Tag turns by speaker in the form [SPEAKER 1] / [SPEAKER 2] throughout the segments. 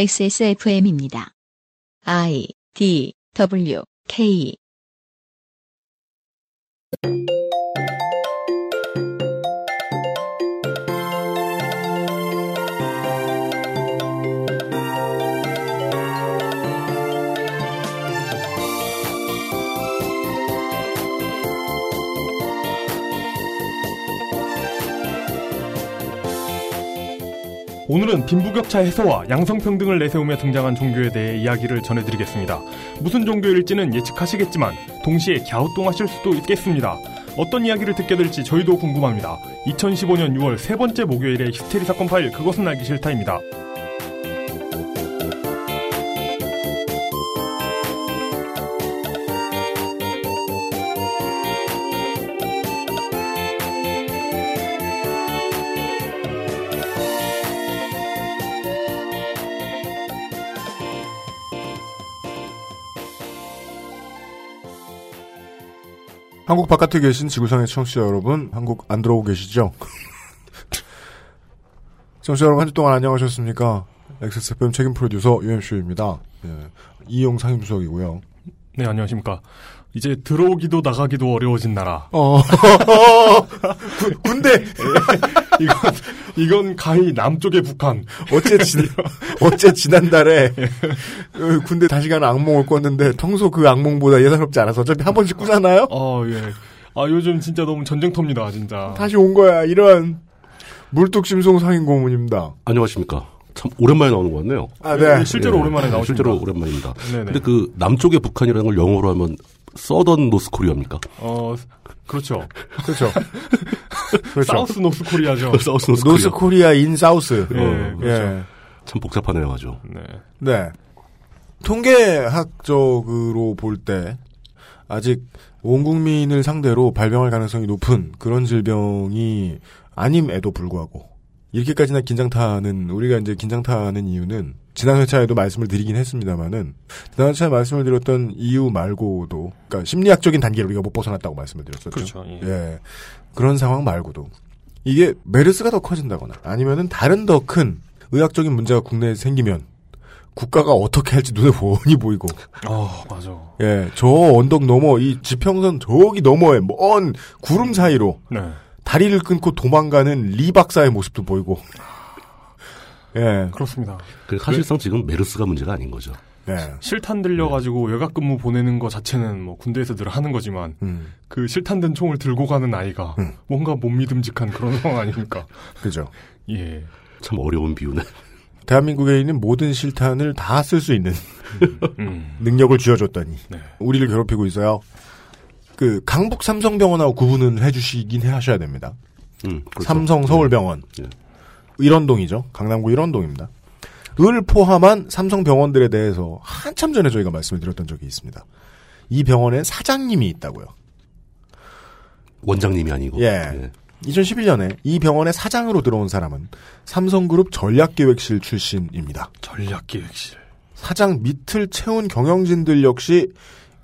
[SPEAKER 1] XSFM입니다. I D W K
[SPEAKER 2] 오늘은 빈부격차 해소와 양성평등을 내세우며 등장한 종교에 대해 이야기를 전해드리겠습니다. 무슨 종교일지는 예측하시겠지만 동시에 갸우뚱하실 수도 있겠습니다. 어떤 이야기를 듣게 될지 저희도 궁금합니다. 2015년 6월 세 번째 목요일의 히스테리 사건 파일 그것은 알기 싫다입니다.
[SPEAKER 3] 한국 바깥에 계신 지구상의 청취자 여러분, 한국 안 들어오고 계시죠? 청취자 여러분 한 주 동안 안녕하셨습니까? XSFM 책임 프로듀서 UMC입니다. 예, 이용 상임수석이고요.
[SPEAKER 2] 네, 안녕하십니까. 이제 들어오기도 나가기도 어려워진 나라.
[SPEAKER 3] 어, 군- 군대!
[SPEAKER 2] 이건, 이건 가히 남쪽의 북한.
[SPEAKER 3] 어째, 지, 어째 지난달에 어, 군대 다시 가는 악몽을 꿨는데 평소 그 악몽보다 예사롭지 않아서 어차피 한 번씩 꾸잖아요?
[SPEAKER 2] 아, 예. 아, 요즘 진짜 너무 전쟁터입니다, 진짜.
[SPEAKER 3] 다시 온 거야, 이런. 물뚝심송 상임고문입니다.
[SPEAKER 4] 안녕하십니까. 참 오랜만에 나오는 것 같네요.
[SPEAKER 3] 아, 네.
[SPEAKER 2] 실제로
[SPEAKER 4] 예,
[SPEAKER 2] 오랜만에
[SPEAKER 4] 예,
[SPEAKER 2] 나오십니다.
[SPEAKER 4] 실제로 오랜만입니다.
[SPEAKER 2] 네네.
[SPEAKER 4] 근데 그 남쪽의 북한이라는 걸 영어로 하면 서던 노스코리아입니까?
[SPEAKER 2] 어, 그렇죠.
[SPEAKER 3] 그렇죠. 그렇죠.
[SPEAKER 2] 사우스 노스 코리아죠.
[SPEAKER 4] 사우스 노스코리아.
[SPEAKER 3] 노스 코리아 인 사우스.
[SPEAKER 2] 예,
[SPEAKER 4] 어,
[SPEAKER 2] 그렇죠.
[SPEAKER 3] 예.
[SPEAKER 4] 참 복잡하네요, 아주.
[SPEAKER 2] 네.
[SPEAKER 3] 네. 통계학적으로 볼 때 아직 온 국민을 상대로 발병할 가능성이 높은 그런 질병이 아님에도 불구하고 이렇게까지나 긴장타는 우리가 이제 긴장타는 이유는 지난 회차에도 말씀을 드리긴 했습니다마는 지난 회차에 말씀을 드렸던 이유 말고도 그러니까 심리학적인 단계를 우리가 못 벗어났다고 말씀을 드렸었죠.
[SPEAKER 2] 그렇죠. 예.
[SPEAKER 3] 예. 그런 상황 말고도 이게 메르스가 더 커진다거나 아니면은 다른 더 큰 의학적인 문제가 국내에 생기면 국가가 어떻게 할지 눈에 훤히 보이고
[SPEAKER 2] 아, 맞아.
[SPEAKER 3] 예, 저 언덕 너머 이 지평선 저기 너머에 먼 구름 사이로
[SPEAKER 2] 네.
[SPEAKER 3] 다리를 끊고 도망가는 리 박사의 모습도 보이고 예,
[SPEAKER 2] 그렇습니다.
[SPEAKER 4] 그 사실상 지금 메르스가 문제가 아닌 거죠.
[SPEAKER 3] 예,
[SPEAKER 2] 실탄 들려가지고 외곽 근무 보내는 거 자체는 뭐 군대에서 늘 하는 거지만
[SPEAKER 3] 음,
[SPEAKER 2] 그 실탄 든 총을 들고 가는 아이가
[SPEAKER 3] 음.
[SPEAKER 2] 뭔가 못 믿음직한 그런 상황 아닙니까?
[SPEAKER 3] 그죠.
[SPEAKER 2] 예.
[SPEAKER 4] 참 어려운 비유네.
[SPEAKER 3] 대한민국에 있는 모든 실탄을 다 쓸 수 있는
[SPEAKER 2] 음.
[SPEAKER 3] 능력을 쥐어줬더니
[SPEAKER 2] 네.
[SPEAKER 3] 우리를 괴롭히고 있어요. 그 강북 삼성병원하고 구분을 해주시긴 해 하셔야 됩니다.
[SPEAKER 4] 음, 그렇죠.
[SPEAKER 3] 삼성 서울병원
[SPEAKER 4] 예.
[SPEAKER 3] 일원동이죠. 강남구 일원동입니다. 을 포함한 삼성 병원들에 대해서 한참 전에 저희가 말씀을 드렸던 적이 있습니다. 이 병원엔 사장님이 있다고요.
[SPEAKER 4] 원장님이 아니고. 네.
[SPEAKER 3] 예. 2011년에 이 병원의 사장으로 들어온 사람은 삼성그룹 전략기획실 출신입니다.
[SPEAKER 2] 전략기획실.
[SPEAKER 3] 사장 밑을 채운 경영진들 역시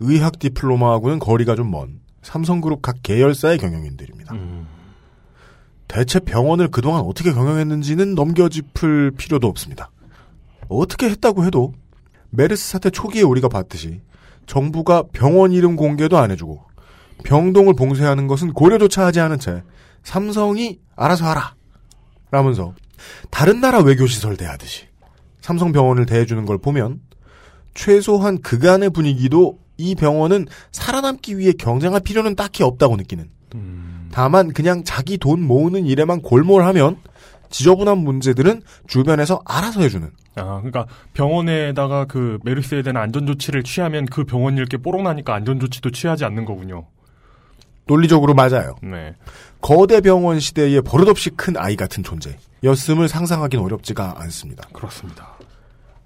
[SPEAKER 3] 의학 디플로마하고는 거리가 좀 먼 삼성그룹 각 계열사의 경영인들입니다.
[SPEAKER 2] 음.
[SPEAKER 3] 대체 병원을 그동안 어떻게 경영했는지는 넘겨짚을 필요도 없습니다. 어떻게 했다고 해도 메르스 사태 초기에 우리가 봤듯이 정부가 병원 이름 공개도 안 해주고 병동을 봉쇄하는 것은 고려조차 하지 않은 채 삼성이 알아서 하라 라면서 다른 나라 외교시설 대하듯이 삼성 병원을 대해주는 걸 보면 최소한 그간의 분위기도 이 병원은 살아남기 위해 경쟁할 필요는 딱히 없다고 느끼는
[SPEAKER 2] 음.
[SPEAKER 3] 다만 그냥 자기 돈 모으는 일에만 골몰하면 지저분한 문제들은 주변에서 알아서 해주는.
[SPEAKER 2] 아, 그러니까 병원에다가 그 메르스에 대한 안전 조치를 취하면 그 병원 일게 뽀록 나니까 안전 조치도 취하지 않는 거군요.
[SPEAKER 3] 논리적으로 맞아요.
[SPEAKER 2] 네.
[SPEAKER 3] 거대 병원 시대의 버릇없이 큰 아이 같은 존재였음을 상상하긴 어렵지가 않습니다.
[SPEAKER 2] 그렇습니다.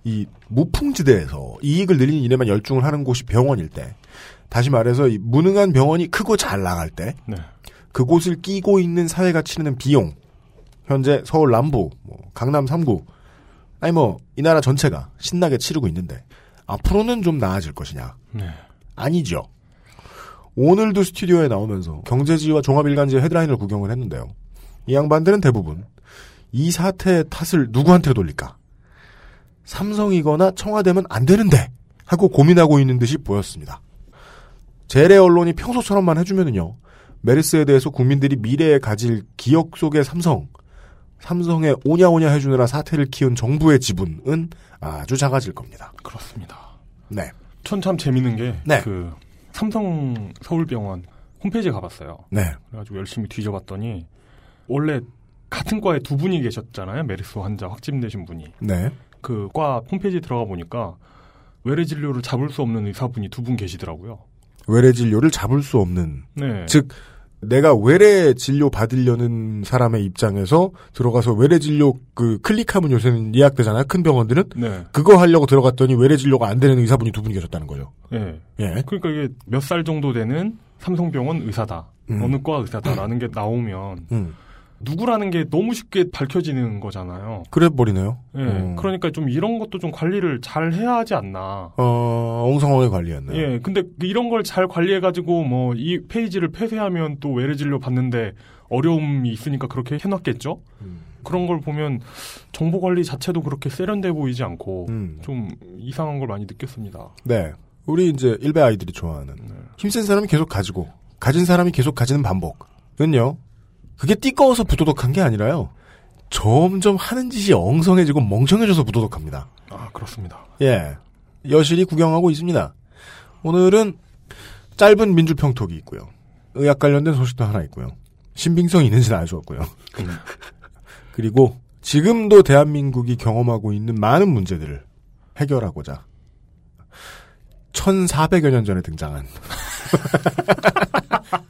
[SPEAKER 3] 이 무풍지대에서 이익을 늘리는 일에만 열중을 하는 곳이 병원일 때, 다시 말해서 이 무능한 병원이 크고 잘 나갈 때,
[SPEAKER 2] 네.
[SPEAKER 3] 그곳을 끼고 있는 사회가 치르는 비용, 현재 서울 남부, 뭐 강남 3구, 아니 뭐 이 나라 전체가 신나게 치르고 있는데 앞으로는 좀 나아질 것이냐?
[SPEAKER 2] 네.
[SPEAKER 3] 아니죠. 오늘도 스튜디오에 나오면서 경제지와 종합일간지의 헤드라인을 구경을 했는데요. 이 양반들은 대부분 이 사태의 탓을 누구한테 돌릴까? 삼성이거나 청와대면 안 되는데 하고 고민하고 있는 듯이 보였습니다. 재래 언론이 평소처럼만 해주면은요 메르스에 대해서 국민들이 미래에 가질 기억 속의 삼성 삼성의 오냐오냐 해주느라 사태를 키운 정부의 지분은 아주 작아질 겁니다.
[SPEAKER 2] 그렇습니다.
[SPEAKER 3] 네,
[SPEAKER 2] 전 참 재밌는 게,
[SPEAKER 3] 네.
[SPEAKER 2] 그, 삼성 서울병원 홈페이지에 가봤어요.
[SPEAKER 3] 네,
[SPEAKER 2] 그래가지고 열심히 뒤져봤더니, 원래 같은 과에 두 분이 계셨잖아요. 메르스 환자 확진되신 분이.
[SPEAKER 3] 네.
[SPEAKER 2] 그 과 홈페이지 들어가 보니까, 외래 진료를 잡을 수 없는 의사분이 두 분 계시더라고요.
[SPEAKER 3] 외래 진료를 잡을 수 없는
[SPEAKER 2] 네.
[SPEAKER 3] 즉 내가 외래 진료 받으려는 사람의 입장에서 들어가서 외래 진료 그 클릭하면 요새는 예약되잖아요 큰 병원들은
[SPEAKER 2] 네.
[SPEAKER 3] 그거 하려고 들어갔더니 외래 진료가 안 되는 의사분이 두 분 계셨다는 거죠.
[SPEAKER 2] 예.
[SPEAKER 3] 예,
[SPEAKER 2] 그러니까 이게 몇 살 정도 되는 삼성병원 의사다.
[SPEAKER 3] 음.
[SPEAKER 2] 어느 과 의사다라는 게 나오면
[SPEAKER 3] 음,
[SPEAKER 2] 누구라는 게 너무 쉽게 밝혀지는 거잖아요.
[SPEAKER 3] 그래 버리네요.
[SPEAKER 2] 예.
[SPEAKER 3] 음.
[SPEAKER 2] 그러니까 좀 이런 것도 좀 관리를 잘 해야 하지 않나.
[SPEAKER 3] 어, 엉성하게 관리했네요.
[SPEAKER 2] 예. 근데 이런 걸 잘 관리해가지고 뭐 이 페이지를 폐쇄하면 또 외래 진료 받는데 어려움이 있으니까 그렇게 해놨겠죠?
[SPEAKER 3] 음.
[SPEAKER 2] 그런 걸 보면 정보 관리 자체도 그렇게 세련돼 보이지 않고
[SPEAKER 3] 음,
[SPEAKER 2] 좀 이상한 걸 많이 느꼈습니다.
[SPEAKER 3] 네, 우리 이제 일베 아이들이 좋아하는 힘센 사람이 계속 가지고 가진 사람이 계속 가지는 반복은요. 그게 띠꺼워서 부도덕한 게 아니라요. 점점 하는 짓이 엉성해지고 멍청해져서 부도덕합니다.
[SPEAKER 2] 아, 그렇습니다.
[SPEAKER 3] 예. 여실히 구경하고 있습니다. 오늘은 짧은 민주평톡이 있고요. 의학 관련된 소식도 하나 있고요. 신빙성이 있는지는 알 수 없고요. 그리고 지금도 대한민국이 경험하고 있는 많은 문제들을 해결하고자 1400여 년 전에 등장한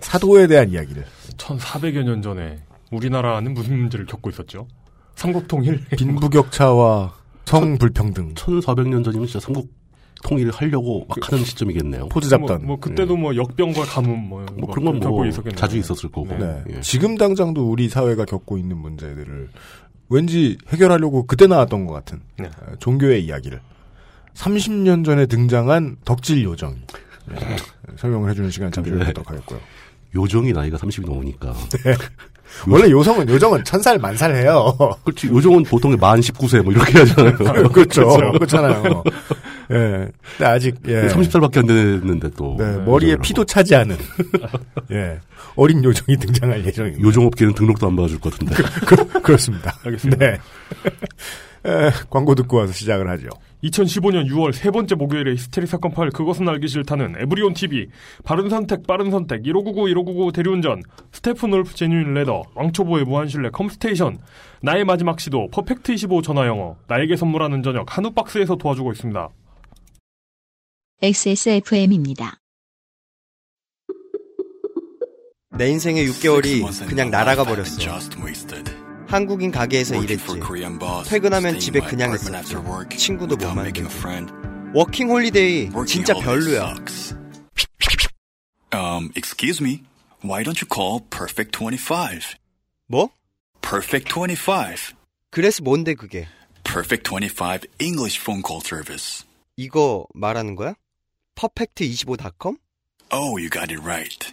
[SPEAKER 3] 사도에 대한 이야기를
[SPEAKER 2] 1400여 년 전에 우리나라는 무슨 문제를 겪고 있었죠? 삼국통일?
[SPEAKER 3] 빈부격차와
[SPEAKER 4] 뭐,
[SPEAKER 3] 성불평등
[SPEAKER 4] 1400년 전이면 진짜 삼국 통일을 하려고 막 하는 시점이겠네요.
[SPEAKER 3] 포즈 잡던
[SPEAKER 2] 뭐, 뭐 그때도 뭐 역병과 가뭄 뭐,
[SPEAKER 4] 뭐 그런 건
[SPEAKER 2] 겪고
[SPEAKER 4] 뭐
[SPEAKER 2] 있었겠네요.
[SPEAKER 4] 자주 있었을 거고.
[SPEAKER 3] 네.
[SPEAKER 4] 예.
[SPEAKER 3] 지금 당장도 우리 사회가 겪고 있는 문제들을 왠지 해결하려고 그때 나왔던 것 같은
[SPEAKER 2] 네.
[SPEAKER 3] 어, 종교의 이야기를 30년 전에 등장한 덕질 요정 네, 설명을 해주는 시간 잠시
[SPEAKER 4] 네.
[SPEAKER 3] 갖도록 하겠고요.
[SPEAKER 4] 요정이 나이가 30이 넘으니까.
[SPEAKER 3] 원래 요성은 요정은 천살 만살해요.
[SPEAKER 4] 그렇지. 요정은 보통 만 19세 뭐 이렇게 하잖아요.
[SPEAKER 3] 그렇죠. 그렇잖아요. 예. 근데 아직
[SPEAKER 4] 그
[SPEAKER 3] 예.
[SPEAKER 4] 30살밖에 안 됐는데 또.
[SPEAKER 3] 네, 머리에
[SPEAKER 4] 요정이라고.
[SPEAKER 3] 피도 차지 않은 예. 어린 요정이 등장할 예정입니다.
[SPEAKER 4] 요정업계는 등록도 안 받아줄 것 같은데.
[SPEAKER 3] 그, 그렇습니다.
[SPEAKER 2] 알겠습니다.
[SPEAKER 3] 네. 에, 광고 듣고 와서 시작을 하죠.
[SPEAKER 2] 2015년 6월 세 번째 목요일에 히스테리 사건 파일 그것은 알기 싫다는 에브리온 TV 바른 선택 빠른 선택 1599 1599 대리운전 스테픈 올프 제뉴인 레더 왕초보의 무한실내 컴스테이션 나의 마지막 시도 퍼펙트 25 전화영어 나에게 선물하는 저녁 한우 박스에서 도와주고 있습니다.
[SPEAKER 1] XSFM입니다.
[SPEAKER 5] 내 인생의 예, 6개월이 그냥 날아가 버렸어. 한국인 가게에서 일했지. 퇴근하면 집에 그냥 있었지. 친구도 못 만들고. 워킹 홀리데이 진짜 별로야.
[SPEAKER 6] Um, excuse me. Why don't you call Perfect 25?
[SPEAKER 5] 뭐?
[SPEAKER 6] Perfect 25.
[SPEAKER 5] 그래서 뭔데 그게?
[SPEAKER 6] Perfect 25 English phone call service.
[SPEAKER 5] 이거 말하는 거야? 퍼펙트25.com?
[SPEAKER 6] Oh, you got it right.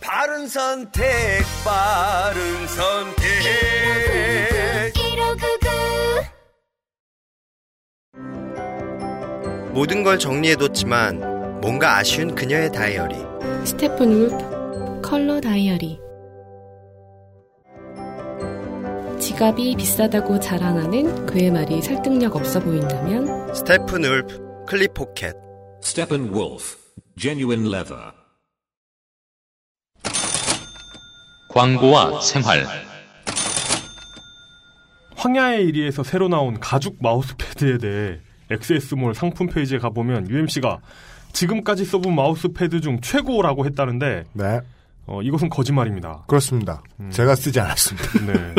[SPEAKER 7] 바른 선택, 바른 선택.
[SPEAKER 5] 모든 걸 정리해뒀지만 뭔가 아쉬운 그녀의 다이어리.
[SPEAKER 8] 스테픈 울프 컬러 다이어리 지갑이 비싸다고 자랑하는 그의 말이 설득력 없어 보인다면
[SPEAKER 5] 스테픈 울프 클립 포켓.
[SPEAKER 9] Steppenwolf, genuine leather.
[SPEAKER 10] 광고와 생활
[SPEAKER 2] 황야의 일위에서 새로 나온 가죽 마우스패드에 대해 XS몰 상품 페이지에 가보면 UMC가 지금까지 써본 마우스패드 중 최고라고 했다는데
[SPEAKER 3] 네.
[SPEAKER 2] 어, 이것은 거짓말입니다.
[SPEAKER 3] 그렇습니다.
[SPEAKER 2] 음.
[SPEAKER 3] 제가 쓰지 않았습니다.
[SPEAKER 2] 네.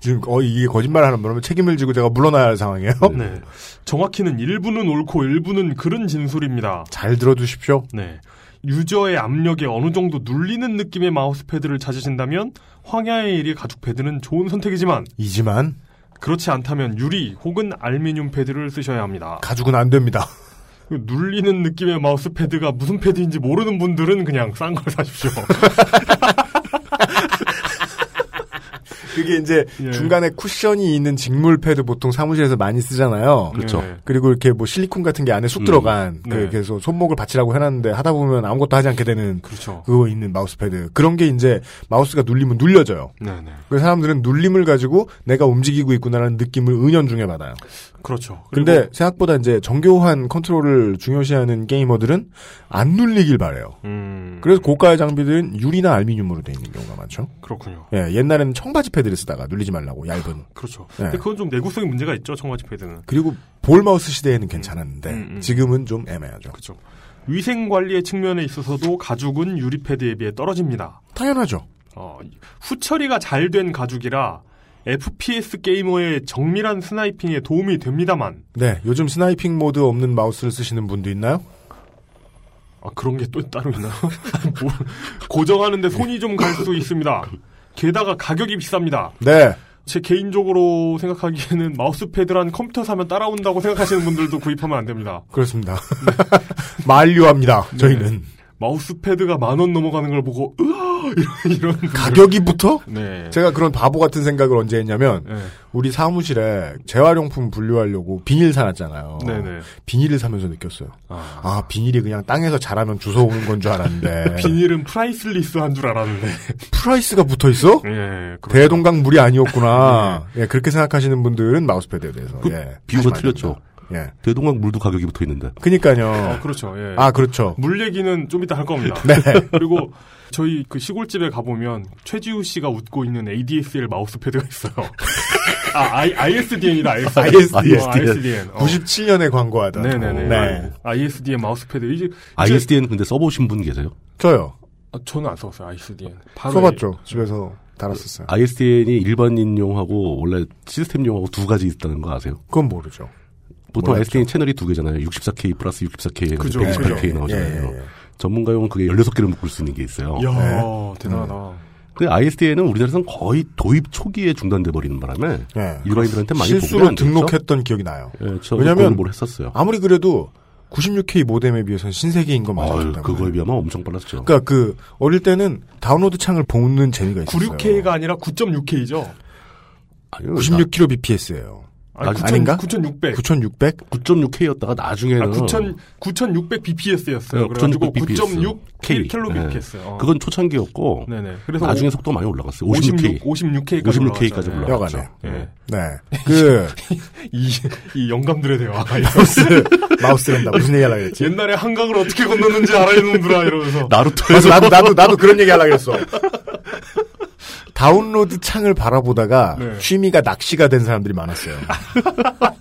[SPEAKER 3] 지금 어 이게 거짓말 하는 바람에 책임을 지고 제가 물러나야 할 상황이에요.
[SPEAKER 2] 네. 정확히는 일부는 옳고 일부는 그른 진술입니다.
[SPEAKER 3] 잘 들어두십시오.
[SPEAKER 2] 네. 유저의 압력에 어느 정도 눌리는 느낌의 마우스 패드를 찾으신다면 황야의 일이 가죽 패드는 좋은 선택이지만
[SPEAKER 3] 이지만
[SPEAKER 2] 그렇지 않다면 유리 혹은 알미늄 패드를 쓰셔야 합니다.
[SPEAKER 3] 가죽은 안 됩니다.
[SPEAKER 2] 그 눌리는 느낌의 마우스 패드가 무슨 패드인지 모르는 분들은 그냥 싼 걸 사십시오.
[SPEAKER 3] 그게 이제
[SPEAKER 2] 예.
[SPEAKER 3] 중간에 쿠션이 있는 직물 패드 보통 사무실에서 많이 쓰잖아요.
[SPEAKER 4] 그렇죠.
[SPEAKER 2] 네.
[SPEAKER 3] 그리고 이렇게 뭐 실리콘 같은 게 안에 쑥 들어간
[SPEAKER 2] 네.
[SPEAKER 3] 그 그래서 손목을 받치라고 해놨는데 하다 보면 아무것도 하지 않게 되는
[SPEAKER 2] 그렇죠.
[SPEAKER 3] 그거 있는 마우스 패드 그런 게 이제 마우스가 눌리면 눌려져요.
[SPEAKER 2] 네네.
[SPEAKER 3] 그래서 사람들은 눌림을 가지고 내가 움직이고 있구나라는 느낌을 은연중에 받아요.
[SPEAKER 2] 그렇죠. 그리고-
[SPEAKER 3] 근데 생각보다 이제 정교한 컨트롤을 중요시하는 게이머들은 안 눌리길 바래요.
[SPEAKER 2] 음,
[SPEAKER 3] 그래서 고가의 장비들은 유리나 알미늄으로 되어 있는 경우가 많죠.
[SPEAKER 2] 그렇군요.
[SPEAKER 3] 예, 옛날에는 청바지 패드를 쓰다가 눌리지 말라고 얇은.
[SPEAKER 2] 그렇죠.
[SPEAKER 3] 네.
[SPEAKER 2] 근데 그건 좀 내구성의 문제가 있죠. 청바지 패드는.
[SPEAKER 3] 그리고 볼 마우스 시대에는 괜찮았는데
[SPEAKER 2] 음, 음.
[SPEAKER 3] 지금은 좀 애매하죠.
[SPEAKER 2] 그렇죠. 위생 관리의 측면에 있어서도 가죽은 유리 패드에 비해 떨어집니다.
[SPEAKER 3] 당연하죠.
[SPEAKER 2] 어, 후처리가 잘 된 가죽이라 FPS 게이머의 정밀한 스나이핑에 도움이 됩니다만
[SPEAKER 3] 네, 요즘 스나이핑 모드 없는 마우스를 쓰시는 분도 있나요?
[SPEAKER 2] 아, 그런 게 또 따로 있나? 뭐, 고정하는데 손이 좀 갈 수 있습니다. 게다가 가격이 비쌉니다.
[SPEAKER 3] 네,
[SPEAKER 2] 제 개인적으로 생각하기에는 마우스 패드란 컴퓨터 사면 따라온다고 생각하시는 분들도 구입하면 안 됩니다.
[SPEAKER 3] 그렇습니다.
[SPEAKER 2] 음.
[SPEAKER 3] 만료합니다. 저희는
[SPEAKER 2] 마우스 패드가 만 원 넘어가는 걸 보고 으아 이런 이런 분들.
[SPEAKER 3] 가격이 붙어?
[SPEAKER 2] 네.
[SPEAKER 3] 제가 그런 바보 같은 생각을 언제 했냐면
[SPEAKER 2] 네.
[SPEAKER 3] 우리 사무실에 재활용품 분류하려고 비닐 사놨잖아요.
[SPEAKER 2] 네네.
[SPEAKER 3] 비닐을 사면서 느꼈어요.
[SPEAKER 2] 아.
[SPEAKER 3] 아 비닐이 그냥 땅에서 자라면 주워오는 건 줄 알았는데
[SPEAKER 2] 비닐은 프라이슬리스한 줄 알았는데.
[SPEAKER 3] 프라이스가 붙어 있어?
[SPEAKER 2] 예. 그렇죠. 네.
[SPEAKER 3] 대동강 물이 아니었구나. 예, 그렇게 생각하시는 분들은 마우스패드에 대해서
[SPEAKER 4] 그
[SPEAKER 3] 예,
[SPEAKER 4] 비유가
[SPEAKER 3] 하시면 안
[SPEAKER 4] 틀렸죠.
[SPEAKER 3] 됩니다. 예,
[SPEAKER 4] 대동강 물도 가격이 붙어 있는데.
[SPEAKER 3] 그니까요.
[SPEAKER 2] 아, 그렇죠. 예.
[SPEAKER 3] 아 그렇죠.
[SPEAKER 2] 물 얘기는 좀 이따 할 겁니다.
[SPEAKER 3] 네.
[SPEAKER 2] 그리고 저희 그 시골집에 가보면 최지우 씨가 웃고 있는 ADSL 마우스 패드가 있어요. 아, I, ISDN이다, ISDN.
[SPEAKER 3] ISDN.
[SPEAKER 2] 어, ISDN. 어.
[SPEAKER 3] 97년에 광고하던.
[SPEAKER 2] 네네네. 아,
[SPEAKER 3] 네.
[SPEAKER 2] ISDN 마우스 패드. 이제, 이제-
[SPEAKER 4] ISDN 근데 써보신 분 계세요?
[SPEAKER 3] 저요.
[SPEAKER 2] 아, 저는 안 써봤어요, ISDN. 바로
[SPEAKER 3] 써봤죠. 집에서 달았었어요.
[SPEAKER 4] 아, ISDN이 일반인용하고 원래 시스템용하고 두 가지 있다는 거 아세요?
[SPEAKER 3] 그건 모르죠.
[SPEAKER 4] 보통
[SPEAKER 3] 몰랐죠.
[SPEAKER 4] ISDN 채널이 두 개잖아요. 64K 플러스 64K,
[SPEAKER 2] 그죠,
[SPEAKER 4] 128K
[SPEAKER 3] 그죠.
[SPEAKER 4] 나오잖아요.
[SPEAKER 3] 예, 예, 예.
[SPEAKER 4] 전문가용 은 그게 16개를 묶을 수 있는 게 있어요.
[SPEAKER 2] 이야,
[SPEAKER 3] 네.
[SPEAKER 2] 대단하다.
[SPEAKER 4] 근데 ISDN은 우리나라에서는 거의 도입 초기에 중단돼 버리는 바람에
[SPEAKER 3] 예.
[SPEAKER 4] 일반인들한테 많이 보급이
[SPEAKER 3] 실수로
[SPEAKER 4] 안 됐죠.
[SPEAKER 3] 등록했던 기억이 나요.
[SPEAKER 4] 예, 저
[SPEAKER 3] 왜냐면-
[SPEAKER 4] 왜냐면 뭘 했었어요.
[SPEAKER 3] 아무리 그래도 96K 모뎀에 비해선 신세계인 건 맞아요.
[SPEAKER 4] 아유, 그거에 비하면 엄청 빨랐죠.
[SPEAKER 3] 그러니까 그 어릴 때는 다운로드 창을 보는 재미가 있었어요.
[SPEAKER 2] 96K가 아니라 9.6K죠?
[SPEAKER 4] 아유,
[SPEAKER 3] 96kbps예요.
[SPEAKER 2] 아니,
[SPEAKER 4] 아,
[SPEAKER 2] 9
[SPEAKER 3] 아닌가?
[SPEAKER 2] 9,600.
[SPEAKER 3] 9,600?
[SPEAKER 4] 9.6K였다가 나중에는
[SPEAKER 2] 아, 9,000, 9,600
[SPEAKER 4] 네,
[SPEAKER 3] 네,
[SPEAKER 2] BPS였어요. 네, 그래가지고 9.6
[SPEAKER 4] K.
[SPEAKER 2] 킬로비피였어요. 어.
[SPEAKER 4] 네. 그건 초창기였고
[SPEAKER 2] 네네. 그래서
[SPEAKER 4] 나중에 속도가 많이 올라갔어요.
[SPEAKER 2] 56, 56K까지
[SPEAKER 4] 56K. 56K 까지
[SPEAKER 2] 올라갔잖아요.
[SPEAKER 4] 올라갔죠.
[SPEAKER 3] 여간에.
[SPEAKER 2] 예.
[SPEAKER 3] 네. 그
[SPEAKER 2] 이, 아, 이 영감들의 대화.
[SPEAKER 3] 마우스랜다 무슨 얘기 하려고 했지?
[SPEAKER 2] 옛날에 한강을 어떻게 건넜는지 알아, 이놈들아, 이러면서.
[SPEAKER 3] 그래서
[SPEAKER 4] 나루토에서
[SPEAKER 3] 나도 나도 나도 그런 얘기 하려고 했어. 다운로드 창을 바라보다가
[SPEAKER 2] 네.
[SPEAKER 3] 취미가 낚시가 된 사람들이 많았어요.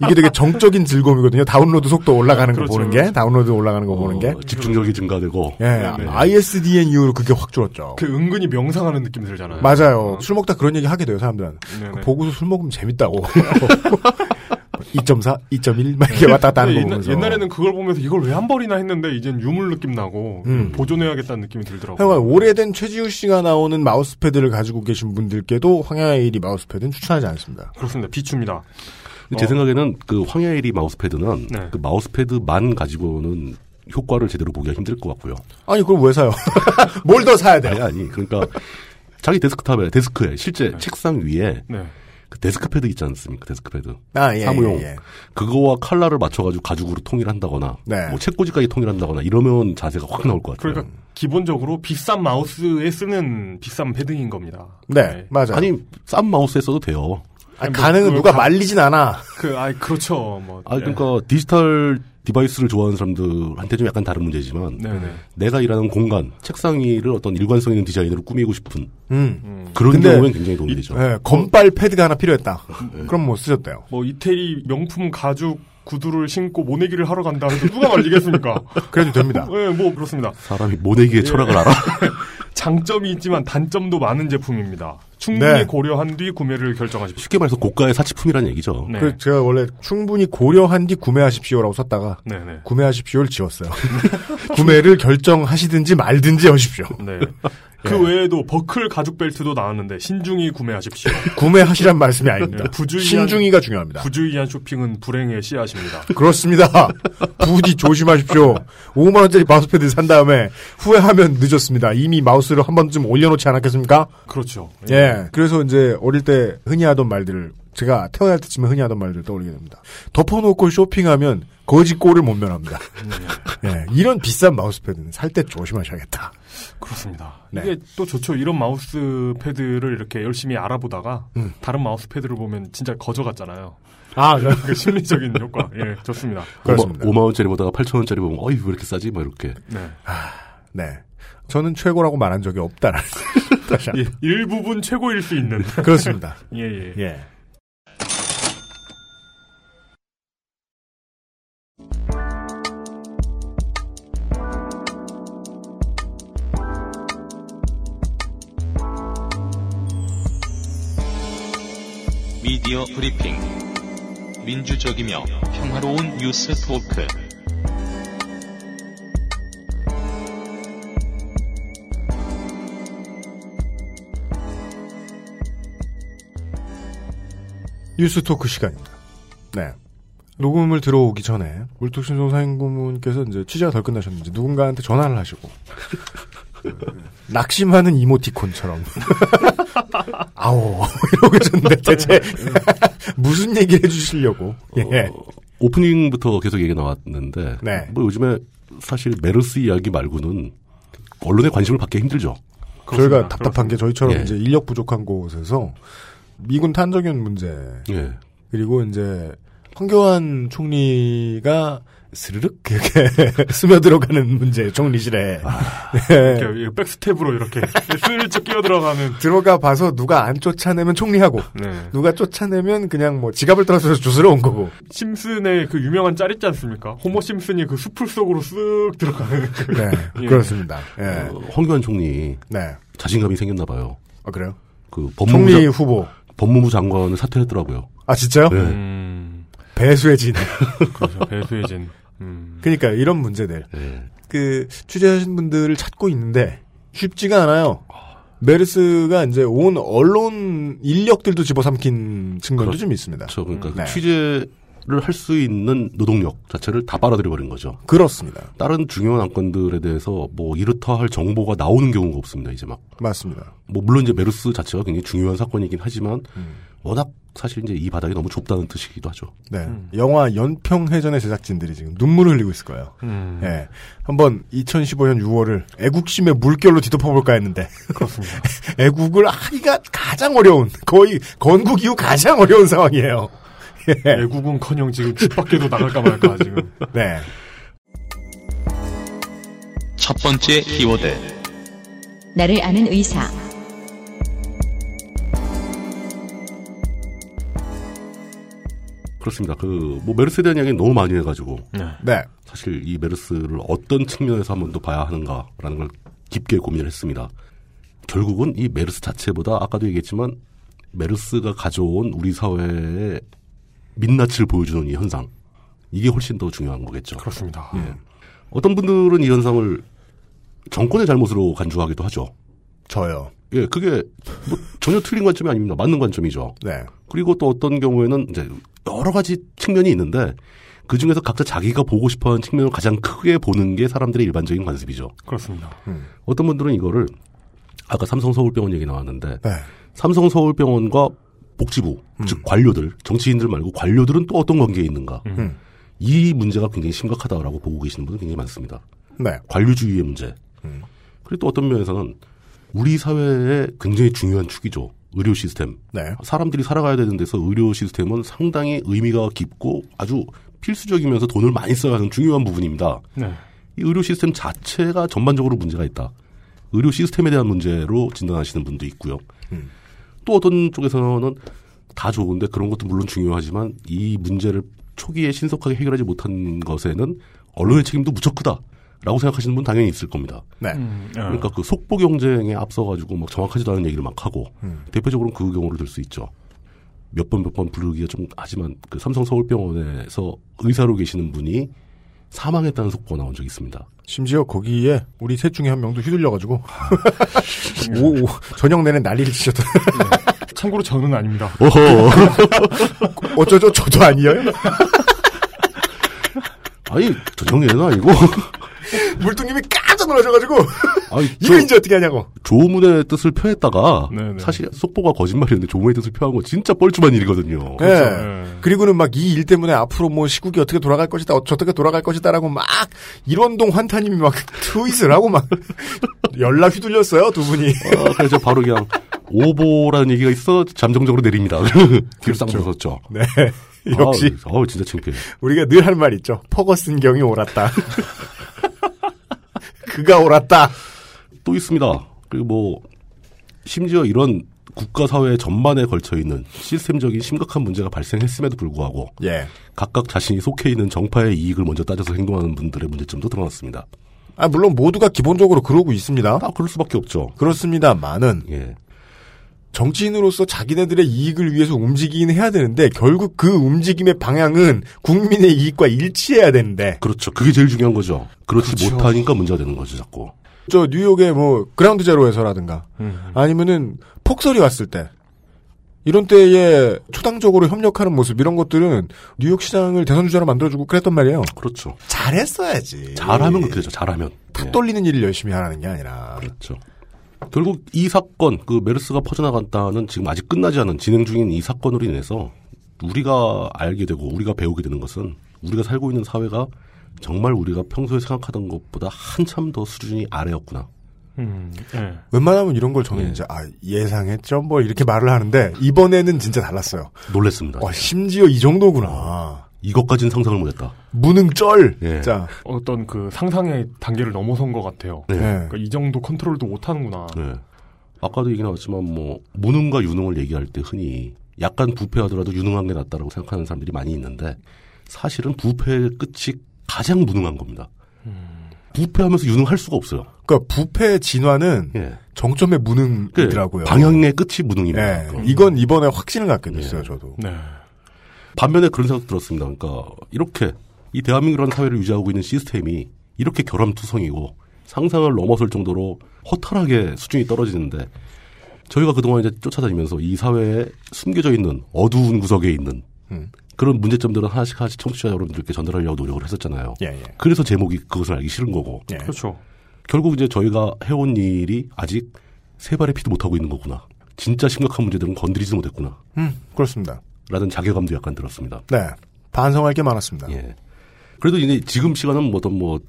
[SPEAKER 3] 이게 되게 정적인 즐거움이거든요. 다운로드 속도 올라가는
[SPEAKER 2] 그렇죠,
[SPEAKER 3] 거 보는
[SPEAKER 2] 그렇죠.
[SPEAKER 3] 게, 다운로드 올라가는 거 보는
[SPEAKER 4] 어,
[SPEAKER 3] 게.
[SPEAKER 4] 집중력이 증가되고
[SPEAKER 3] 예,
[SPEAKER 2] 네,
[SPEAKER 3] ISDN 이후로 그게 확 줄었죠.
[SPEAKER 2] 그 은근히 명상하는 느낌 네. 들잖아요.
[SPEAKER 3] 맞아요. 술 먹다 그런 얘기 하게 돼요, 사람들은.
[SPEAKER 2] 네네.
[SPEAKER 3] 그 보고서 술 먹으면 재밌다고. 2.4, 2.1, 막 이렇게 왔다 갔다 하는 거
[SPEAKER 2] 옛날,
[SPEAKER 3] 보면서.
[SPEAKER 2] 옛날에는 그걸 보면서 이걸 왜 한 벌이나 했는데 이젠 유물 느낌 나고
[SPEAKER 3] 음.
[SPEAKER 2] 보존해야겠다는 느낌이 들더라고요.
[SPEAKER 3] 하여간 오래된 최지우 씨가 나오는 마우스패드를 가지고 계신 분들께도 황야의 일이 마우스패드는 추천하지 않습니다.
[SPEAKER 2] 그렇습니다. 비추입니다.
[SPEAKER 4] 제
[SPEAKER 2] 어.
[SPEAKER 4] 생각에는 그 황야일이 마우스패드는
[SPEAKER 2] 네.
[SPEAKER 4] 그 마우스패드만 가지고는 효과를 제대로 보기가 힘들 것 같고요.
[SPEAKER 3] 아니 그럼 왜 사요? 뭘 더 사야
[SPEAKER 4] 아니
[SPEAKER 3] 돼요?
[SPEAKER 4] 아니 그러니까 자기 데스크탑에 데스크에 실제 책상 위에
[SPEAKER 2] 네.
[SPEAKER 4] 그 데스크패드 있지 않습니까? 데스크패드
[SPEAKER 3] 아, 예,
[SPEAKER 4] 사무용
[SPEAKER 3] 예, 예.
[SPEAKER 4] 그거와 컬러를 맞춰가지고 가죽으로 통일한다거나
[SPEAKER 3] 네.
[SPEAKER 4] 뭐 책꽂이까지 통일한다거나 이러면 자세가 확 나올 것 같아요.
[SPEAKER 2] 그러니까 기본적으로 비싼 마우스에 쓰는 비싼 패딩인 겁니다.
[SPEAKER 3] 네, 맞아요. 아니,
[SPEAKER 4] 아니 싼 마우스에 써도 돼요.
[SPEAKER 2] 아니, 뭐
[SPEAKER 3] 가능은
[SPEAKER 2] 그걸
[SPEAKER 3] 누가
[SPEAKER 2] 가-
[SPEAKER 3] 말리진 않아.
[SPEAKER 2] 그, 아 그렇죠. 뭐.
[SPEAKER 3] 네.
[SPEAKER 4] 아 그러니까 디지털 디바이스를 좋아하는 사람들한테 좀 약간 다른 문제지만
[SPEAKER 2] 네. 네네.
[SPEAKER 4] 내가 일하는 공간, 책상 위를 어떤 일관성 있는 디자인으로 꾸미고 싶은
[SPEAKER 3] 음.
[SPEAKER 4] 그런
[SPEAKER 3] 근데
[SPEAKER 4] 경우엔 굉장히 도움이 되죠.
[SPEAKER 3] 예, 건발 패드가 하나 필요했다.
[SPEAKER 4] 네.
[SPEAKER 3] 그럼 뭐 쓰셨대요.
[SPEAKER 2] 뭐 이태리 명품 가죽 구두를 신고 모내기를 하러 간다 해도 누가 말리겠습니까?
[SPEAKER 3] 그래도 됩니다.
[SPEAKER 2] 예, 뭐 그렇습니다.
[SPEAKER 3] 네.
[SPEAKER 4] 사람이 모내기의 철학을 알아.
[SPEAKER 2] 장점이 있지만 단점도 많은 제품입니다. 충분히
[SPEAKER 3] 네.
[SPEAKER 2] 고려한 뒤 구매를 결정하십시오.
[SPEAKER 4] 쉽게 말해서 고가의 사치품이라는 얘기죠.
[SPEAKER 2] 네.
[SPEAKER 3] 그 제가 원래 충분히 고려한 뒤 구매하십시오라고 썼다가
[SPEAKER 2] 네네.
[SPEAKER 3] 구매하십시오를 지웠어요. 구매를 결정하시든지 말든지 하십시오.
[SPEAKER 2] 네. 그 외에도 버클 가죽 벨트도 나왔는데 신중히 구매하십시오.
[SPEAKER 3] 구매하시란 말씀이 아닙니다.
[SPEAKER 2] 네, 부주의한-
[SPEAKER 3] 신중이가 중요합니다.
[SPEAKER 2] 부주의한 쇼핑은 불행의 씨앗입니다.
[SPEAKER 3] 그렇습니다. 부디 조심하십시오. 5만 원짜리 마우스패드 산 다음에 후회하면 늦었습니다. 이미 마우스를 한 번쯤 올려놓지 않았겠습니까?
[SPEAKER 2] 그렇죠.
[SPEAKER 3] 예. 그래서 이제 어릴 때 흔히 하던 말들을 제가 태어날 때쯤에 흔히 하던 말들을 떠올리게 됩니다. 덮어놓고 쇼핑하면 거지 꼴을 못 면합니다. 예, 이런 비싼 마우스패드는 살 때 조심하셔야겠다.
[SPEAKER 2] 그렇습니다.
[SPEAKER 3] 네.
[SPEAKER 2] 이게 또 좋죠. 이런 마우스 패드를 이렇게 열심히 알아보다가
[SPEAKER 3] 음.
[SPEAKER 2] 다른 마우스 패드를 보면 진짜 거저 같잖아요.
[SPEAKER 3] 아,
[SPEAKER 2] 그 심리적인 효과. 예, 좋습니다.
[SPEAKER 3] 그렇습니다.
[SPEAKER 4] 5만 원짜리 보다가 8천 원짜리 보면 어이 왜 이렇게 싸지? 막 이렇게.
[SPEAKER 2] 네.
[SPEAKER 3] 네. 저는 최고라고 말한 적이 없다라는. 다시 한번.
[SPEAKER 2] 예, 일부분 최고일 수 있는.
[SPEAKER 3] 그렇습니다.
[SPEAKER 2] 예, 예.
[SPEAKER 3] 예.
[SPEAKER 10] 미디어 브리핑. 민주적이며 평화로운 뉴스 토크.
[SPEAKER 3] 뉴스 토크 시간입니다. 네. 녹음을 들어오기 전에 울tuk신 송사인고문께서 이제 취재가 덜 끝나셨는지 누군가한테 전화를 하시고 낙심하는 이모티콘처럼 아오 이러고 있었는데
[SPEAKER 4] 네.
[SPEAKER 3] 대체 무슨 얘기를 해주시려고 예.
[SPEAKER 4] 어, 오프닝부터 계속 얘기 나왔는데
[SPEAKER 3] 네.
[SPEAKER 4] 뭐 요즘에 사실 메르스 이야기 말고는 언론에 관심을 받기 힘들죠.
[SPEAKER 3] 저희가 답답한 게 저희처럼
[SPEAKER 4] 예.
[SPEAKER 3] 이제 인력 부족한 곳에서 미군 탄저균 문제
[SPEAKER 4] 예.
[SPEAKER 3] 그리고 이제 황교안 총리가 스르륵 이렇게 스며들어가는 문제 총리실에 예.
[SPEAKER 2] 이렇게 이 백스텝으로 이렇게 슬쩍 끼어 들어가는.
[SPEAKER 3] 들어가 봐서 누가 안 쫓아내면 총리하고
[SPEAKER 2] 네.
[SPEAKER 3] 누가 쫓아내면 그냥 뭐 지갑을 떨어서 주스러 온 거고
[SPEAKER 2] 심슨의 그 유명한 짤 있지 않습니까? 호모 심슨이 그 수풀 속으로 쓱 들어가는. 그-
[SPEAKER 3] 네
[SPEAKER 2] 예.
[SPEAKER 3] 그렇습니다 예.
[SPEAKER 4] 어, 황교안 총리
[SPEAKER 3] 네
[SPEAKER 4] 자신감이 생겼나 봐요.
[SPEAKER 3] 아, 그래요
[SPEAKER 4] 그
[SPEAKER 3] 총리
[SPEAKER 4] 법무부,
[SPEAKER 3] 후보
[SPEAKER 4] 장, 법무부 장관을 사퇴했더라고요.
[SPEAKER 3] 아 진짜요
[SPEAKER 4] 네.
[SPEAKER 2] 음,
[SPEAKER 3] 배수의 진
[SPEAKER 2] 그렇죠. 배수혜진. 음.
[SPEAKER 3] 그러니까 이런 문제들
[SPEAKER 4] 예.
[SPEAKER 3] 그 취재하신 분들을 찾고 있는데 쉽지가 않아요 메르스가 이제 온 언론 인력들도 집어삼킨 측면도 좀 있습니다
[SPEAKER 4] 저 그러니까 그
[SPEAKER 3] 네.
[SPEAKER 4] 취재를 할 수 있는 노동력 자체를 다 빨아들여 버린 거죠.
[SPEAKER 3] 그렇습니다
[SPEAKER 4] 다른 중요한 안건들에 대해서 뭐 이렇다 할 정보가 나오는 경우가 없습니다. 이제 막 뭐
[SPEAKER 3] 맞습니다
[SPEAKER 4] 물론 이제 메르스 자체가 굉장히 중요한 사건이긴 하지만
[SPEAKER 3] 음.
[SPEAKER 4] 워낙 사실 이제 이 바닥이 너무 좁다는 뜻이기도 하죠.
[SPEAKER 3] 네
[SPEAKER 2] 음.
[SPEAKER 3] 영화 연평해전의 제작진들이 지금 눈물을 흘리고 있을 거예요
[SPEAKER 2] 음.
[SPEAKER 3] 예. 한번 2015년 6월을 애국심의 물결로 뒤덮어볼까 했는데.
[SPEAKER 2] 그렇습니다.
[SPEAKER 3] 애국을 하기가 가장 어려운, 거의 건국 이후 가장 어려운 상황이에요. 예.
[SPEAKER 2] 애국은 커녕 지금 집 밖에도 나갈까 말까 지금.
[SPEAKER 3] 네.
[SPEAKER 10] 첫 번째 키워드.
[SPEAKER 1] 나를 아는 의사.
[SPEAKER 4] 그렇습니다. 그 뭐 메르스에 대한 이야기 너무 많이 해가지고
[SPEAKER 3] 네.
[SPEAKER 4] 사실 이 메르스를 어떤 측면에서 한번 더 봐야 하는가라는 걸 깊게 고민을 했습니다. 결국은 이 메르스 자체보다 아까도 얘기했지만 메르스가 가져온 우리 사회의 민낯을 보여주는 이 현상 이게 훨씬 더 중요한 거겠죠. 예.
[SPEAKER 2] 그렇습니다.
[SPEAKER 4] 어떤 분들은 이 현상을 정권의 잘못으로 간주하기도 하죠.
[SPEAKER 3] 저요.
[SPEAKER 4] 예, 그게 뭐 전혀 틀린 관점이 아닙니다. 맞는 관점이죠.
[SPEAKER 3] 네.
[SPEAKER 4] 그리고 또 어떤 경우에는 이제 여러 가지 측면이 있는데 그 중에서 각자 자기가 보고 싶어하는 측면을 가장 크게 보는 게 사람들의 일반적인 관습이죠.
[SPEAKER 2] 그렇습니다. 음.
[SPEAKER 4] 어떤 분들은 이거를 아까 삼성 서울병원 얘기 나왔는데
[SPEAKER 3] 네. 음.
[SPEAKER 4] 삼성 서울병원과 복지부 즉 관료들 정치인들 말고 관료들은 또 어떤 관계에 있는가
[SPEAKER 3] 음.
[SPEAKER 4] 이 문제가 굉장히 심각하다라고 보고 계시는 분들 굉장히 많습니다.
[SPEAKER 3] 네.
[SPEAKER 4] 관료주의의 문제.
[SPEAKER 3] 음.
[SPEAKER 4] 그리고 또 어떤 면에서는 우리 사회의 굉장히 중요한 축이죠. 의료 시스템.
[SPEAKER 3] 네.
[SPEAKER 4] 사람들이 살아가야 되는 데서 의료 시스템은 상당히 의미가 깊고 아주 필수적이면서 돈을 많이 써야 하는 중요한 부분입니다.
[SPEAKER 2] 네.
[SPEAKER 4] 이 의료 시스템 자체가 전반적으로 문제가 있다. 의료 시스템에 대한 문제로 진단하시는 분도 있고요. 또 어떤 쪽에서는 다 좋은데 그런 것도 물론 중요하지만 이 문제를 초기에 신속하게 해결하지 못한 것에는 언론의 책임도 무척 크다. 라고 생각하시는 분 당연히 있을 겁니다.
[SPEAKER 3] 네.
[SPEAKER 2] 음.
[SPEAKER 4] 그러니까 그 속보 경쟁에 앞서가지고 막 정확하지도 않은 얘기를 막 하고
[SPEAKER 3] 음.
[SPEAKER 4] 대표적으로는 그 경우를 들 수 있죠. 몇 번 몇 번 부르기가 좀 하지만 그 삼성 서울병원에서 의사로 계시는 분이 사망했다는 속보가 나온 적이 있습니다.
[SPEAKER 3] 심지어 거기에 우리 셋 중에 한 명도 휘둘려가지고 오, 오, 저녁 내내 난리를 치셨던.
[SPEAKER 2] 참고로 저는 아닙니다.
[SPEAKER 3] 어쩌죠? 저도 아니에요.
[SPEAKER 4] 아니 저정예는 아니고
[SPEAKER 3] 물뚱님이 깜짝 놀라셔가지고
[SPEAKER 4] 아니,
[SPEAKER 3] 이거 이제 어떻게 하냐고.
[SPEAKER 4] 조문의 뜻을 표했다가
[SPEAKER 3] 네네.
[SPEAKER 4] 사실 속보가 거짓말이었는데 조문의 뜻을 표한 건 진짜 뻘쭘한 일이거든요.
[SPEAKER 3] 예. 그리고는 막 이 일 때문에 앞으로 뭐 시국이 어떻게 돌아갈 것이다, 어- 저떻게 돌아갈 것이다라고 막 일원동 환타님이 막 트윗을 하고 막 연락 휘둘렸어요 두 분이.
[SPEAKER 4] 아, 그래서 바로 그냥 오보라는 얘기가 있어 잠정적으로 내립니다. 뒤로 쌍 벗었죠.
[SPEAKER 3] 네. 역시
[SPEAKER 4] 아, 우 진짜 창피해.
[SPEAKER 3] 우리가 늘 할 말 있죠. 퍼거슨 경이 옳았다. 그가 옳았다.
[SPEAKER 4] 또 있습니다. 그리고 뭐 심지어 이런 국가 사회 전반에 걸쳐 있는 시스템적인 심각한 문제가 발생했음에도 불구하고
[SPEAKER 3] 예.
[SPEAKER 4] 각각 자신이 속해 있는 정파의 이익을 먼저 따져서 행동하는 분들의 문제점도 드러났습니다.
[SPEAKER 3] 아, 물론 모두가 기본적으로 그러고 있습니다.
[SPEAKER 4] 아, 그럴 수밖에 없죠.
[SPEAKER 3] 그렇습니다만은
[SPEAKER 4] 예.
[SPEAKER 3] 정치인으로서 자기네들의 이익을 위해서 움직이긴 해야 되는데 결국 그 움직임의 방향은 국민의 이익과 일치해야 되는데
[SPEAKER 4] 그렇죠. 그게 제일 중요한 거죠. 그렇지
[SPEAKER 3] 그렇죠.
[SPEAKER 4] 못하니까 문제가 되는 거죠, 자꾸.
[SPEAKER 3] 저 뉴욕의 뭐 그라운드 제로에서라든가 아니면은 폭설이 왔을 때 이런 때에 초당적으로 협력하는 모습 이런 것들은 뉴욕 시장을 대선 주자로 만들어주고 그랬단 말이에요.
[SPEAKER 4] 그렇죠.
[SPEAKER 3] 잘했어야지.
[SPEAKER 4] 잘하면 그렇게 되죠. 잘하면.
[SPEAKER 3] 예. 탁
[SPEAKER 4] 예.
[SPEAKER 3] 돌리는 일을 열심히 하라는 게 아니라
[SPEAKER 4] 그렇죠. 결국 이 사건, 그 메르스가 퍼져나간다는 지금 아직 끝나지 않은 진행 중인 이 사건으로 인해서 우리가 알게 되고 우리가 배우게 되는 것은 우리가 살고 있는 사회가 정말 우리가 평소에 생각하던 것보다 한참 더 수준이 아래였구나.
[SPEAKER 2] 음, 예.
[SPEAKER 3] 웬만하면 이런 걸
[SPEAKER 4] 예.
[SPEAKER 3] 저는 이제 아 예상했죠 뭐 이렇게 말을 하는데 이번에는 진짜 달랐어요.
[SPEAKER 4] 놀랬습니다.
[SPEAKER 3] 와 심지어 이 정도구나.
[SPEAKER 4] 이것까진 상상을 못했다.
[SPEAKER 3] 무능 쩔.
[SPEAKER 4] 예.
[SPEAKER 3] 자
[SPEAKER 2] 어떤 그 상상의 단계를 넘어선 것 같아요.
[SPEAKER 4] 네.
[SPEAKER 3] 예.
[SPEAKER 2] 그러니까 이 정도 컨트롤도 못하는구나.
[SPEAKER 4] 네. 아까도 얘기 나왔지만 뭐 무능과 유능을 얘기할 때 흔히 약간 부패하더라도 유능한 게 낫다라고 생각하는 사람들이 많이 있는데 사실은 부패의 끝이 가장 무능한 겁니다. 부패하면서 유능할 수가 없어요.
[SPEAKER 3] 그러니까 부패 진화는
[SPEAKER 4] 예.
[SPEAKER 3] 정점의
[SPEAKER 4] 그
[SPEAKER 3] 무능이더라고요.
[SPEAKER 4] 방향의 끝이 예. 무능입니다.
[SPEAKER 3] 예.
[SPEAKER 4] 그럼.
[SPEAKER 3] 이건 이번에 확신을 갖게 됐어요 저도.
[SPEAKER 2] 네.
[SPEAKER 4] 반면에 그런 생각 들었습니다. 그러니까 이렇게 이 대한민국이라는 사회를 유지하고 있는 시스템이 이렇게 결함투성이고 상상을 넘어설 정도로 허탈하게 수준이 떨어지는데 저희가 그동안 이제 쫓아다니면서 이 사회에 숨겨져 있는 어두운 구석에 있는
[SPEAKER 3] 음.
[SPEAKER 4] 그런 문제점들은 하나씩 하나씩 청취자 여러분들께 전달하려고 노력을 했었잖아요.
[SPEAKER 3] 예, 예.
[SPEAKER 4] 그래서 제목이 그것을 알기 싫은 거고
[SPEAKER 3] 예.
[SPEAKER 2] 그렇죠.
[SPEAKER 4] 결국 이제 저희가 해온 일이 아직 세 발의 피도 못하고 있는 거구나. 진짜 심각한 문제들은 건드리지 못했구나.
[SPEAKER 3] 음, 그렇습니다.
[SPEAKER 4] 라는 자괴감도 약간 들었습니다.
[SPEAKER 3] 네. 반성할 게 많았습니다.
[SPEAKER 4] 예. 그래도 이제 지금 시간은 뭐 어떤 뭐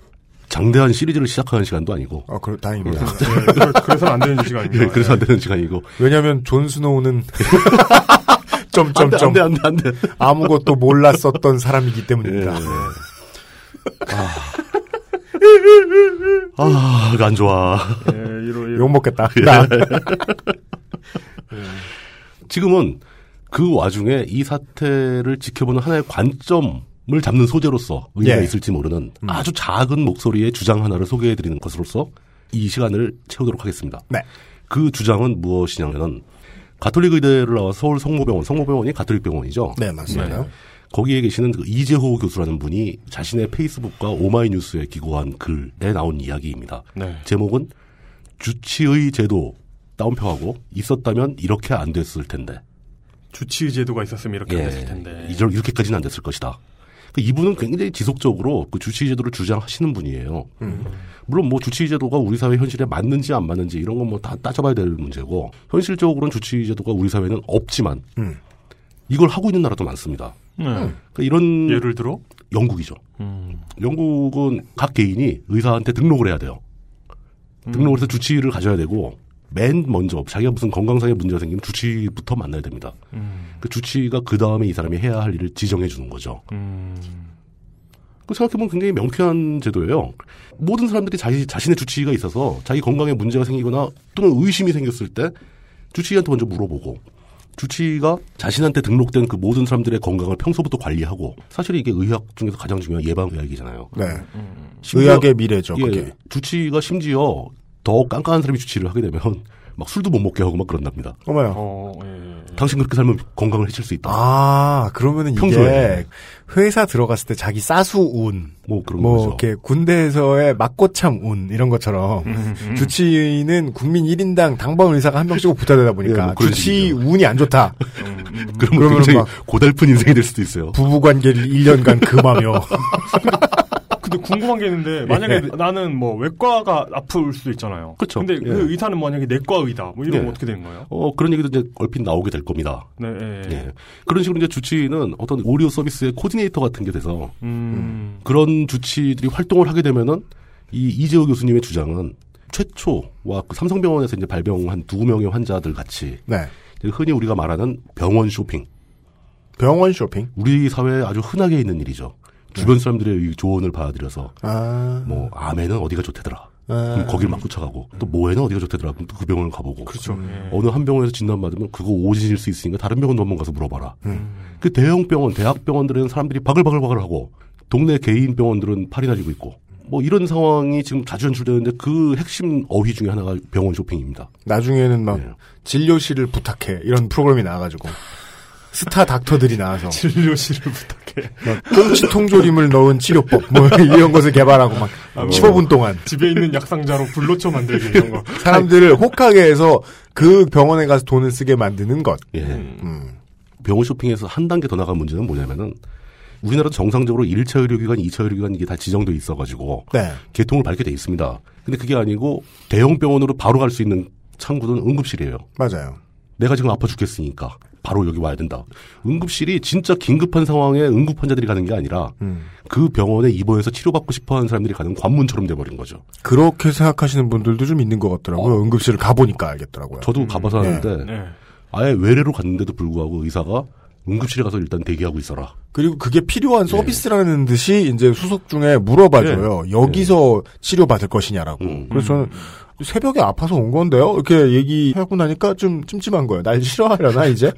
[SPEAKER 4] 장대한 시리즈를 시작하는 시간도 아니고
[SPEAKER 3] 아, 그래, 다행입니다.
[SPEAKER 2] 예, 그래서 안 되는
[SPEAKER 3] 아,
[SPEAKER 4] 예,
[SPEAKER 3] 네.
[SPEAKER 2] 시간입니다.
[SPEAKER 4] 그래서 안 되는 시간이고
[SPEAKER 3] 왜냐면, 존 스노우는,
[SPEAKER 4] 안돼
[SPEAKER 3] 점점점,
[SPEAKER 4] 안돼 안돼 안돼
[SPEAKER 3] 아무것도 몰랐었던 사람이기 때문입니다.
[SPEAKER 4] 예, 아안 좋아
[SPEAKER 2] 예, 이러, 이러.
[SPEAKER 3] 욕먹겠다.
[SPEAKER 4] 예.
[SPEAKER 3] 나.
[SPEAKER 4] 지금은 그 와중에 이 사태를 지켜보는 하나의 관점을 잡는 소재로서 의미가
[SPEAKER 3] 예.
[SPEAKER 4] 있을지 모르는 아주 작은 목소리의 주장 하나를 소개해드리는 것으로서 이 시간을 채우도록 하겠습니다.
[SPEAKER 3] 네.
[SPEAKER 4] 그 주장은 무엇이냐면 가톨릭 의대를 나와 서울 성모병원, 성모병원이 가톨릭 병원이죠.
[SPEAKER 3] 네, 맞습니다.
[SPEAKER 4] 거기에 계시는 그 이재호 교수라는 분이 자신의 페이스북과 오마이뉴스에 기고한 글에 나온 이야기입니다.
[SPEAKER 2] 네.
[SPEAKER 4] 제목은 주치의 제도 다운표하고 있었다면 이렇게 안 됐을 텐데.
[SPEAKER 2] 주치 제도가 있었으면 이렇게
[SPEAKER 4] 예.
[SPEAKER 2] 됐을 텐데.
[SPEAKER 4] 이절 이렇게까지는 안 됐을 것이다. 그 이분은 굉장히 지속적으로 그 주치의제도를 주장하시는 분이에요. 물론 뭐 주치의제도가 우리 사회 현실에 맞는지 안 맞는지 이런 건 뭐 다 따져봐야 될 문제고 현실적으로는 주치의제도가 우리 사회는 없지만
[SPEAKER 3] 음.
[SPEAKER 4] 이걸 하고 있는 나라도 많습니다.
[SPEAKER 2] 네.
[SPEAKER 4] 그러니까 이런
[SPEAKER 2] 예를 들어?
[SPEAKER 4] 영국이죠.
[SPEAKER 2] 음.
[SPEAKER 4] 영국은 각 개인이 의사한테 등록을 해야 돼요. 등록을 해서 주치의를 가져야 되고 맨 먼저 자기가 무슨 건강상의 문제가 생기면 주치의부터 만나야 됩니다. 그 주치의가 그 다음에 이 사람이 해야 할 일을 지정해 주는 거죠.
[SPEAKER 2] 음.
[SPEAKER 4] 그 생각해보면 굉장히 명쾌한 제도예요. 모든 사람들이 자기 자신의 주치의가 있어서 자기 건강에 문제가 생기거나 또는 의심이 생겼을 때 주치의한테 먼저 물어보고 주치가 자신한테 등록된 그 모든 사람들의 건강을 평소부터 관리하고 사실 이게 의학 중에서 가장 중요한 예방 의학이잖아요.
[SPEAKER 3] 네. 의학의 미래죠,
[SPEAKER 4] 예,
[SPEAKER 3] 그게.
[SPEAKER 4] 주치가 심지어 더 깐깐한 사람이 주치를 하게 되면 막 술도 못 먹게 하고 막 그런답니다.
[SPEAKER 3] 어머요.
[SPEAKER 2] 예.
[SPEAKER 4] 당신 그렇게 살면 건강을 해칠 수 있다.
[SPEAKER 3] 예. 아, 그러면은
[SPEAKER 4] 평소에.
[SPEAKER 3] 이게 회사 들어갔을 때 자기 사수운,
[SPEAKER 4] 뭐 그런
[SPEAKER 3] 뭐
[SPEAKER 4] 거죠.
[SPEAKER 3] 이렇게 군대에서의 막고참 운 이런 것처럼
[SPEAKER 4] 음,
[SPEAKER 3] 주치의는 국민 1인당 당방 의사가 한 명씩 붙어야 되다 보니까
[SPEAKER 4] 예, 뭐 그런 음.
[SPEAKER 3] 주치 운이 안 좋다.
[SPEAKER 4] 그러면
[SPEAKER 3] 그러면은
[SPEAKER 4] 굉장히
[SPEAKER 3] 막-
[SPEAKER 4] 고달픈 인생이 될 수도 있어요.
[SPEAKER 3] 부부 관계를 1년간 금하며
[SPEAKER 2] 근데 궁금한 게 있는데 만약에 나는 뭐 외과가 아플 수도 있잖아요.
[SPEAKER 4] 예. 그쵸.
[SPEAKER 2] 근데 그
[SPEAKER 4] 예.
[SPEAKER 2] 의사는 만약에 내과의다. 뭐 이런
[SPEAKER 4] 예.
[SPEAKER 2] 거 어떻게 되는 거예요?
[SPEAKER 4] 어, 그런 얘기도 이제 얼핏 나오게 될 겁니다.
[SPEAKER 2] 네. 예.
[SPEAKER 4] 예. 그런 식으로 이제 주치의는 어떤 오디오 서비스의 코디네이터 같은 게 돼서
[SPEAKER 2] 음.
[SPEAKER 4] 그런 주치들이 활동을 하게 되면은 이 이재호 교수님의 주장은 최초와 그 삼성병원에서 이제 발병한 두 명의 환자들 같이
[SPEAKER 3] 네.
[SPEAKER 4] 이제 흔히 우리가 말하는 병원 쇼핑.
[SPEAKER 3] 병원 쇼핑.
[SPEAKER 4] 우리 사회에 아주 흔하게 있는 일이죠. 주변 사람들의 이 조언을 받아들여서
[SPEAKER 3] 아,
[SPEAKER 4] 뭐 암에는 어디가 좋대더라.
[SPEAKER 3] 아.
[SPEAKER 4] 그럼 거길 막 쫓아가고 또 모에는 어디가 좋대더라. 그럼 또 그 병원을 가보고.
[SPEAKER 2] 그렇죠. 예.
[SPEAKER 4] 어느 한 병원에서 진단받으면 그거 오진일 수 있으니까 다른 병원 한번 가서 물어봐라.
[SPEAKER 2] 음.
[SPEAKER 4] 그 대형 병원, 대학 병원들은 사람들이 바글바글바글 하고 동네 개인 병원들은 팔이 나지고 있고 뭐 이런 상황이 지금 자주 연출되는데 그 핵심 어휘 중에 하나가 병원 쇼핑입니다.
[SPEAKER 3] 나중에는 막
[SPEAKER 4] 예.
[SPEAKER 3] 진료실을 부탁해 이런 프로그램이 나와가지고 스타 닥터들이 나와서
[SPEAKER 2] 진료실을 부탁해.
[SPEAKER 3] 막 꽁치 통조림을 넣은 치료법 뭐 이런 것을 개발하고 막
[SPEAKER 2] 아, 뭐.
[SPEAKER 3] 15분 동안
[SPEAKER 2] 집에 있는 약상자로 불로초 만들기 이런 거.
[SPEAKER 3] 사람들을 혹하게해서 그 병원에 가서 돈을 쓰게 만드는 것.
[SPEAKER 4] 예. 병원 쇼핑에서 한 단계 더 나간 문제는 뭐냐면은 우리나라 정상적으로 1차 의료기관, 2차 의료기관 이게 다 지정돼 있어가지고
[SPEAKER 3] 네.
[SPEAKER 4] 개통을 밝게 돼 있습니다. 근데 그게 아니고 대형 병원으로 바로 갈 수 있는 창구는 응급실이에요.
[SPEAKER 3] 맞아요.
[SPEAKER 4] 내가 지금 아파 죽겠으니까 바로 여기 와야 된다. 응급실이 진짜 긴급한 상황에 응급 환자들이 가는 게 아니라 그 병원에 입원해서 치료받고 싶어하는 사람들이 가는 관문처럼 돼버린 거죠.
[SPEAKER 3] 그렇게 생각하시는 분들도 좀 있는 것 같더라고요. 응급실을 가보니까 알겠더라고요.
[SPEAKER 4] 저도 가봐서
[SPEAKER 3] 네.
[SPEAKER 4] 하는데 아예 외래로 갔는데도 불구하고 의사가 응급실에 가서 일단 대기하고 있어라.
[SPEAKER 3] 그리고 그게 필요한 서비스라는 듯이 이제 수속 중에 물어봐줘요. 여기서 치료받을 것이냐라고. 그래서 저는 새벽에 아파서 온 건데요. 이렇게 얘기하고 나니까 좀 찜찜한 거예요. 날 싫어하려나 이제?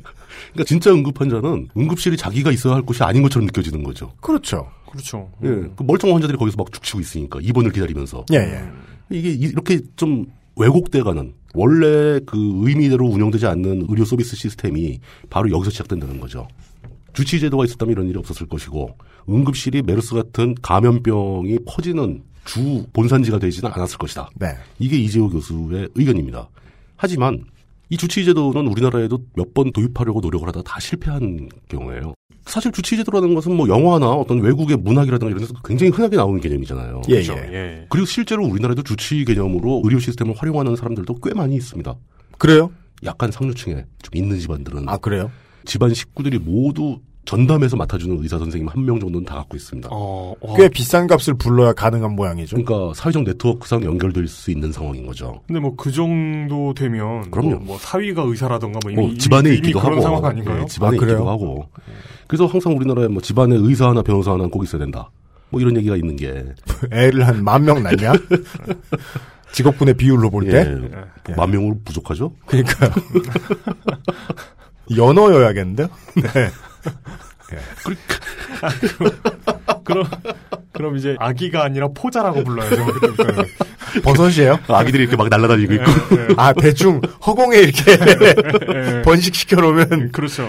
[SPEAKER 4] 그러니까 진짜 응급 환자는 응급실이 자기가 있어야 할 곳이 아닌 것처럼 느껴지는 거죠.
[SPEAKER 3] 그렇죠. 음.
[SPEAKER 2] 그렇죠.
[SPEAKER 4] 예, 그 멀쩡한 환자들이 거기서 막 죽치고 있으니까 입원을 기다리면서
[SPEAKER 3] 예, 예.
[SPEAKER 4] 이게 이렇게 좀 왜곡돼가는 원래 그 의미대로 운영되지 않는 의료 서비스 시스템이 바로 여기서 시작된다는 거죠. 주치 제도가 있었다면 이런 일이 없었을 것이고 응급실이 메르스 같은 감염병이 퍼지는 주 본산지가 되지는 않았을 것이다.
[SPEAKER 3] 네.
[SPEAKER 4] 이게 이재호 교수의 의견입니다. 하지만 이 주치의제도는 우리나라에도 몇 번 도입하려고 노력을 하다 다 실패한 경우예요. 사실 주치의제도라는 것은 뭐 영화나 어떤 외국의 문학이라든가 이런 데서 굉장히 흔하게 나오는 개념이잖아요.
[SPEAKER 3] 예,
[SPEAKER 2] 그렇죠.
[SPEAKER 3] 예.
[SPEAKER 2] 예.
[SPEAKER 4] 그리고 실제로 우리나라에도 주치의 개념으로 의료 시스템을 활용하는 사람들도 꽤 많이 있습니다.
[SPEAKER 3] 그래요?
[SPEAKER 4] 약간 상류층에 좀 있는 집안들은
[SPEAKER 3] 아, 그래요?
[SPEAKER 4] 집안 식구들이 모두 전담해서 맡아주는 의사 선생님 한 명 정도는 다 갖고 있습니다.
[SPEAKER 2] 어, 와.
[SPEAKER 3] 꽤 비싼 값을 불러야 가능한 모양이죠.
[SPEAKER 4] 그러니까 사회적 네트워크상 연결될 수 있는 상황인 거죠.
[SPEAKER 2] 근데 뭐 그 정도 되면
[SPEAKER 4] 그럼요.
[SPEAKER 2] 뭐, 뭐 사위가 의사라던가 뭐 이미
[SPEAKER 4] 뭐 집안에
[SPEAKER 2] 이미
[SPEAKER 4] 있기도
[SPEAKER 2] 그런
[SPEAKER 4] 하고
[SPEAKER 2] 상황 아닌가요?
[SPEAKER 4] 예, 집안에
[SPEAKER 3] 아, 그래요?
[SPEAKER 4] 있기도 하고 그래서 항상 우리나라에 뭐 집안에 의사 하나 변호사 하나 는꼭 있어야 된다 뭐 이런 얘기가 있는 게
[SPEAKER 3] 애를 한 만 명 낳냐? 직업군의 비율로 볼 때?
[SPEAKER 4] 예, 만 명으로 부족하죠
[SPEAKER 3] 그러니까요. 연어여야겠는데요? 네. 예.
[SPEAKER 2] 그럼 그럼 이제 아기가 아니라 포자라고 불러야죠. 그러니까.
[SPEAKER 3] 버섯이에요?
[SPEAKER 4] 아기들이 이렇게 막 날아다니고 있고
[SPEAKER 3] 아, 대충 허공에 이렇게
[SPEAKER 2] 예.
[SPEAKER 3] 번식시켜 놓으면
[SPEAKER 2] 그렇죠. 예.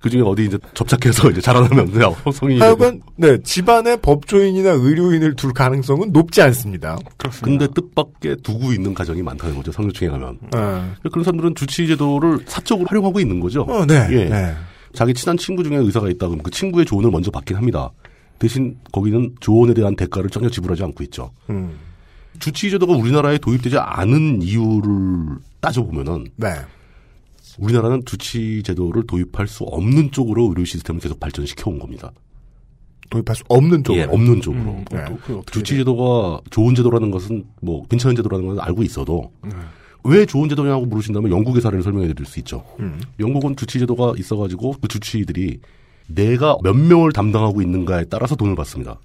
[SPEAKER 4] 그중에 어디 이제 접착해서 이제 자라나면 그냥 성인이 되고
[SPEAKER 3] 하여간 네, 집안에 법조인이나 의료인을 둘 가능성은 높지 않습니다.
[SPEAKER 4] 근데 뜻밖의 두고 있는 가정이 많다는 거죠 상류층에 가면
[SPEAKER 3] 어,
[SPEAKER 4] 그런 사람들은 주치제도를 사적으로 활용하고 있는 거죠
[SPEAKER 3] 어, 네.
[SPEAKER 4] 예.
[SPEAKER 3] 네.
[SPEAKER 4] 자기 친한 친구 중에 의사가 있다 그럼 그 친구의 조언을 먼저 받긴 합니다 대신 거기는 조언에 대한 대가를 전혀 지불하지 않고 있죠
[SPEAKER 3] 음,
[SPEAKER 4] 주치의제도가 우리나라에 도입되지 않은 이유를 따져보면은
[SPEAKER 3] 네.
[SPEAKER 4] 우리나라는 주치의제도를 도입할 수 없는 쪽으로 의료 시스템을 계속 발전시켜 온 겁니다.
[SPEAKER 3] 도입할 수 없는 쪽으로.
[SPEAKER 4] 예, 없는 쪽으로.
[SPEAKER 3] 네.
[SPEAKER 4] 주치의제도가 좋은 제도라는 것은 뭐 괜찮은 제도라는 것은 알고 있어도 왜 좋은 제도냐고 물으신다면 영국의 사례를 설명해 드릴 수 있죠. 영국은 주치의제도가 있어가지고 그 주치의들이 내가 몇 명을 담당하고 있는가에 따라서 돈을 받습니다.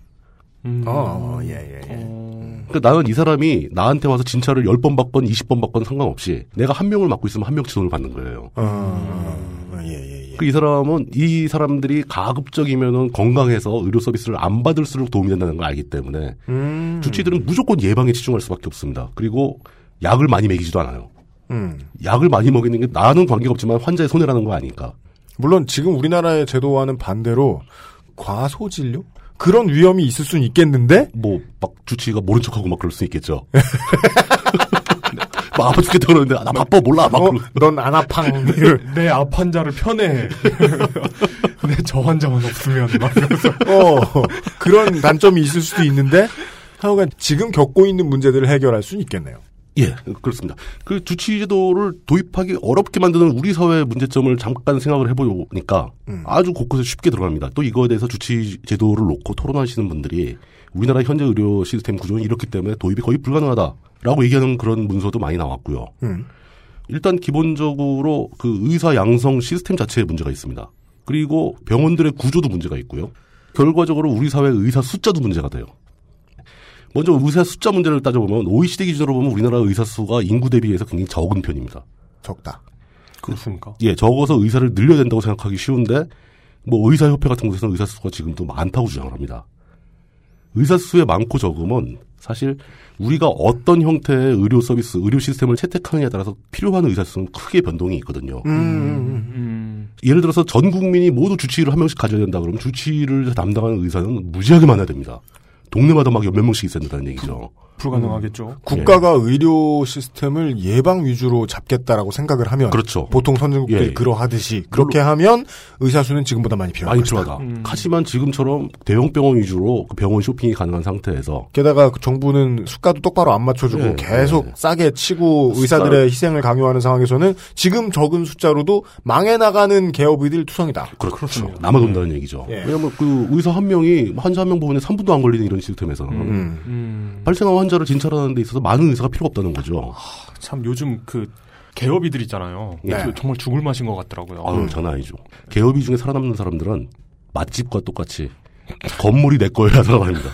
[SPEAKER 3] 어, 예, 예, 예.
[SPEAKER 4] 그러니까 나는 이 사람이 나한테 와서 진찰을 10번 받건 20번 받건 상관없이 내가 한 명을 맡고 있으면 한 명치 돈을 받는 거예요.
[SPEAKER 3] 아, 예,
[SPEAKER 4] 그 이 사람은 이 사람들이 가급적이면은 건강해서 의료 서비스를 안 받을수록 도움이 된다는 걸 알기 때문에
[SPEAKER 3] 음.
[SPEAKER 4] 주치들은 무조건 예방에 집중할 수밖에 없습니다. 그리고 약을 많이 먹이지도 않아요.
[SPEAKER 3] 음.
[SPEAKER 4] 약을 많이 먹이는 게 나는 관계가 없지만 환자의 손해라는 거 아니까.
[SPEAKER 3] 물론 지금 우리나라의 제도와는 반대로 과소 진료 그런 위험이 있을 수는 있겠는데
[SPEAKER 4] 뭐 막 주치가 모른 척하고 막 그럴 수 있겠죠. 막 아파 죽겠다 그러는데 나 바빠 몰라 막
[SPEAKER 3] 어,
[SPEAKER 4] 그러고.
[SPEAKER 3] 넌안 아팡
[SPEAKER 2] 아, 내 앞 환자를 편해. 내 저 환자만 없으면 막 이러면서.
[SPEAKER 3] 어, 그런 단점이 있을 수도 있는데 하여간 지금 겪고 있는 문제들을 해결할 수는 있겠네요.
[SPEAKER 4] 예, 그렇습니다. 그 주치제도를 도입하기 어렵게 만드는 우리 사회의 문제점을 잠깐 생각을 해보니까 아주 곳곳에 쉽게 들어갑니다. 또 이거에 대해서 주치제도를 놓고 토론하시는 분들이 우리나라 현재 의료 시스템 구조는 이렇기 때문에 도입이 거의 불가능하다라고 얘기하는 그런 문서도 많이 나왔고요.
[SPEAKER 3] 음.
[SPEAKER 4] 일단 기본적으로 그 의사 양성 시스템 자체에 문제가 있습니다. 그리고 병원들의 구조도 문제가 있고요. 결과적으로 우리 사회 의사 숫자도 문제가 돼요. 먼저 의사 숫자 문제를 따져보면 OECD 기준으로 보면 우리나라 의사 수가 인구 대비해서 굉장히 적은 편입니다.
[SPEAKER 3] 적다.
[SPEAKER 2] 그렇습니까?
[SPEAKER 4] 예, 적어서 의사를 늘려야 된다고 생각하기 쉬운데 뭐 의사협회 같은 곳에서는 의사 수가 지금도 많다고 주장을 합니다. 의사 수의 많고 적음은 사실 우리가 어떤 형태의 의료 서비스, 의료 시스템을 채택하느냐에 따라서 필요한 의사 수는 크게 변동이 있거든요. 예를 들어서 전 국민이 모두 주치의를 한 명씩 가져야 된다 그러면 주치의를 담당하는 의사는 무지하게 많아야 됩니다. 동네마다 막 몇몇 명씩 있어야 된다는 얘기죠.
[SPEAKER 2] 음, 불가능하겠죠. 예.
[SPEAKER 3] 국가가 의료 시스템을 예방 위주로 잡겠다라고 생각을 하면
[SPEAKER 4] 그렇죠.
[SPEAKER 3] 보통 선진국들이
[SPEAKER 4] 예.
[SPEAKER 3] 그러하듯이 그렇게 하면 의사 수는 지금보다 많이 필요할
[SPEAKER 4] 많이
[SPEAKER 3] 것이다.
[SPEAKER 4] 필요하다. 하지만 지금처럼 대형 병원 위주로 그 병원 쇼핑이 가능한 상태에서
[SPEAKER 3] 게다가 그 정부는 수가도 똑바로 안 맞춰주고
[SPEAKER 4] 예,
[SPEAKER 3] 계속 싸게 치고 의사들의 희생을 강요하는 상황에서는 지금 적은 숫자로도 망해 나가는 개업의들 투성이다.
[SPEAKER 4] 그렇죠. 남아돈다는 얘기죠.
[SPEAKER 3] 예.
[SPEAKER 4] 왜냐하면 그 의사 한 명이 환자 한 명 부분에 3분도 안 걸리는 이런 시스템에서는
[SPEAKER 3] 음.
[SPEAKER 4] 발생한 환자를 진찰하는 데 있어서 많은 의사가 필요 없다는 거죠.
[SPEAKER 2] 참 요즘 그 개업이들 있잖아요.
[SPEAKER 4] 네.
[SPEAKER 2] 그 정말 죽을 맛인 것 같더라고요.
[SPEAKER 4] 아유 장난 아니죠. 개업이 중에 살아남는 사람들은 맛집과 똑같이 건물이 내 거야 살아납니다.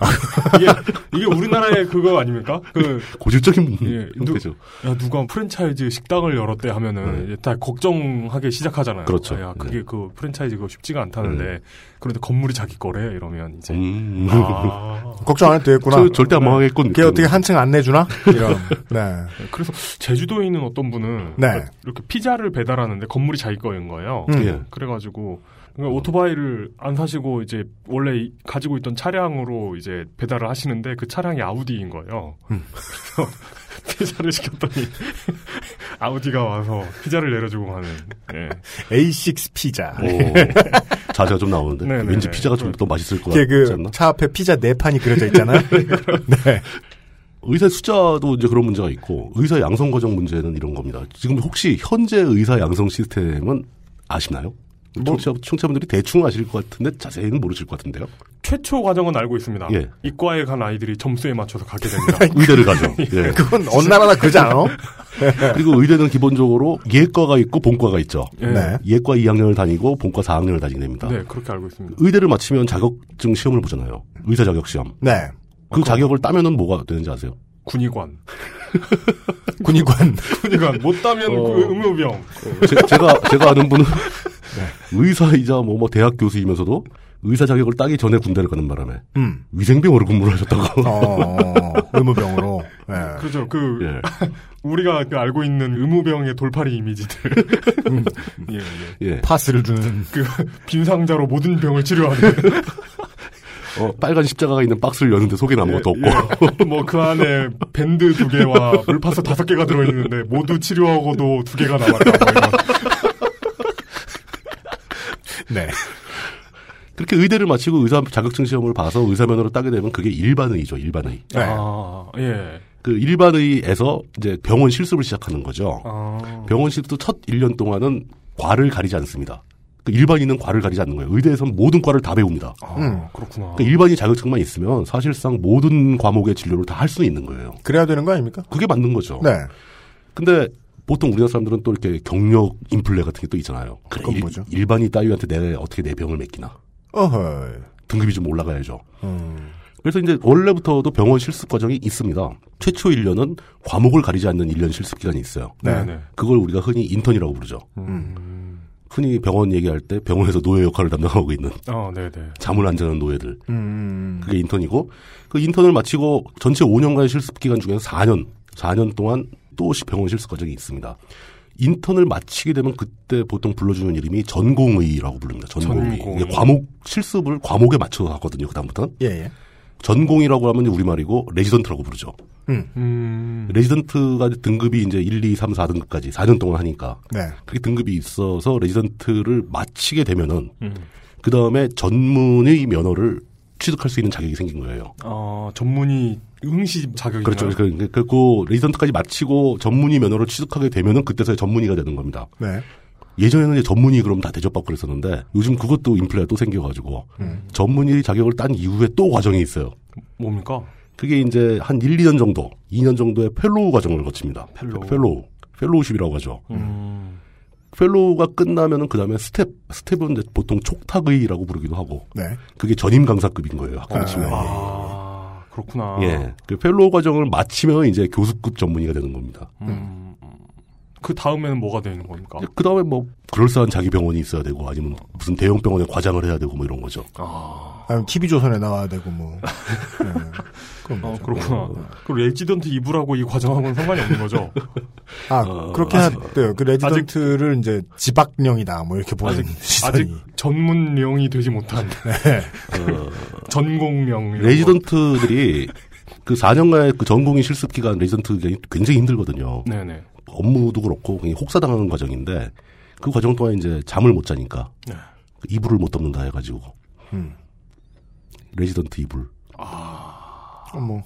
[SPEAKER 2] 이게, 이게 우리나라의 그거 아닙니까? 그
[SPEAKER 4] 고질적인
[SPEAKER 2] 예, 누,
[SPEAKER 4] 형태죠.
[SPEAKER 2] 야, 누가 프랜차이즈 식당을 열었대 하면은 이제 다 걱정하기 시작하잖아요.
[SPEAKER 4] 음. 그렇죠.
[SPEAKER 2] 야, 그게 그 프랜차이즈 그거 쉽지가 않다는데 그런데 건물이 자기 거래 이러면 이제
[SPEAKER 4] 음.
[SPEAKER 2] 아.
[SPEAKER 3] 걱정 안 해도 되겠구나.
[SPEAKER 4] 저- 절대 안 망하겠군.
[SPEAKER 3] 걔 어떻게 한층 안 내주나? 이런. 네.
[SPEAKER 2] 그래서 제주도에 있는 어떤 분은
[SPEAKER 3] 네.
[SPEAKER 2] 이렇게 피자를 배달하는데 건물이 자기 거인 거예요.
[SPEAKER 3] 음.
[SPEAKER 4] 예.
[SPEAKER 2] 그래가지고 그러니까 오토바이를 안 사시고 이제 원래 이- 가지고 있던 차량으로 이제 배달을 하시는데 그 차량이 아우디인 거예요.
[SPEAKER 3] 음.
[SPEAKER 2] 그래서 피자를 시켰더니 아우디가 와서 피자를 내려주고 가는. 예.
[SPEAKER 3] A6 피자.
[SPEAKER 4] 어, 오, 어. 자세가 좀 나오는데
[SPEAKER 2] 네, 네,
[SPEAKER 4] 왠지
[SPEAKER 2] 네.
[SPEAKER 4] 피자가 좀 더 맛있을 것
[SPEAKER 3] 걔
[SPEAKER 4] 같지
[SPEAKER 3] 그
[SPEAKER 4] 않나?
[SPEAKER 3] 차 앞에 피자 네 판이 그려져 있잖아요. 네.
[SPEAKER 4] 의사 숫자도 이제 그런 문제가 있고 의사 양성 과정 문제는 이런 겁니다. 지금 혹시 현재 의사 양성 시스템은 아시나요? 청취자, 청취자분들이 대충 아실 것 같은데 자세히는 모르실 것 같은데요.
[SPEAKER 2] 최초 과정은 알고 있습니다.
[SPEAKER 4] 예.
[SPEAKER 2] 이과에 간 아이들이 점수에 맞춰서 가게 됩니다.
[SPEAKER 4] 의대를 가죠. 예.
[SPEAKER 3] 그건 어느 나라나 그러지 않아?
[SPEAKER 4] 그리고 의대는 기본적으로 예과가 있고 본과가 있죠.
[SPEAKER 2] 예.
[SPEAKER 3] 네.
[SPEAKER 4] 예과 2학년을 다니고 본과 4학년을 다니게 됩니다.
[SPEAKER 2] 네, 그렇게 알고 있습니다.
[SPEAKER 4] 의대를 마치면 자격증 시험을 보잖아요. 의사 자격 시험.
[SPEAKER 3] 네.
[SPEAKER 4] 그 자격을 따면은 뭐가 되는지 아세요?
[SPEAKER 2] 군의관.
[SPEAKER 3] 군의관.
[SPEAKER 2] 군의관 못 따면
[SPEAKER 4] 어.
[SPEAKER 2] 그 의무병.
[SPEAKER 4] 제, 제가 제가 아는 분은 의사이자 뭐, 뭐 대학 교수이면서도 의사 자격을 따기 전에 군대를 가는 바람에
[SPEAKER 3] 음.
[SPEAKER 4] 위생병으로 근무를 하셨다고.
[SPEAKER 3] 어, 의무병으로. 네.
[SPEAKER 2] 그렇죠. 그
[SPEAKER 4] 예,
[SPEAKER 2] 우리가 그 알고 있는 의무병의 돌팔이 이미지들. 예, 예.
[SPEAKER 4] 예.
[SPEAKER 3] 파스를 주는.
[SPEAKER 2] 그 빈 상자로 모든 병을 치료하는.
[SPEAKER 4] 어, 빨간 십자가가 있는 박스를 여는데 속에 아무것도
[SPEAKER 3] 예,
[SPEAKER 4] 없고.
[SPEAKER 2] 뭐 그 안에 밴드 두 개와 물파서 다섯 개가 들어있는데 모두 치료하고도 두 개가 남았다. 뭐 이런.
[SPEAKER 3] 네.
[SPEAKER 4] 그렇게 의대를 마치고 의사 자격증 시험을 봐서 의사면허를 따게 되면 그게 일반의죠, 일반의.
[SPEAKER 3] 네.
[SPEAKER 2] 아, 예.
[SPEAKER 4] 그 일반의에서 이제 병원 실습을 시작하는 거죠.
[SPEAKER 2] 아,
[SPEAKER 4] 병원 실습도 첫 1년 동안은 과를 가리지 않습니다. 그 일반인은 과를 가리지 않는 거예요. 의대에선 모든 과를 다 배웁니다.
[SPEAKER 2] 아,
[SPEAKER 3] 음.
[SPEAKER 2] 그렇구나.
[SPEAKER 4] 그러니까 일반인 자격증만 있으면 사실상 모든 과목의 진료를 다 할 수는 있는 거예요.
[SPEAKER 3] 그래야 되는 거 아닙니까?
[SPEAKER 4] 그게 맞는 거죠.
[SPEAKER 3] 네.
[SPEAKER 4] 근데 보통 우리나라 사람들은 또 이렇게 경력 인플레 같은 게 또 있잖아요. 그래,
[SPEAKER 3] 그건 뭐죠?
[SPEAKER 4] 일, 반인 따위한테 내 어떻게 내 병을 맡기나
[SPEAKER 3] 어허. 음.
[SPEAKER 4] 등급이 좀 올라가야죠. 그래서 이제 원래부터도 병원 실습 과정이 있습니다. 최초 1년은 과목을 가리지 않는 1년 실습 기간이 있어요.
[SPEAKER 3] 네, 음. 네.
[SPEAKER 4] 그걸 우리가 흔히 인턴이라고 부르죠. 흔히 병원 얘기할 때 병원에서 노예 역할을 담당하고 있는
[SPEAKER 2] 어, 네네.
[SPEAKER 4] 잠을 안 자는 노예들.
[SPEAKER 3] 아. 음.
[SPEAKER 4] 그게 인턴이고 그 인턴을 마치고 전체 5년간의 실습 기간 중에서 4년, 4년 동안 또 병원 실습 과정이 있습니다. 인턴을 마치게 되면 그때 보통 불러주는 이름이 전공의라고 부릅니다. 전공의.
[SPEAKER 3] 전공의.
[SPEAKER 4] 이게 과목 실습을 과목에 맞춰서 하거든요. 그다음부터는
[SPEAKER 3] 예, 예.
[SPEAKER 4] 전공이라고 하면 이제 우리말이고 레지던트라고 부르죠.
[SPEAKER 3] 음.
[SPEAKER 4] 레지던트가 등급이 이제 1, 2, 3, 4등급까지 4년 동안 하니까
[SPEAKER 3] 네.
[SPEAKER 4] 그렇게 등급이 있어서 레지던트를 마치게 되면은 그 다음에 전문의 면허를 취득할 수 있는 자격이 생긴 거예요.
[SPEAKER 2] 어, 전문의 응시 자격이
[SPEAKER 4] 그렇죠. 그러니까 그, 그 레지던트까지 마치고 전문의 면허를 취득하게 되면은 그때서야 전문의가 되는 겁니다.
[SPEAKER 3] 네.
[SPEAKER 4] 예전에는 이제 전문의 그럼 다 대접받고 그랬었는데 요즘 그것도 인플레가 또 생겨가지고
[SPEAKER 2] 음.
[SPEAKER 4] 전문의 자격을 딴 이후에 또 과정이 있어요.
[SPEAKER 2] 뭡니까?
[SPEAKER 4] 그게 이제 한 1, 2년 정도, 2년 정도의 펠로우 과정을 거칩니다.
[SPEAKER 2] 펠로우.
[SPEAKER 4] 펠로우. 펠로우십이라고 하죠.
[SPEAKER 2] 음.
[SPEAKER 4] 펠로우가 끝나면은 그 다음에 스텝, 스텝은 이제 보통 촉탁의라고 부르기도 하고
[SPEAKER 3] 네.
[SPEAKER 4] 그게 전임 강사급인 거예요.
[SPEAKER 2] 네.
[SPEAKER 4] 학교로 치면.
[SPEAKER 2] 아, 그렇구나.
[SPEAKER 4] 예. 그 펠로우 과정을 마치면 이제 교수급 전문의가 되는 겁니다.
[SPEAKER 2] 음. 그 다음에는 뭐가 되는 겁니까?
[SPEAKER 4] 그 다음에 뭐 그럴싸한 자기 병원이 있어야 되고 아니면 무슨 대형 병원에 과장을 해야 되고 뭐 이런 거죠.
[SPEAKER 3] 아니면 TV조선에 나와야 되고, 뭐.
[SPEAKER 2] 어, 그렇구나. 그럼 레지던트 이부라고 이 과정하고는 상관이 없는 거죠?
[SPEAKER 3] 아,
[SPEAKER 2] 어,
[SPEAKER 3] 그렇게
[SPEAKER 2] 아직-
[SPEAKER 3] 하대요. 그 레지던트를 이제 지박령이다, 뭐 이렇게 보는
[SPEAKER 2] 아직,
[SPEAKER 3] 시선이.
[SPEAKER 2] 아직 전문령이 되지 못한. 어, 전공령. 이런
[SPEAKER 4] 레지던트들이 그 4년간의 그 전공의 실습 기간 레지던트 기간이 굉장히
[SPEAKER 2] 거.
[SPEAKER 4] 힘들거든요.
[SPEAKER 2] 네네.
[SPEAKER 4] 업무도 그렇고 굉장히 혹사당하는 과정인데 그 과정 동안 이제 잠을 못 자니까
[SPEAKER 2] 네.
[SPEAKER 4] 그 이불을 못 덮는다 해가지고
[SPEAKER 3] 음.
[SPEAKER 4] 레지던트 이불.
[SPEAKER 3] 어, 뭐.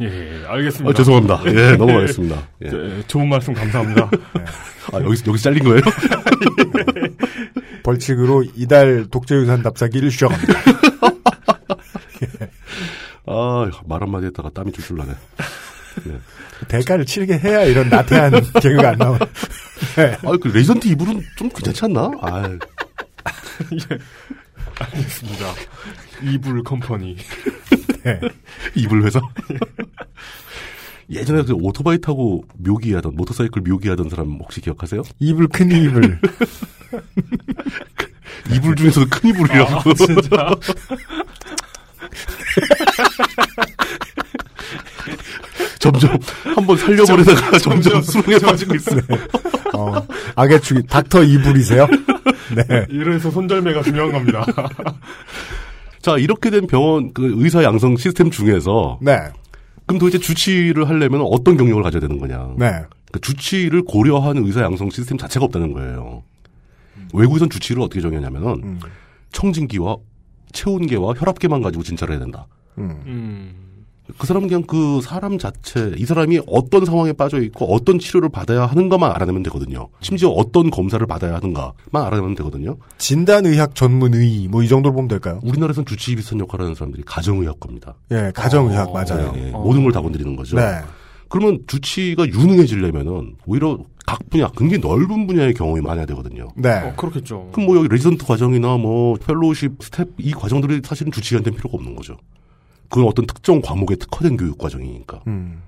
[SPEAKER 2] 예, 예, 알겠습니다.
[SPEAKER 4] 아, 죄송합니다. 예, 넘어가겠습니다. 예.
[SPEAKER 2] 네, 좋은 말씀 감사합니다.
[SPEAKER 4] 아 여기서 여기서 잘린 거예요?
[SPEAKER 3] 벌칙으로 이달 독재유산 답사기를 쉬어갑니다.
[SPEAKER 4] 아 말 한마디 했다가 땀이 줄줄 나네. 예.
[SPEAKER 3] 대가를 치르게 해야 이런 나태한 개그가 안 나와. 네.
[SPEAKER 4] 아그 레지던트 이불은 좀 괜찮지 않나? 아
[SPEAKER 2] 알겠습니다. 이불 컴퍼니.
[SPEAKER 3] 네.
[SPEAKER 4] 이불 회사. 예전에 그 오토바이 타고 묘기하던 모터사이클 묘기하던 사람 혹시 기억하세요?
[SPEAKER 3] 이불 큰 이불.
[SPEAKER 4] 이불 중에서도 큰 이불이라고.
[SPEAKER 2] 아, 진짜.
[SPEAKER 4] 점점 한번 살려보려다가 점점 수렁에 빠지고 있어요.
[SPEAKER 3] 어, 악의 축이 닥터 이불이세요? 네.
[SPEAKER 2] 이래서 손절매가 중요한 겁니다.
[SPEAKER 4] 자 이렇게 된 병원 그 의사 양성 시스템 중에서
[SPEAKER 3] 네.
[SPEAKER 4] 그럼 도대체 주치를 하려면 어떤 경력을 가져야 되는 거냐?
[SPEAKER 3] 네.
[SPEAKER 4] 그 주치를 고려한 의사 양성 시스템 자체가 없다는 거예요. 외국에선 주치를 어떻게 정했냐면은
[SPEAKER 3] 음.
[SPEAKER 4] 청진기와 체온계와 혈압계만 가지고 진찰을 해야 된다.
[SPEAKER 3] 음.
[SPEAKER 2] 음.
[SPEAKER 4] 그 사람은 그냥 그 사람 자체, 이 사람이 어떤 상황에 빠져 있고 어떤 치료를 받아야 하는가만 알아내면 되거든요. 심지어 어떤 검사를 받아야 하는가만 알아내면 되거든요.
[SPEAKER 3] 진단의학 전문의, 뭐 이 정도로 보면 될까요?
[SPEAKER 4] 우리나라에서는 주치의 비슷한 역할을 하는 사람들이 가정의학 겁니다.
[SPEAKER 3] 예, 가정의학 맞아요.
[SPEAKER 4] 예, 예. 모든 걸 다 건드리는 거죠.
[SPEAKER 3] 네.
[SPEAKER 4] 그러면 주치의가 유능해지려면은 오히려 각 분야, 굉장히 넓은 분야의 경험이 많아야 되거든요.
[SPEAKER 3] 네.
[SPEAKER 2] 어, 그렇겠죠.
[SPEAKER 4] 그럼 뭐 여기 레지던트 과정이나 뭐 펠로우십 스텝 이 과정들이 사실은 주치의한테는 필요가 없는 거죠. 그건 어떤 특정 과목에 특화된 교육 과정이니까.
[SPEAKER 3] 음.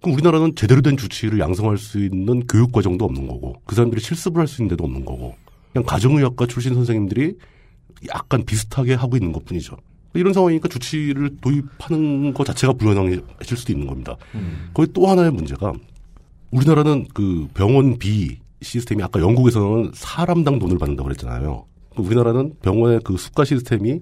[SPEAKER 4] 그럼 우리나라는 제대로 된 주치의를 양성할 수 있는 교육 과정도 없는 거고 그 사람들이 실습을 할 수 있는 데도 없는 거고 그냥 가정의학과 출신 선생님들이 약간 비슷하게 하고 있는 것뿐이죠. 이런 상황이니까 주치의를 도입하는 것 자체가 불가능해질 수도 있는 겁니다. 거기 또 하나의 문제가 우리나라는 그 병원 비 시스템이 아까 영국에서는 사람당 돈을 받는다고 그랬잖아요. 그럼 우리나라는 병원의 그 수가 시스템이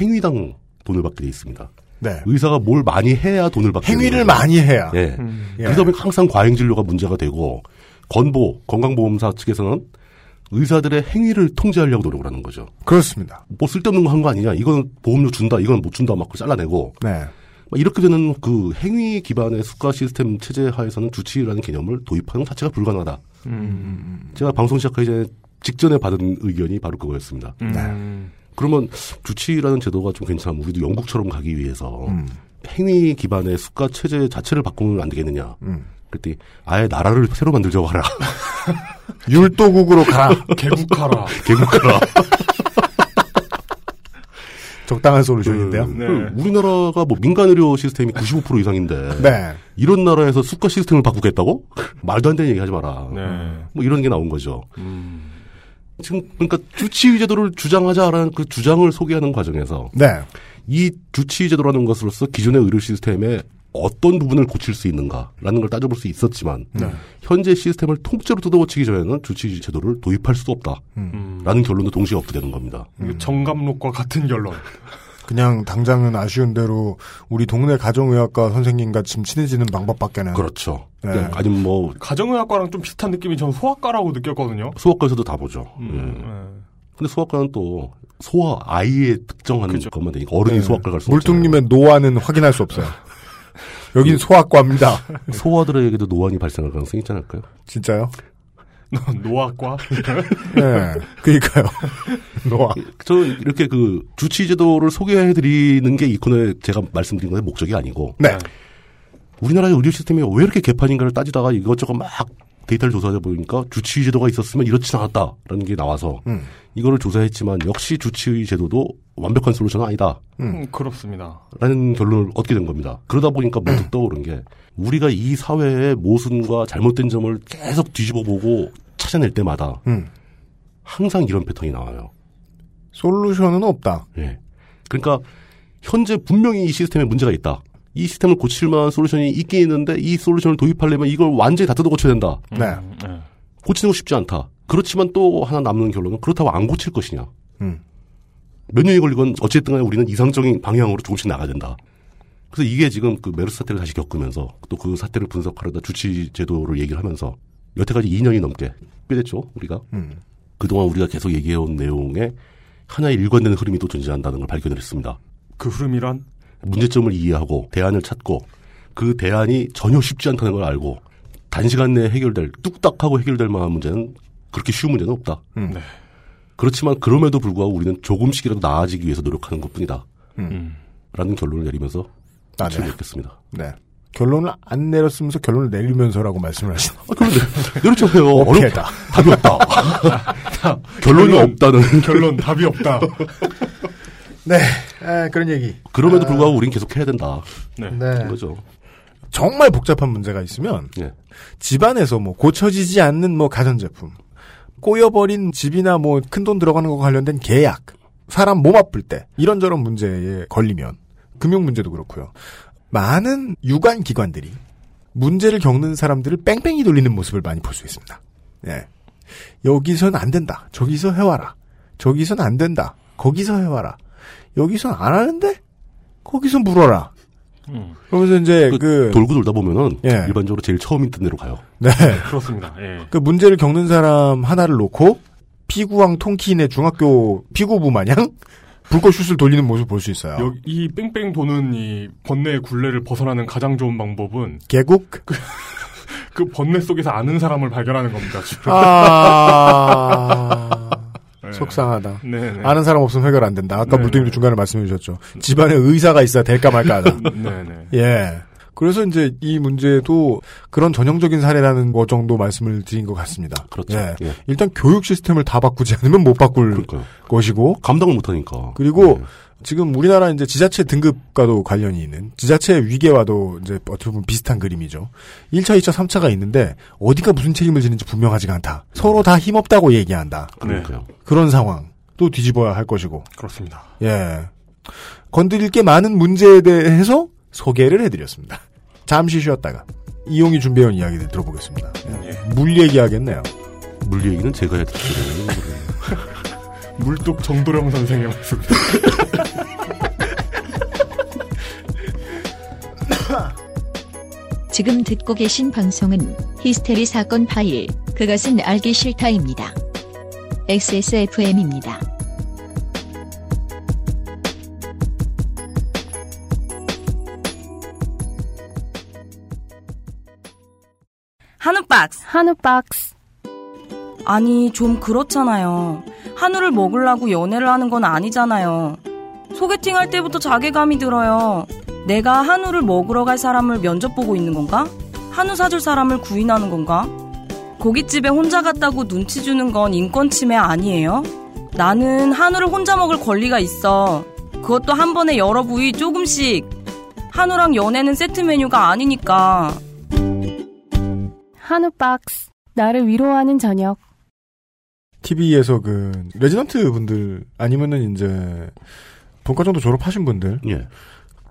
[SPEAKER 4] 행위당 돈을 받게 돼 있습니다.
[SPEAKER 3] 네.
[SPEAKER 4] 의사가 뭘 많이 해야 돈을 받게 되는
[SPEAKER 3] 행위를
[SPEAKER 4] 거죠.
[SPEAKER 3] 많이 해야.
[SPEAKER 4] 예.
[SPEAKER 3] 예.
[SPEAKER 4] 그다음에 항상 과잉 진료가 문제가 되고 건보 건강보험사 측에서는 의사들의 행위를 통제하려고 노력을 하는 거죠.
[SPEAKER 3] 그렇습니다.
[SPEAKER 4] 뭐 쓸데없는 거 한 거 아니냐? 이건 보험료 준다, 이건 못 준다 막 그걸 잘라내고
[SPEAKER 3] 네.
[SPEAKER 4] 막 이렇게 되는 그 행위 기반의 수가 시스템 체제 하에서는 주치의라는 개념을 도입하는 것 자체가 불가능하다. 제가 방송 시작하기 전에 직전에 받은 의견이 바로 그거였습니다.
[SPEAKER 3] 네.
[SPEAKER 2] 음.
[SPEAKER 4] 그러면 주치의라는 제도가 좀 괜찮으면 우리도 영국처럼 가기 위해서
[SPEAKER 3] 음.
[SPEAKER 4] 행위 기반의 수가 체제 자체를 바꾸면 안 되겠느냐?
[SPEAKER 3] 음.
[SPEAKER 4] 그랬더니 아예 나라를 새로 만들자고 하라.
[SPEAKER 3] 율도국으로 가라.
[SPEAKER 2] 개국하라.
[SPEAKER 4] 개국하라.
[SPEAKER 3] 적당한 솔루션인데요.
[SPEAKER 4] 네. 그 우리나라가 뭐 민간 의료 시스템이 95% 이상인데
[SPEAKER 3] 네.
[SPEAKER 4] 이런 나라에서 수가 시스템을 바꾸겠다고? 말도 안 되는 얘기 하지 마라.
[SPEAKER 2] 네.
[SPEAKER 4] 뭐 이런 게 나온 거죠.
[SPEAKER 2] 음.
[SPEAKER 4] 지금 그러니까 주치의제도를 주장하자라는 그 주장을 소개하는 과정에서
[SPEAKER 3] 네.
[SPEAKER 4] 이 주치의제도라는 것으로서 기존의 의료 시스템의 어떤 부분을 고칠 수 있는가라는 걸 따져볼 수 있었지만
[SPEAKER 3] 네.
[SPEAKER 4] 현재 시스템을 통째로 뜯어고치기 전에는 주치의제도를 도입할 수 없다라는
[SPEAKER 2] 음.
[SPEAKER 4] 결론도 동시에 얻게 되는 겁니다.
[SPEAKER 2] 이게 그 정감록과 같은 결론.
[SPEAKER 3] 그냥 당장은 아쉬운 대로 우리 동네 가정의학과 선생님과 지금 친해지는 방법밖에는
[SPEAKER 4] 그렇죠.
[SPEAKER 3] 네.
[SPEAKER 4] 그냥 아니면 뭐
[SPEAKER 2] 가정의학과랑 좀 비슷한 느낌이 전 소아과라고 느꼈거든요.
[SPEAKER 4] 소아과에서도 다 보죠.
[SPEAKER 2] 음,
[SPEAKER 4] 예.
[SPEAKER 2] 네.
[SPEAKER 4] 근데 소아과는 또 소아 아이에 특정하는 것만 되니까 어른이
[SPEAKER 3] 네.
[SPEAKER 4] 소아과 갈수
[SPEAKER 3] 물뚱님의 노화는 확인할 수 없어요. 여긴 소아과입니다.
[SPEAKER 4] 소아들에게도 노안이 발생할 가능성이 있지 않을까요?
[SPEAKER 3] 진짜요?
[SPEAKER 2] 예. 노학과?
[SPEAKER 3] 네. 그니까요. 노화.
[SPEAKER 4] 저는 이렇게 그 주치제도를 소개해드리는 게 이 코너에 제가 말씀드린 거의 목적이 아니고
[SPEAKER 3] 네.
[SPEAKER 4] 우리나라의 의료 시스템이 왜 이렇게 개판인가를 따지다가 이것저것 막 데이터를 조사하다 보니까 주치의제도가 있었으면 이렇진 않았다라는 게 나와서
[SPEAKER 3] 음.
[SPEAKER 4] 이거를 조사했지만 역시 주치의제도도 완벽한 솔루션은 아니다.
[SPEAKER 2] 음, 그렇습니다.
[SPEAKER 4] 라는 결론을 얻게 된 겁니다. 그러다 보니까 문득 떠오른 게 우리가 이 사회의 모순과 잘못된 점을 계속 뒤집어 보고 찾아낼 때마다
[SPEAKER 3] 음.
[SPEAKER 4] 항상 이런 패턴이 나와요.
[SPEAKER 3] 솔루션은 없다.
[SPEAKER 4] 예. 그러니까 현재 분명히 이 시스템에 문제가 있다. 이 시스템을 고칠 만한 솔루션이 있긴 있는데 이 솔루션을 도입하려면 이걸 완전히 다 뜯어 고쳐야 된다.
[SPEAKER 3] 네.
[SPEAKER 2] 네.
[SPEAKER 4] 고치는 거 쉽지 않다. 그렇지만 또 하나 남는 결론은 그렇다고 안 고칠 것이냐.
[SPEAKER 3] 음.
[SPEAKER 4] 몇 년이 걸리건 어쨌든 간에 우리는 이상적인 방향으로 조금씩 나가야 된다. 그래서 이게 지금 그 메르스 사태를 다시 겪으면서 또 그 사태를 분석하려다 주치 제도를 얘기를 하면서 여태까지 2년이 넘게 꽤 됐죠, 우리가.
[SPEAKER 3] 음.
[SPEAKER 4] 그동안 우리가 계속 얘기해온 내용에 하나의 일관된 흐름이 또 존재한다는 걸 발견을 했습니다.
[SPEAKER 2] 그 흐름이란?
[SPEAKER 4] 문제점을 이해하고 대안을 찾고 그 대안이 전혀 쉽지 않다는 걸 알고 단시간 내에 해결될 뚝딱하고 해결될 만한 문제는 그렇게 쉬운 문제는 없다.
[SPEAKER 3] 음.
[SPEAKER 2] 네.
[SPEAKER 4] 그렇지만 그럼에도 불구하고 우리는 조금씩이라도 나아지기 위해서 노력하는 것뿐이다.
[SPEAKER 2] 음.
[SPEAKER 4] 라는 결론을 내리면서
[SPEAKER 3] 아,
[SPEAKER 4] 책을
[SPEAKER 3] 네.
[SPEAKER 4] 읽겠습니다.
[SPEAKER 3] 네. 결론을 안 내렸으면서 결론을 내리면서라고 말씀을 하시네.
[SPEAKER 4] 아, 그런데 내렸잖아요. 어렵
[SPEAKER 3] 피해다.
[SPEAKER 4] 답이 없다. 결론이
[SPEAKER 2] 결론.
[SPEAKER 4] 없다는.
[SPEAKER 2] 결론 답이 없다.
[SPEAKER 3] 네. 아, 그런 얘기.
[SPEAKER 4] 그럼에도 불구하고 우린 계속 해야 된다.
[SPEAKER 2] 네.
[SPEAKER 3] 네.
[SPEAKER 4] 그거죠.
[SPEAKER 3] 정말 복잡한 문제가 있으면
[SPEAKER 4] 예.
[SPEAKER 3] 집안에서 뭐 고쳐지지 않는 뭐 가전제품, 꼬여버린 집이나 뭐 큰 돈 들어가는 거 관련된 계약, 사람 몸 아플 때 이런저런 문제에 걸리면 금융 문제도 그렇고요. 많은 유관 기관들이 문제를 겪는 사람들을 뺑뺑이 돌리는 모습을 많이 볼 수 있습니다. 예. 여기선 안 된다. 저기서 해와라. 저기선 안 된다. 거기서 해와라. 여기선 안 하는데 거기서 물어라.
[SPEAKER 2] 음.
[SPEAKER 3] 그러면서 이제
[SPEAKER 4] 그,
[SPEAKER 3] 그
[SPEAKER 4] 돌고 돌다 보면은
[SPEAKER 3] 예.
[SPEAKER 4] 일반적으로 제일 처음 있던 데로 가요.
[SPEAKER 3] 네.
[SPEAKER 2] 그렇습니다. 예.
[SPEAKER 3] 그 문제를 겪는 사람 하나를 놓고 피구왕 통키인의 중학교 피구부 마냥 불꽃슛을 돌리는 모습 볼 수 있어요.
[SPEAKER 2] 여기 이 뺑뺑 도는 이 번뇌의 굴레를 벗어나는 가장 좋은 방법은
[SPEAKER 3] 개국?
[SPEAKER 4] 그렇죠.
[SPEAKER 2] 그 번뇌 속에서 아는 사람을 발견하는 겁니다. 지금.
[SPEAKER 3] 아
[SPEAKER 2] 네.
[SPEAKER 3] 속상하다.
[SPEAKER 2] 네. 네.
[SPEAKER 3] 아는 사람 없으면 해결 안 된다. 아까
[SPEAKER 2] 네,
[SPEAKER 3] 물뚱이도
[SPEAKER 2] 네.
[SPEAKER 3] 중간에 말씀해 주셨죠. 집안에 의사가 있어야 될까 말까 하다.
[SPEAKER 2] 네. 네.
[SPEAKER 3] 예. 그래서 이제 이 문제도 그런 전형적인 사례라는 거 정도 말씀을 드린 것 같습니다.
[SPEAKER 4] 그렇죠.
[SPEAKER 3] 예.
[SPEAKER 4] 예.
[SPEAKER 3] 일단 교육 시스템을 다 바꾸지 않으면 못 바꿀
[SPEAKER 4] 그러니까요.
[SPEAKER 3] 것이고
[SPEAKER 4] 감당을 못하니까.
[SPEAKER 3] 그리고
[SPEAKER 4] 예.
[SPEAKER 3] 지금 우리나라 이제 지자체 등급과도 관련이 있는 지자체의 위계와도 이제 어떻게 보면 비슷한 그림이죠. 1차, 2차, 3차가 있는데 어디가 무슨 책임을 지는지 분명하지가 않다. 서로 다 힘없다고 얘기한다.
[SPEAKER 4] 그러니까요.
[SPEAKER 3] 그런 상황 또 뒤집어야 할 것이고.
[SPEAKER 2] 그렇습니다.
[SPEAKER 3] 예. 건드릴 게 많은 문제에 대해서 소개를 해드렸습니다. 잠시 쉬었다가 이용이 준비해온 이야기들 들어보겠습니다. 예. 물 얘기하겠네요.
[SPEAKER 4] 물 얘기는 제가 해드릴게요.
[SPEAKER 2] 물독 정도령 선생의 말씀.
[SPEAKER 1] 지금 듣고 계신 방송은 히스테리 사건 파일, 그것은 알기 싫다입니다. XSFM입니다.
[SPEAKER 11] 한우 박스.
[SPEAKER 12] 한우 박스.
[SPEAKER 11] 아니, 좀 그렇잖아요. 한우를 먹으려고 연애를 하는 건 아니잖아요. 소개팅 할 때부터 자괴감이 들어요. 내가 한우를 먹으러 갈 사람을 면접 보고 있는 건가? 한우 사줄 사람을 구인하는 건가? 고깃집에 혼자 갔다고 눈치 주는 건 인권 침해 아니에요? 나는 한우를 혼자 먹을 권리가 있어. 그것도 한 번에 여러 부위 조금씩. 한우랑 연애는 세트 메뉴가 아니니까.
[SPEAKER 12] 한우 박스. 나를 위로하는 저녁.
[SPEAKER 3] TV에서 그 레지던트 분들 아니면은 이제 본과 정도 졸업하신 분들
[SPEAKER 4] 예.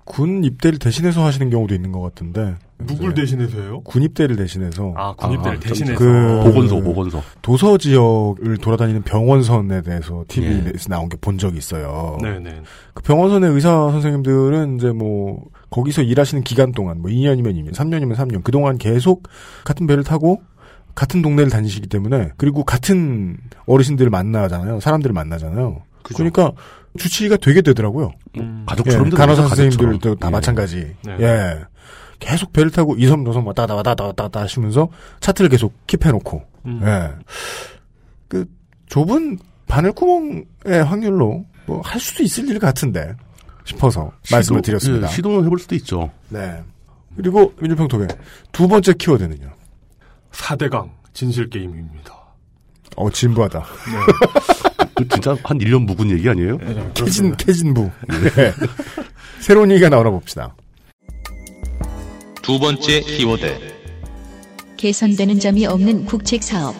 [SPEAKER 3] 군 입대를 대신해서 하시는 경우도 있는 것 같은데 네.
[SPEAKER 2] 누굴 대신해서요?
[SPEAKER 3] 군 입대를 대신해서
[SPEAKER 2] 아, 군 입대를 대신해서.
[SPEAKER 3] 어.
[SPEAKER 4] 보건소, 보건소.
[SPEAKER 3] 도서 지역을 돌아다니는 병원선에 대해서 TV에서 나온 게 본 적이 있어요.
[SPEAKER 2] 예. 네네.
[SPEAKER 3] 그 병원선의 의사 선생님들은 이제 뭐 거기서 일하시는 기간 동안 뭐 2년이면 2년, 3년이면 3년 그동안 계속 같은 배를 타고 같은 동네를 다니시기 때문에 그리고 같은 어르신들을 만나잖아요. 사람들을 만나잖아요. 그러니까 주치의가 되게 되더라고요.
[SPEAKER 4] 가족처럼
[SPEAKER 3] 예,
[SPEAKER 4] 되는
[SPEAKER 3] 간호사
[SPEAKER 4] 거죠,
[SPEAKER 3] 선생님들도
[SPEAKER 4] 가족처럼.
[SPEAKER 3] 다
[SPEAKER 4] 예.
[SPEAKER 3] 마찬가지.
[SPEAKER 4] 네.
[SPEAKER 3] 예. 계속 배를 타고 이섬 저섬 왔다 갔다 왔다 갔다 왔다 갔다 하시면서 차트를 계속 킵해놓고
[SPEAKER 2] 음.
[SPEAKER 3] 예. 그 좁은 바늘구멍의 확률로 뭐 할 수도 있을 일 같은데 싶어서 말씀을 드렸습니다.
[SPEAKER 4] 예, 시도는 해볼 수도 있죠.
[SPEAKER 3] 네. 그리고 민주평통의 두 번째 키워드는요.
[SPEAKER 2] 4대강 진실 게임입니다.
[SPEAKER 3] 어 진부하다.
[SPEAKER 4] 그 진짜 한 1년 묵은 얘기 아니에요?
[SPEAKER 3] 캐진 캐진부.
[SPEAKER 4] 예.
[SPEAKER 3] 네. 새로운 얘기가 나오나 봅시다.
[SPEAKER 10] 두 번째 키워드.
[SPEAKER 1] 개선되는 점이 없는 국책 사업.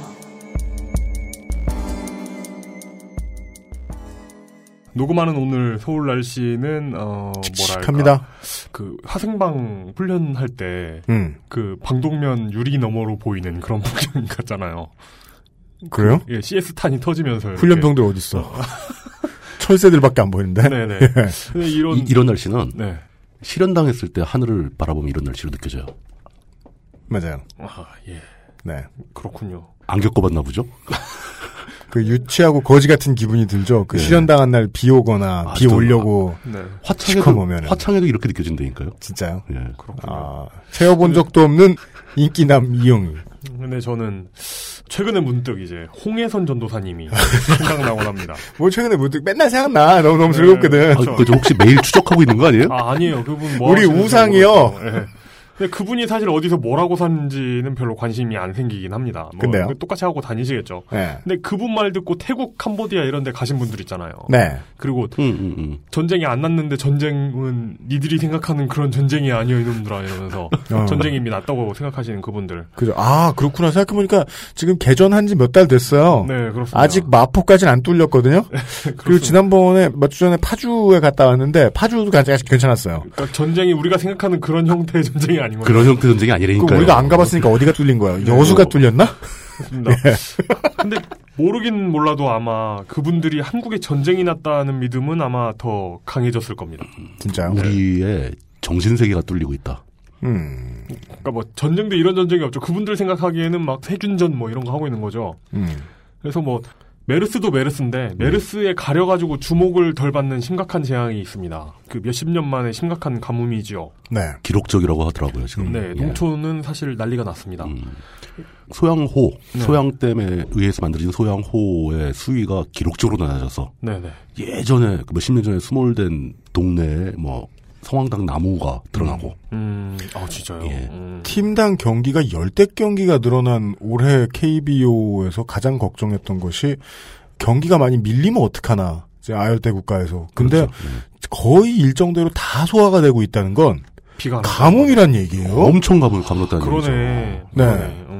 [SPEAKER 2] 녹음하는 오늘 서울 날씨는 어 뭐랄까
[SPEAKER 3] 칙칙합니다.
[SPEAKER 2] 그 화생방 훈련할 때 그
[SPEAKER 3] 음.
[SPEAKER 2] 방독면 유리 너머로 보이는 그런 풍경 같잖아요.
[SPEAKER 3] 그래요?
[SPEAKER 2] 예, CS 탄이 터지면서 이렇게.
[SPEAKER 3] 훈련병들 어디 있어? 철새들밖에 안 보이는데.
[SPEAKER 2] 네네.
[SPEAKER 3] 예.
[SPEAKER 2] 근데 이런
[SPEAKER 4] 이, 이런 날씨는
[SPEAKER 2] 네.
[SPEAKER 4] 실현당했을 때 하늘을 바라보면 이런 날씨로 느껴져요.
[SPEAKER 3] 맞아요.
[SPEAKER 2] 아, 예.
[SPEAKER 3] 네.
[SPEAKER 2] 그렇군요.
[SPEAKER 4] 안 겪어봤나 보죠?
[SPEAKER 3] 그 유치하고 거지 같은 기분이 들죠. 그 실현당한 날 비 오거나 비
[SPEAKER 4] 또,
[SPEAKER 3] 오려고
[SPEAKER 2] 네. 아, 네.
[SPEAKER 4] 화창에도,
[SPEAKER 3] 시커머면은.
[SPEAKER 4] 화창에도 이렇게 느껴진다니까요.
[SPEAKER 3] 진짜요?
[SPEAKER 4] 예.
[SPEAKER 3] 아, 채워본 적도 없는 인기남 이용이.
[SPEAKER 2] 근데 저는 최근에 문득 이제 홍해선 전도사님이 생각나곤 합니다.
[SPEAKER 3] 뭐 최근에 문득 맨날 생각나.
[SPEAKER 2] 네.
[SPEAKER 3] 너무너무 즐겁거든.
[SPEAKER 4] 아, 그저 혹시 매일 추적하고 있는 거 아니에요?
[SPEAKER 2] 아, 아니에요. 그분 뭐
[SPEAKER 3] 우리
[SPEAKER 2] 하시는지
[SPEAKER 3] 우상이요.
[SPEAKER 2] 모르겠어요. 예. 근데 그분이 사실 어디서 뭐라고 사는지는 별로 관심이 안 생기긴 합니다. 뭐
[SPEAKER 3] 근데요?
[SPEAKER 2] 똑같이 하고 다니시겠죠.
[SPEAKER 3] 네.
[SPEAKER 2] 근데 그분 말 듣고 태국, 캄보디아 이런 데 가신 분들 있잖아요.
[SPEAKER 3] 네.
[SPEAKER 2] 그리고
[SPEAKER 4] 음,
[SPEAKER 2] 전쟁이 안 났는데 전쟁은 니들이 생각하는 그런 전쟁이 아니여 이놈들아 이러면서
[SPEAKER 3] 어.
[SPEAKER 2] 전쟁이 이미 났다고 생각하시는 그분들.
[SPEAKER 3] 그죠. 아, 그렇구나. 생각해보니까 지금 개전한 지 몇 달 됐어요.
[SPEAKER 2] 네, 그렇습니다.
[SPEAKER 3] 아직 마포까지는 안 뚫렸거든요. 그리고 지난번에 몇 주 전에 파주에 갔다 왔는데 파주도 아직 괜찮았어요.
[SPEAKER 2] 그러니까 전쟁이 우리가 생각하는 그런 형태의 전쟁이 아닌 거예요.
[SPEAKER 4] 그런 형태 전쟁이 아니라니까요.
[SPEAKER 3] 그 우리가 안 가봤으니까 어디가 뚫린 거야? 여수가 뚫렸나?
[SPEAKER 2] 그렇습니다. 근데 모르긴 몰라도 아마 그분들이 한국에 전쟁이 났다는 믿음은 아마 더 강해졌을 겁니다.
[SPEAKER 3] 진짜요?
[SPEAKER 4] 네. 우리의 정신세계가 뚫리고 있다.
[SPEAKER 3] 음.
[SPEAKER 2] 그러니까 뭐 전쟁도 이런 전쟁이 없죠. 그분들 생각하기에는 막 세균전 뭐 이런 거 하고 있는 거죠.
[SPEAKER 3] 음.
[SPEAKER 2] 그래서 뭐 메르스도 메르스인데 메르스에 가려가지고 주목을 덜 받는 심각한 재앙이 있습니다. 그 몇십 년 만에 심각한 가뭄이지요.
[SPEAKER 3] 네.
[SPEAKER 4] 기록적이라고 하더라고요, 지금.
[SPEAKER 2] 네,
[SPEAKER 4] 예.
[SPEAKER 2] 농촌은 사실 난리가 났습니다.
[SPEAKER 4] 소양호,
[SPEAKER 2] 네.
[SPEAKER 4] 소양댐에 의해서 만들어진 소양호의 수위가 기록적으로 낮아져서
[SPEAKER 2] 네네.
[SPEAKER 4] 예전에 그 몇십 년 전에 수몰된 동네에 뭐 성황당 나무가 드러나고
[SPEAKER 2] 음, 아 진짜요.
[SPEAKER 4] 예.
[SPEAKER 2] 음.
[SPEAKER 3] 팀당 경기가 열댓 경기가 늘어난 올해 KBO에서 가장 걱정했던 것이 경기가 많이 밀리면 어떡하나. 이제 아열대 국가에서. 근데 거의 일정대로 다 소화가 되고 있다는 건
[SPEAKER 2] 비가 안
[SPEAKER 3] 가뭄이란 얘기예요.
[SPEAKER 4] 뭐 엄청 가뭄을 감눴다는 얘기죠.
[SPEAKER 2] 그러네.
[SPEAKER 3] 네.
[SPEAKER 2] 그러네. 음.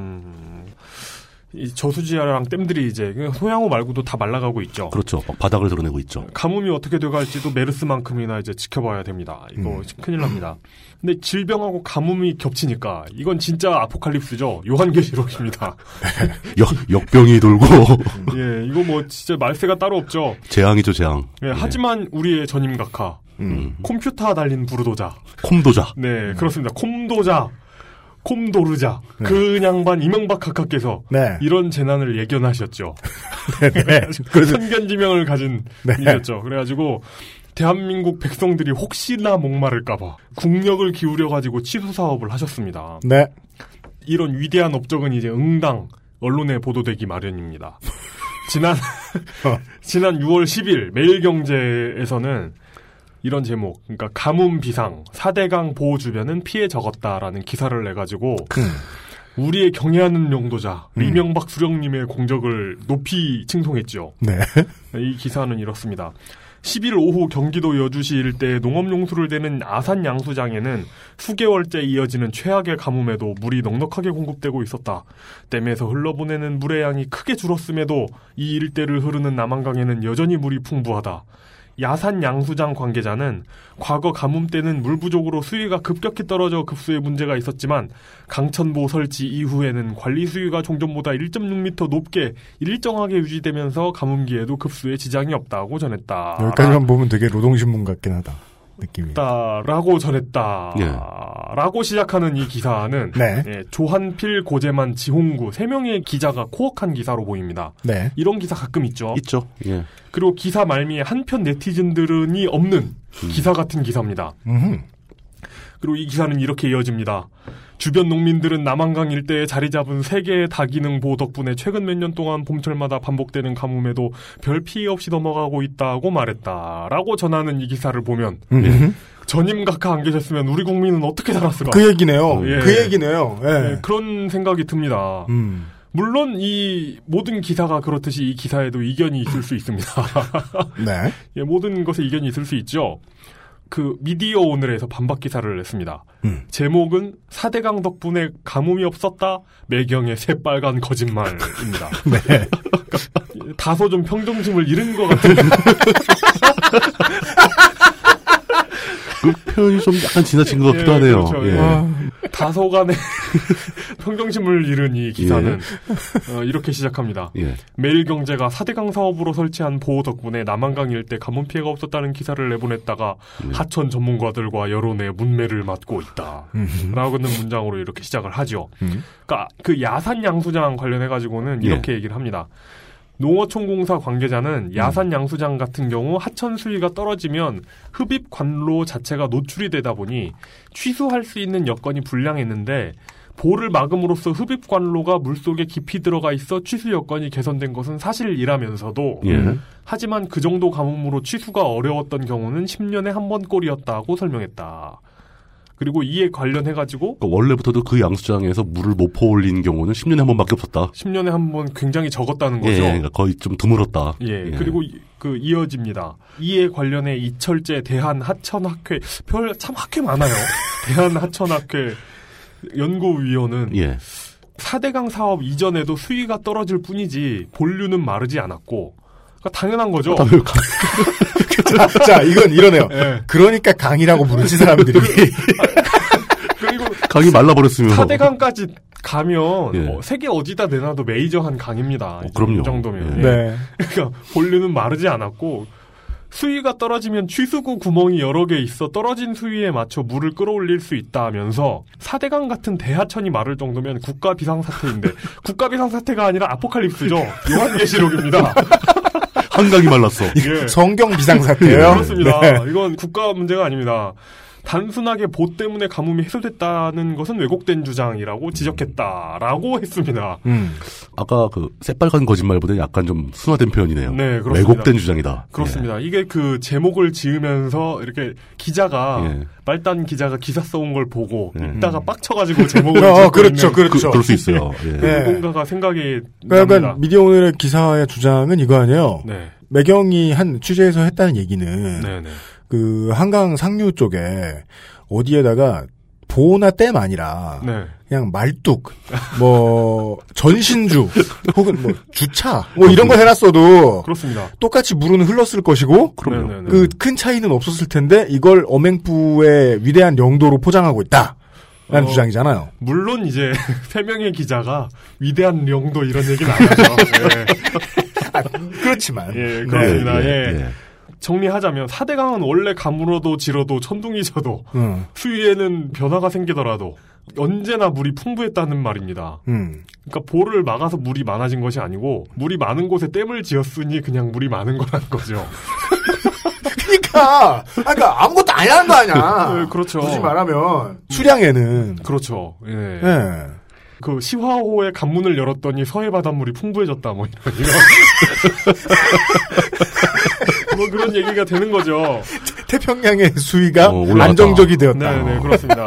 [SPEAKER 2] 이 저수지랑 댐들이 이제 그냥 소양호 말고도 다 말라가고 있죠.
[SPEAKER 4] 그렇죠. 막 바닥을 드러내고 있죠.
[SPEAKER 2] 가뭄이 어떻게 돼갈지도 메르스만큼이나 이제 지켜봐야 됩니다. 이거
[SPEAKER 4] 음.
[SPEAKER 2] 큰일 납니다. 근데 질병하고 가뭄이 겹치니까 이건 진짜 아포칼립스죠. 요한계시록입니다.
[SPEAKER 4] 역, 역병이 돌고
[SPEAKER 2] 예, 이거 뭐 진짜 말세가 따로 없죠.
[SPEAKER 4] 재앙이죠, 재앙.
[SPEAKER 2] 예, 하지만 우리의 전임각하
[SPEAKER 4] 음.
[SPEAKER 2] 컴퓨터 달린 부르도자.
[SPEAKER 4] 콤도자.
[SPEAKER 3] 음.
[SPEAKER 2] 네, 그렇습니다. 콤도자, 콤도르자 그 양반 이명박 각하께서
[SPEAKER 3] 네.
[SPEAKER 2] 이런 재난을 예견하셨죠.
[SPEAKER 3] 그래서-
[SPEAKER 2] 편견지명을 가진
[SPEAKER 3] 네.
[SPEAKER 2] 일이었죠. 그래가지고 대한민국 백성들이 혹시나 목마를까봐 국력을 기울여가지고 치수 사업을 하셨습니다.
[SPEAKER 3] 네.
[SPEAKER 2] 이런 위대한 업적은 이제 응당 언론에 보도되기 마련입니다. 지난 지난 6월 10일 매일경제에서는 이런 제목, 그러니까 가뭄 비상 4대강 보호 주변은 피해 적었다라는 기사를 내가지고 우리의 경애하는 용도자 이명박 수령님의 공적을 높이 칭송했죠.
[SPEAKER 3] 네.
[SPEAKER 2] 이 기사는 이렇습니다. 10일 오후 경기도 여주시 일대 농업용수를 대는 아산 양수장에는 수개월째 이어지는 최악의 가뭄에도 물이 넉넉하게 공급되고 있었다. 댐에서 흘러보내는 물의 양이 크게 줄었음에도 이 일대를 흐르는 남한강에는 여전히 물이 풍부하다. 야산 양수장 관계자는 과거 가뭄 때는 물 부족으로 수위가 급격히 떨어져 급수에 문제가 있었지만 강천보 설치 이후에는 관리 수위가 종전보다 1.6m 높게 일정하게 유지되면서 가뭄기에도 급수에 지장이 없다고 전했다.
[SPEAKER 3] 여기까지만 보면 되게 노동신문 같긴 하다. 느낌이.
[SPEAKER 2] 라고 전했다. 라고 시작하는 이 기사는
[SPEAKER 3] 네.
[SPEAKER 2] 예, 조한필, 고재만, 지홍구 세 명의 기자가 코어한 기사로 보입니다.
[SPEAKER 3] 네.
[SPEAKER 2] 이런 기사 가끔 있죠.
[SPEAKER 4] 있죠. 예.
[SPEAKER 2] 그리고 기사 말미에 한편 네티즌들은이 없는 기사 같은 기사입니다.
[SPEAKER 3] 음흠.
[SPEAKER 2] 그리고 이 기사는 이렇게 이어집니다. 주변 농민들은 남한강 일대에 자리 잡은 세개의 다기능 보호 덕분에 최근 몇 년 동안 봄철마다 반복되는 가뭄에도 별 피해 없이 넘어가고 있다고 말했다. 라고 전하는 이 기사를 보면
[SPEAKER 3] 음흠.
[SPEAKER 2] 예. 전임 각하 안 계셨으면 우리 국민은 어떻게 살았을까?
[SPEAKER 3] 그 얘기네요.
[SPEAKER 2] 예.
[SPEAKER 3] 그 얘기네요. 예.
[SPEAKER 2] 예, 그런 생각이 듭니다.
[SPEAKER 3] 음.
[SPEAKER 2] 물론 이 모든 기사가 그렇듯이 이 기사에도 이견이 있을 수 있습니다.
[SPEAKER 3] 네.
[SPEAKER 2] 예, 모든 것에 이견이 있을 수 있죠. 그 미디어 오늘에서 반박 기사를 냈습니다.
[SPEAKER 3] 음.
[SPEAKER 2] 제목은 사대강 덕분에 가뭄이 없었다. 매경의 새빨간 거짓말입니다.
[SPEAKER 3] 네.
[SPEAKER 2] 다소 좀 평정심을 잃은 것 같은
[SPEAKER 4] 그 표현이 좀 약간 지나친 것 같기도 하네요.
[SPEAKER 2] 그렇죠.
[SPEAKER 4] 예.
[SPEAKER 2] 예. 다소간의 평정심을 잃은 이 기사는 어, 이렇게 시작합니다.
[SPEAKER 4] 예.
[SPEAKER 2] 매일경제가 4대강 사업으로 설치한 보호 덕분에 남한강 일대 가뭄 피해가 없었다는 기사를 내보냈다가
[SPEAKER 3] 네.
[SPEAKER 2] 하천 전문가들과 여론의 문매를 맞고 있다.
[SPEAKER 3] 음흠. 음.
[SPEAKER 2] 라고는 문장으로 이렇게 시작을 하죠. 그러니까 그 야산 양수장 관련해 가지고는
[SPEAKER 3] 예.
[SPEAKER 2] 이렇게 얘기를 합니다. 농어촌공사
[SPEAKER 3] 음.
[SPEAKER 2] 관계자는 야산 양수장 같은 경우 하천 수위가 떨어지면 흡입 관로 자체가 노출이 되다 보니 취수할 수 있는 여건이 불량했는데 볼을 막음으로써 흡입 관로가 물속에 깊이 들어가 있어 취수 여건이 개선된 것은 사실이라면서도
[SPEAKER 4] 예.
[SPEAKER 2] 하지만 그 정도 가뭄으로 취수가 어려웠던 경우는 10년에 한 번 꼴이었다고 설명했다. 그리고 이에 관련해 가지고
[SPEAKER 4] 그러니까 원래부터도 그 양수장에서 물을 못 퍼올린 경우는 10년에 한 번밖에 없었다.
[SPEAKER 2] 10년에 한 번 굉장히 적었다는
[SPEAKER 4] 예,
[SPEAKER 2] 거죠.
[SPEAKER 4] 그러니까 거의 좀 드물었다.
[SPEAKER 2] 예, 그리고 이- 그 이어집니다. 이에 관련해 이철재 대한 하천학회 별 참 학회 많아요. 대한 하천학회 연구위원은
[SPEAKER 4] 예.
[SPEAKER 2] 4대강 사업 이전에도 수위가 떨어질 뿐이지 본류는 마르지 않았고 그러니까 당연한
[SPEAKER 4] 아,
[SPEAKER 2] 거죠.
[SPEAKER 3] 자, 자, 이건 이러네요.
[SPEAKER 2] 예. 그,
[SPEAKER 3] 그러니까 강이라고 부르지 사람들이.
[SPEAKER 4] 강이 말라버렸으면
[SPEAKER 2] 4대강까지 가면
[SPEAKER 4] 예. 어,
[SPEAKER 2] 어, 세계 어디다 내놔도 메이저한 강입니다.
[SPEAKER 4] 그럼요.
[SPEAKER 2] 이 정도면.
[SPEAKER 4] 예.
[SPEAKER 3] 네.
[SPEAKER 2] 예. 그러니까 본류는 마르지 않았고 수위가 떨어지면 취수구 구멍이 여러 개 있어 떨어진 수위에 맞춰 물을 끌어올릴 수 있다면서 4대강 같은 대하천이 마를 정도면 국가 비상사태인데 국가 비상사태가 아니라 아포칼립스죠. 요한계시록입니다.
[SPEAKER 4] 한강이 말랐어.
[SPEAKER 2] 예.
[SPEAKER 3] 성경
[SPEAKER 2] 네,
[SPEAKER 3] 비상사태예요.
[SPEAKER 2] 그렇습니다.
[SPEAKER 3] 네.
[SPEAKER 2] 이건 국가 문제가 아닙니다. 단순하게 보 때문에 가뭄이 해소됐다는 것은 왜곡된 주장이라고 지적했다라고 했습니다.
[SPEAKER 4] 아까 그 새빨간 거짓말보다 약간 좀 순화된 표현이네요.
[SPEAKER 2] 네, 그렇습니다.
[SPEAKER 4] 왜곡된 주장이다. 예.
[SPEAKER 2] 그렇습니다.
[SPEAKER 3] 네.
[SPEAKER 2] 이게 그 제목을 지으면서 이렇게 기자가
[SPEAKER 3] 네.
[SPEAKER 4] 예.
[SPEAKER 2] 말단 기자가 기사 써온 걸 보고
[SPEAKER 4] 예.
[SPEAKER 2] 읽다가 빡쳐가지고 제목을
[SPEAKER 3] 음. 어,
[SPEAKER 2] 짓고
[SPEAKER 3] 그렇죠,
[SPEAKER 2] 있는
[SPEAKER 3] 그렇죠.
[SPEAKER 4] 그- 그럴 수 있어요. 예.
[SPEAKER 2] 그 누군가가 생각이
[SPEAKER 3] 그러니까
[SPEAKER 2] 납니다.
[SPEAKER 3] 미디어 오늘의 기사의 주장은 이거 아니에요.
[SPEAKER 2] 네.
[SPEAKER 3] 매경이 한 취재에서 했다는 얘기는
[SPEAKER 2] 네네.
[SPEAKER 3] 그 한강 상류 쪽에 어디에다가 보호나 댐 아니라
[SPEAKER 2] 네.
[SPEAKER 3] 그냥 말뚝, 뭐 전신주 혹은 뭐 주차 뭐 이런 거 해놨어도
[SPEAKER 2] 그렇습니다.
[SPEAKER 3] 똑같이 물은 흘렀을 것이고
[SPEAKER 2] 그럼요. 네네네.
[SPEAKER 3] 그 큰 차이는 없었을 텐데 이걸 어맹부의 위대한 영도로 포장하고 있다. 라는
[SPEAKER 2] 어,
[SPEAKER 3] 주장이잖아요.
[SPEAKER 2] 물론 이제 세 명의 기자가 위대한 영도 이런 얘기는 안 하죠. 네. 예.
[SPEAKER 3] 그렇지만
[SPEAKER 2] 예, 그렇습니다.
[SPEAKER 3] 네,
[SPEAKER 2] 예.
[SPEAKER 3] 네, 네.
[SPEAKER 2] 정리하자면 4대강은 원래 가물어도 지러도 천둥이 쳐도
[SPEAKER 3] 음.
[SPEAKER 2] 수위에는 변화가 생기더라도 언제나 물이 풍부했다는 말입니다.
[SPEAKER 3] 음.
[SPEAKER 2] 그러니까 볼을 막아서 물이 많아진 것이 아니고 물이 많은 곳에 댐을 지었으니 그냥 물이 많은 거란 거죠.
[SPEAKER 3] 그러니까, 그러니까 아무것도 안 하는 거 아니야.
[SPEAKER 2] 네, 그렇죠.
[SPEAKER 3] 굳이 말하면 수량에는
[SPEAKER 2] 그렇죠. 예.
[SPEAKER 3] 예.
[SPEAKER 2] 그 시화호의 관문을 열었더니 서해 바닷물이 풍부해졌다 뭐 이런 이런 뭐 그런 얘기가 되는 거죠.
[SPEAKER 3] 태평양의 수위가
[SPEAKER 4] 올라갔다.
[SPEAKER 3] 어, 안정적이 되었다.
[SPEAKER 2] 네, 네, 그렇습니다.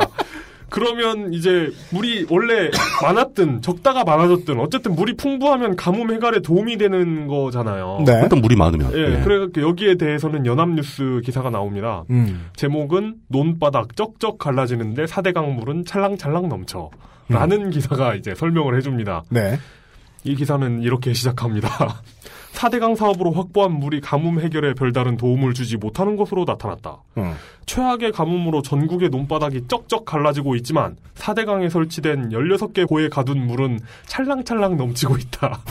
[SPEAKER 2] 그러면 이제 물이 원래 많았든 적다가 많아졌든 어쨌든 물이 풍부하면 가뭄 해결에 도움이 되는 거잖아요.
[SPEAKER 4] 네.
[SPEAKER 3] 어.
[SPEAKER 4] 일단 물이 많으면.
[SPEAKER 2] 예,
[SPEAKER 4] 네.
[SPEAKER 2] 그래서 여기에 대해서는 연합뉴스 기사가 나옵니다.
[SPEAKER 3] 음.
[SPEAKER 2] 제목은 논바닥 쩍쩍 갈라지는데 사대강 물은 찰랑찰랑 넘쳐. 라는 기사가 이제 설명을 해줍니다.
[SPEAKER 3] 네.
[SPEAKER 2] 이 기사는 이렇게 시작합니다. 4대강 사업으로 확보한 물이 가뭄 해결에 별다른 도움을 주지 못하는 것으로 나타났다.
[SPEAKER 3] 음.
[SPEAKER 2] 최악의 가뭄으로 전국의 논바닥이 쩍쩍 갈라지고 있지만 4대강에 설치된 16개 고에 가둔 물은 찰랑찰랑 넘치고 있다.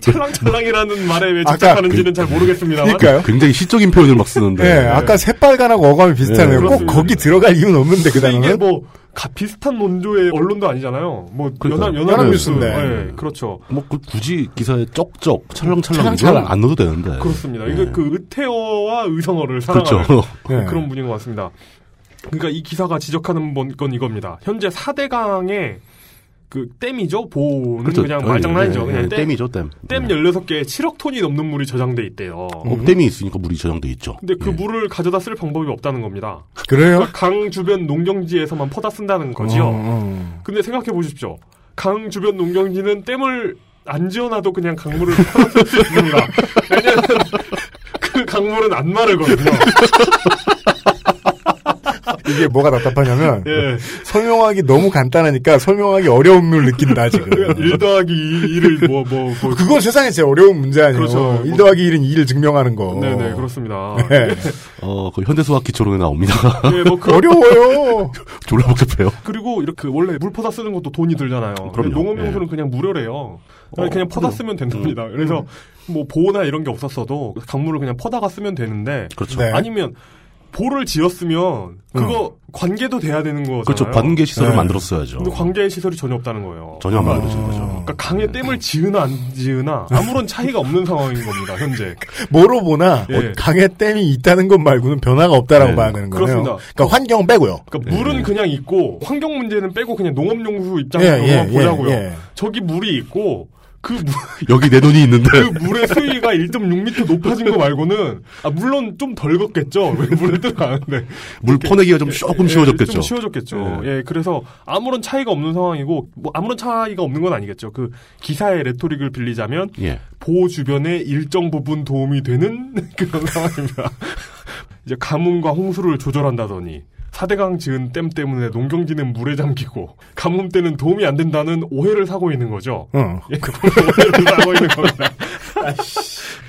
[SPEAKER 2] 찰랑찰랑이라는 말에 왜
[SPEAKER 3] 아까
[SPEAKER 2] 집착하는지는 잘 모르겠습니다만
[SPEAKER 3] 그러니까요.
[SPEAKER 4] 굉장히 시적인 표현을 막 쓰는데.
[SPEAKER 3] 예, 아까 새빨간하고 어감이 비슷하네요.
[SPEAKER 2] 네,
[SPEAKER 3] 꼭
[SPEAKER 2] 그렇습니다.
[SPEAKER 3] 거기 들어갈 이유는 없는데 그
[SPEAKER 2] 근데 이게
[SPEAKER 3] 단어는.
[SPEAKER 2] 뭐 가- 비슷한 논조의 언론도 아니잖아요. 뭐 연합
[SPEAKER 4] 그러니까요.
[SPEAKER 2] 연합 뉴스
[SPEAKER 4] 연합뉴스인데.
[SPEAKER 2] 예, 그렇죠.
[SPEAKER 4] 뭐 그 굳이 기사에 쩍쩍 찰랑찰랑 이건
[SPEAKER 2] 찰랑찰랑.
[SPEAKER 4] 안 넣어도 되는데. 예.
[SPEAKER 2] 그렇습니다. 이게 그 의태어와 의성어를
[SPEAKER 4] 네. 그렇죠.
[SPEAKER 2] 사랑하는
[SPEAKER 4] 네.
[SPEAKER 2] 뭐 그런 분인 것 같습니다. 그러니까 이 기사가 지적하는 번- 건 이겁니다. 현재 4대강의 그 댐이죠. 보는
[SPEAKER 4] 그렇죠.
[SPEAKER 2] 그냥
[SPEAKER 4] 예,
[SPEAKER 2] 말장난이죠.
[SPEAKER 4] 예,
[SPEAKER 2] 그냥
[SPEAKER 4] 예, 댐이죠, 댐.
[SPEAKER 2] 댐 16개에 7억 톤이 넘는 물이 저장돼 있대요.
[SPEAKER 4] 옥댐이 있으니까 물이 저장돼 있죠. 예.
[SPEAKER 2] 근데 그 물을 가져다 쓸 방법이 없다는 겁니다.
[SPEAKER 3] 그래요?
[SPEAKER 2] 그러니까 강 주변 농경지에서만 퍼다 쓴다는 거지요.
[SPEAKER 4] 음.
[SPEAKER 3] 어, 어.
[SPEAKER 2] 근데 생각해 보십시오. 강 주변 농경지는 댐을 안 지어놔도 그냥 강물을 풀어쓸 수 있습니다. 왜냐면 그 강물은 안 마르거든요.
[SPEAKER 3] 이게 뭐가 답답하냐면
[SPEAKER 2] 예.
[SPEAKER 3] 설명하기 너무 간단하니까 설명하기 어려움을 느낀다 지금.
[SPEAKER 2] 1 더하기 2, 2를 뭐, 뭐, 뭐.
[SPEAKER 3] 그거 세상에 제일 어려운 문제 아니에요.
[SPEAKER 2] 그렇죠.
[SPEAKER 3] 1 더하기 1은 2를 증명하는 거.
[SPEAKER 2] 네네, 그렇죠. 그렇습니다.
[SPEAKER 3] 네.
[SPEAKER 4] 어, 그 현대수학 기초론에 나옵니다.
[SPEAKER 2] 예, 뭐 그-
[SPEAKER 3] 어려워요.
[SPEAKER 4] 졸라 복잡해요.
[SPEAKER 2] 그리고 이렇게 원래 물 퍼다 쓰는 것도 돈이 들잖아요. 근데 농업용수는
[SPEAKER 4] 예.
[SPEAKER 2] 그냥 무료래요. 그냥,
[SPEAKER 4] 어.
[SPEAKER 2] 그냥 퍼다
[SPEAKER 4] 음.
[SPEAKER 2] 쓰면 된답니다. 그래서 뭐 보호나 이런 게 없었어도 강물을 그냥 퍼다가 쓰면 되는데
[SPEAKER 4] 그렇죠. 네.
[SPEAKER 2] 아니면 보를 지었으면 그거 관계도 돼야 되는 거잖아요.
[SPEAKER 4] 음.
[SPEAKER 2] 네.
[SPEAKER 4] 그렇죠. 관계 시설을 만들었어야죠.
[SPEAKER 2] 근데 관계 시설이 전혀 없다는 거예요.
[SPEAKER 4] 전혀 음. 안 만들어진 거죠.
[SPEAKER 2] 그러니까 강에 댐을 지으나 안 지으나 아무런 차이가 없는 상황인 겁니다. 현재.
[SPEAKER 3] 뭐로 보나
[SPEAKER 2] 예.
[SPEAKER 3] 어, 강에 댐이 있다는 것 말고는 변화가 없다라고
[SPEAKER 2] 네.
[SPEAKER 3] 봐야 되는 거예요.
[SPEAKER 2] 그렇습니다.
[SPEAKER 3] 그러니까 환경 빼고요.
[SPEAKER 2] 그러니까 물은 그냥 있고 환경 문제는 빼고 그냥 농업용수
[SPEAKER 3] 예, 예,
[SPEAKER 2] 입장에서만
[SPEAKER 3] 예,
[SPEAKER 2] 보자고요.
[SPEAKER 3] 예.
[SPEAKER 2] 저기 물이 있고 그, 물,
[SPEAKER 4] 여기 내 돈이 있는데.
[SPEAKER 2] 그 물의 수위가 1.6m 높아진 거 말고는 아 물론 좀 덜 걷겠죠. 왜 물을 들어가는데
[SPEAKER 4] 물 퍼내기가 좀 조금 쉬워졌겠죠.
[SPEAKER 2] 예, 네, 좀 쉬워졌겠죠. 예, 그래서 아무런 차이가 없는 상황이고 뭐 아무런 차이가 없는 건 아니겠죠. 그 기사의 레토릭을 빌리자면
[SPEAKER 4] 예.
[SPEAKER 2] 보호 주변에 일정 부분 도움이 되는 그런 상황입니다. 이제 가뭄과 홍수를 조절한다더니 사대강 지은 댐 때문에 농경지는 물에 잠기고 가뭄 때는 도움이 안 된다는 오해를 사고 있는 거죠.
[SPEAKER 4] 어.
[SPEAKER 3] 응.
[SPEAKER 2] 예, 그런 오해를 사고 있는 겁니다.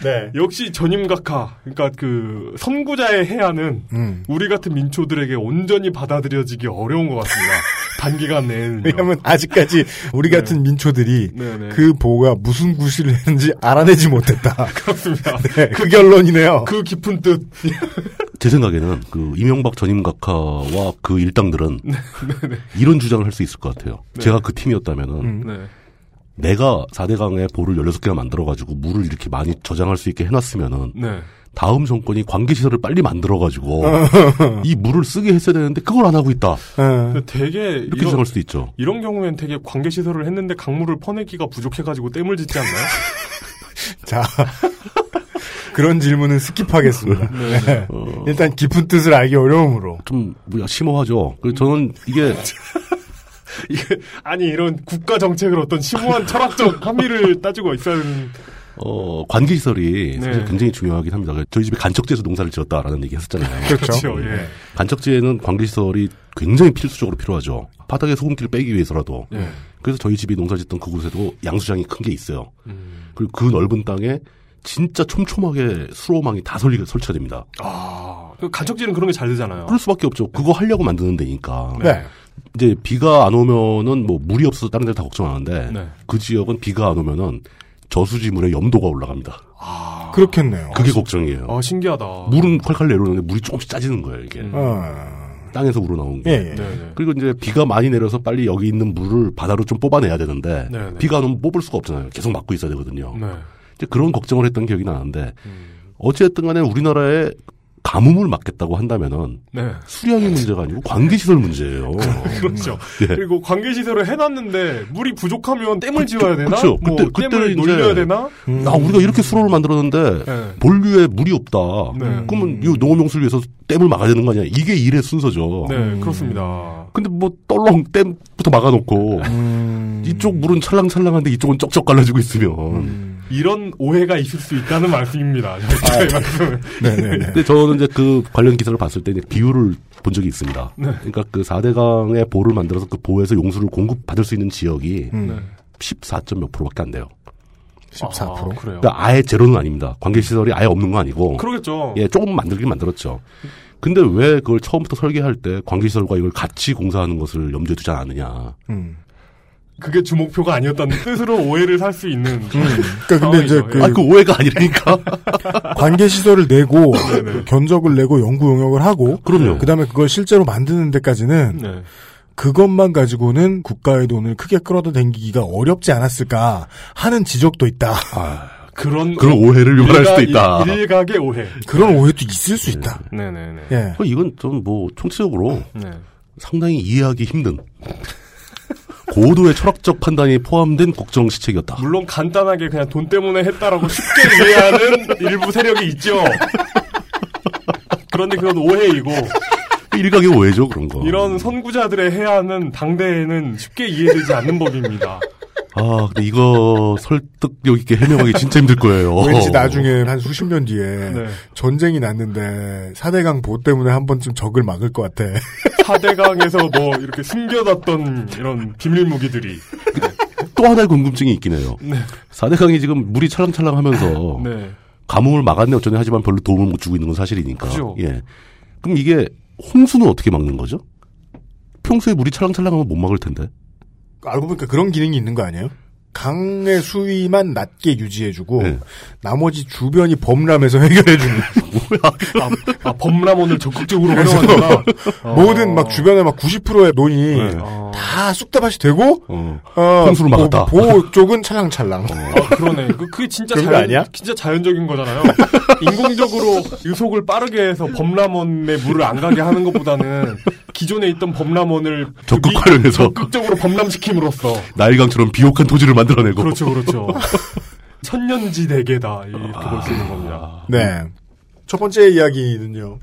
[SPEAKER 3] 네.
[SPEAKER 2] 역시 전임각하, 그러니까 그 선구자의 해안은
[SPEAKER 3] 음.
[SPEAKER 2] 우리 같은 민초들에게 온전히 받아들여지기 어려운 것 같습니다. 단기간 내에는.
[SPEAKER 3] 왜냐하면 아직까지 우리 같은 민초들이
[SPEAKER 2] 네, 네.
[SPEAKER 3] 그 보가 무슨 구실을 했는지 알아내지 못했다.
[SPEAKER 2] 그렇습니다.
[SPEAKER 3] 네, 그 결론이네요.
[SPEAKER 2] 그 깊은 뜻.
[SPEAKER 4] 제 생각에는 그 이명박 전임각하와 그 일당들은 이런 주장을 할 수 있을 것 같아요.
[SPEAKER 2] 네.
[SPEAKER 4] 제가 그 팀이었다면은
[SPEAKER 2] 네.
[SPEAKER 4] 내가 4대강에 볼을 16개나 만들어가지고 물을 이렇게 많이 저장할 수 있게 해놨으면은
[SPEAKER 2] 네.
[SPEAKER 4] 다음 정권이 관계시설을 빨리 만들어가지고
[SPEAKER 2] 아.
[SPEAKER 4] 이 물을 쓰게 했어야 되는데 그걸 안 하고 있다.
[SPEAKER 2] 근데 되게
[SPEAKER 4] 이렇게 주장할 수도 있죠.
[SPEAKER 2] 이런 경우엔 되게 관계 시설을 했는데 강물을 퍼내기가 부족해가지고 댐을 짓지 않나요?
[SPEAKER 3] 자. 그런 질문은 스킵하겠습니다. 네. 일단 깊은 뜻을 알기 어려움으로.
[SPEAKER 4] 좀 뭐야, 심오하죠. 그 저는 이게
[SPEAKER 2] 이게 아니 이런 국가 정책을 어떤 심오한 철학적 함의를 따지고 있어야 되는.
[SPEAKER 4] 어, 관계시설이 사실
[SPEAKER 2] 네.
[SPEAKER 4] 굉장히 중요하긴 합니다. 그러니까 저희 집에 간척지에서 농사를 지었다라는 얘기 했었잖아요.
[SPEAKER 2] 그렇죠. 그렇죠, 예.
[SPEAKER 4] 간척지에는 관계시설이 굉장히 필수적으로 필요하죠. 바닥에 소금기를 빼기 위해서라도.
[SPEAKER 2] 예.
[SPEAKER 4] 그래서 저희 집이 농사 짓던 그곳에도 양수장이 큰 게 있어요.
[SPEAKER 2] 음.
[SPEAKER 4] 그리고 그 넓은 땅에 진짜 촘촘하게 수로망이 다 설리, 설치가 됩니다.
[SPEAKER 2] 아, 그 간척지는 그런 게 잘 되잖아요.
[SPEAKER 4] 그럴 수밖에 없죠. 그거 하려고 만드는 데니까.
[SPEAKER 2] 네.
[SPEAKER 4] 이제 비가 안 오면은 뭐 물이 없어서 다른 데를 다 걱정하는데
[SPEAKER 2] 네.
[SPEAKER 4] 그 지역은 비가 안 오면은 저수지물의 염도가 올라갑니다.
[SPEAKER 3] 그렇겠네요.
[SPEAKER 4] 그게 걱정이에요.
[SPEAKER 2] 아 신기하다.
[SPEAKER 4] 물은 칼칼 내려오는데 물이 조금씩 짜지는 거예요, 이게.
[SPEAKER 3] 어.
[SPEAKER 4] 땅에서 우러나온 게.
[SPEAKER 2] 음. 예, 예. 네네.
[SPEAKER 4] 그리고 이제 비가 많이 내려서 빨리 여기 있는 물을 바다로 좀 뽑아내야 되는데
[SPEAKER 2] 네네.
[SPEAKER 4] 비가 안 오면 뽑을 수가 없잖아요. 계속 막고 있어야 되거든요.
[SPEAKER 2] 네. 음.
[SPEAKER 4] 이제 그런 걱정을 했던 기억이 나는데 어찌됐든 간에 우리나라의 가뭄을 막겠다고 한다면은
[SPEAKER 2] 네.
[SPEAKER 4] 수량이 문제가 아니고 관계시설 문제예요.
[SPEAKER 2] 그렇죠.
[SPEAKER 4] 예.
[SPEAKER 2] 그리고 관계시설을 해놨는데 물이 부족하면 댐을 지어야 되나?
[SPEAKER 4] 그렇죠.
[SPEAKER 2] 뭐
[SPEAKER 4] 그때 그때
[SPEAKER 2] 댐을
[SPEAKER 4] 이제
[SPEAKER 2] 놀려야 되나?
[SPEAKER 4] 아 우리가 이렇게 수로를 만들었는데
[SPEAKER 2] 네.
[SPEAKER 4] 본류에 물이 없다.
[SPEAKER 2] 네.
[SPEAKER 4] 그러면 이 농업용수를 위해서 댐을 막아야 되는 거 아니야? 이게 일의 순서죠.
[SPEAKER 2] 네, 그렇습니다.
[SPEAKER 4] 근데 뭐 떨렁 댐부터 막아놓고
[SPEAKER 2] 음.
[SPEAKER 4] 이쪽 물은 찰랑찰랑한데 이쪽은 쩍쩍 갈라지고 있으면
[SPEAKER 2] 음. 이런 오해가 있을 수 있다는 말씀입니다.
[SPEAKER 4] 아, 예.
[SPEAKER 3] 네,
[SPEAKER 4] 근데 저는 이제 그 관련 기사를 봤을 때 이제 비율을 본 적이 있습니다.
[SPEAKER 2] 네.
[SPEAKER 4] 그러니까 그 4대강의 보를 만들어서 그 보에서 용수를 공급받을 수 있는 지역이
[SPEAKER 2] 음.
[SPEAKER 4] 14점 몇 프로밖에 안 돼요.
[SPEAKER 2] 아. 14% 그래요.
[SPEAKER 4] 그러니까 아예 제로는 아닙니다. 관계시설이 아예 없는 건 아니고.
[SPEAKER 2] 그러겠죠.
[SPEAKER 4] 예, 조금 만들긴 만들었죠. 근데 왜 그걸 처음부터 설계할 때 관계시설과 이걸 같이 공사하는 것을 염두에 두지 않느냐.
[SPEAKER 3] 음.
[SPEAKER 2] 그게 주목표가 아니었다는 뜻으로 오해를 살 수 있는.
[SPEAKER 3] 그러니까 근데 이제
[SPEAKER 2] 예. 네.
[SPEAKER 3] 그,
[SPEAKER 4] 아, 그 오해가 아니라니까.
[SPEAKER 3] 관계 시설을 내고
[SPEAKER 2] 네,
[SPEAKER 3] 견적을 내고 연구 용역을 하고
[SPEAKER 4] 그럼요.
[SPEAKER 3] 그다음에 그걸 실제로 만드는 데까지는
[SPEAKER 2] 네.
[SPEAKER 3] 그것만 가지고는 국가의 돈을 크게 끌어다 댕기기가 어렵지 않았을까 하는 지적도 있다.
[SPEAKER 4] 아,
[SPEAKER 2] 그런
[SPEAKER 4] 그런 오해를 유발할 수도
[SPEAKER 2] 일가-
[SPEAKER 4] 있다.
[SPEAKER 2] 일- 일각의 오해.
[SPEAKER 3] 그런
[SPEAKER 4] 네.
[SPEAKER 3] 오해도 있을 수 있다.
[SPEAKER 4] 음.
[SPEAKER 2] 네네네.
[SPEAKER 3] 예.
[SPEAKER 4] 그 이건 좀 뭐 총체적으로
[SPEAKER 2] 네.
[SPEAKER 4] 상당히 이해하기 힘든 고도의 철학적 판단이 포함된 국정 시책이었다.
[SPEAKER 2] 물론 간단하게 그냥 돈 때문에 했다라고 쉽게 이해하는 일부 세력이 있죠. 그런데 그건 오해이고
[SPEAKER 4] 일각의 오해죠 그런
[SPEAKER 3] 어.
[SPEAKER 4] 거.
[SPEAKER 2] 이런 선구자들의 해안은 당대에는 쉽게 이해되지 않는 법입니다.
[SPEAKER 4] 아 근데 이거 설득력 있게 해명하기 진짜 힘들 거예요.
[SPEAKER 3] 왠지 나중에 한 수십 년 뒤에
[SPEAKER 2] 네.
[SPEAKER 3] 전쟁이 났는데 4대강 보 때문에 한 번쯤 적을 막을 것 같아.
[SPEAKER 2] 사대강에서 뭐 이렇게 숨겨놨던 이런 비밀 무기들이
[SPEAKER 4] 또 하나의 궁금증이 있긴 해요.
[SPEAKER 2] 네.
[SPEAKER 4] 사대강이 지금 물이 찰랑찰랑하면서
[SPEAKER 2] 네.
[SPEAKER 4] 가뭄을 막았네 어쩌네 하지만 별로 도움을 못 주고 있는 건 사실이니까.
[SPEAKER 2] 그죠.
[SPEAKER 4] 예. 그럼 이게 홍수는 어떻게 막는 거죠? 평소에 물이 찰랑찰랑하면 못 막을 텐데.
[SPEAKER 3] 알고 보니까 그런 기능이 있는 거 아니에요? 강의 수위만 낮게 유지해주고
[SPEAKER 4] 네.
[SPEAKER 3] 나머지 주변이 범람해서 해결해주는
[SPEAKER 2] 뭐야? 아, 범람 오늘 적극적으로
[SPEAKER 3] 그래서
[SPEAKER 2] 활용한다.
[SPEAKER 3] 모든 막 주변에 막 90%의 논이
[SPEAKER 4] 네.
[SPEAKER 2] 아,
[SPEAKER 3] 다 쑥대밭이 되고
[SPEAKER 4] 어.
[SPEAKER 3] 어,
[SPEAKER 4] 홍수를 막았다. 어.
[SPEAKER 3] 보, 호 쪽은 찰랑찰랑.
[SPEAKER 2] 아, 그러네. 그, 그게 진짜
[SPEAKER 3] 그런 거
[SPEAKER 2] 자연,
[SPEAKER 3] 아니야?
[SPEAKER 2] 진짜 자연적인 거잖아요. 인공적으로 유속을 빠르게 해서 범람원에 물을 안 가게 하는 것보다는 기존에 있던 범람원을
[SPEAKER 4] 적극
[SPEAKER 2] 미-
[SPEAKER 4] 활용해서.
[SPEAKER 2] 적극적으로 범람시킴으로써
[SPEAKER 4] 나일강처럼 비옥한 토지를 만들어내고.
[SPEAKER 2] 그렇죠, 그렇죠. 아. 천년지 대계다 이렇게 볼 수 있는 겁니다.
[SPEAKER 3] 네. 첫 번째 이야기는요.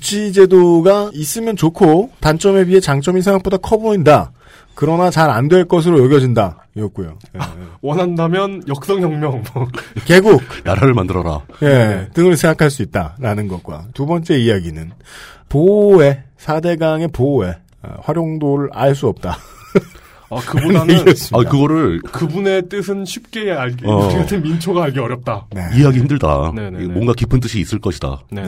[SPEAKER 3] 주치제도가 있으면 좋고 단점에 비해 장점이 생각보다 커 보인다. 그러나 잘 안 될 것으로 여겨진다. 이었고요. 예.
[SPEAKER 2] 원한다면 역성혁명. 뭐.
[SPEAKER 3] 개국
[SPEAKER 4] 나라를 만들어라. 아,
[SPEAKER 3] 예, 등을 생각할 수 있다라는 것과 두 번째 이야기는 보호에 4대강의 보호에 아, 활용도를 알 수 없다.
[SPEAKER 2] 아 그보다는
[SPEAKER 4] 아 그거를
[SPEAKER 2] 그분의 뜻은 쉽게 알기
[SPEAKER 4] 어.
[SPEAKER 2] 우리 같은 민초가 알기 어렵다.
[SPEAKER 4] 이해하기 힘들다.
[SPEAKER 2] 네네네.
[SPEAKER 4] 뭔가 깊은 뜻이 있을 것이다.
[SPEAKER 2] 네.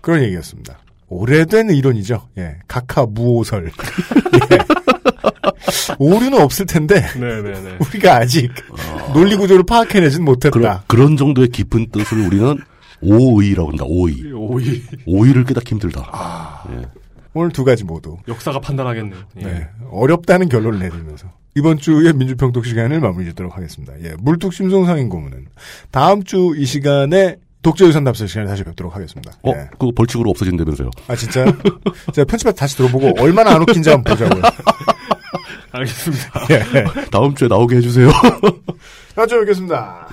[SPEAKER 3] 그런 얘기였습니다. 오래된 이론이죠. 예, 각하 무오설. 예. 오류는 없을 텐데
[SPEAKER 2] 네네네.
[SPEAKER 3] 우리가 아직 논리 구조를 파악해내진 못했다.
[SPEAKER 4] 어. 그런 그런 정도의 깊은 뜻을 우리는 오의라고 합니다. 오의.
[SPEAKER 2] 오이
[SPEAKER 4] 오의를 깨닫기 힘들다. 예.
[SPEAKER 3] 오늘 두 가지 모두
[SPEAKER 2] 역사가 판단하겠네요. 예.
[SPEAKER 3] 네, 어렵다는 결론을 내리면서 이번 주의 민주평독 시간을 마무리짓도록 하겠습니다. 예, 물뚝 심송상인 고문은 다음 주 이 시간에 독재유산 답사 시간에 다시 뵙도록 하겠습니다.
[SPEAKER 4] 어,
[SPEAKER 3] 예.
[SPEAKER 4] 그거 벌칙으로 없어진다면서요.
[SPEAKER 3] 아 진짜? 제가 편집해서 다시 들어보고 얼마나 안 웃긴지 한번 보자고요.
[SPEAKER 2] 알겠습니다.
[SPEAKER 3] 예.
[SPEAKER 4] 다음 주에 나오게 해주세요.
[SPEAKER 3] 다음 주에 뵙겠습니다.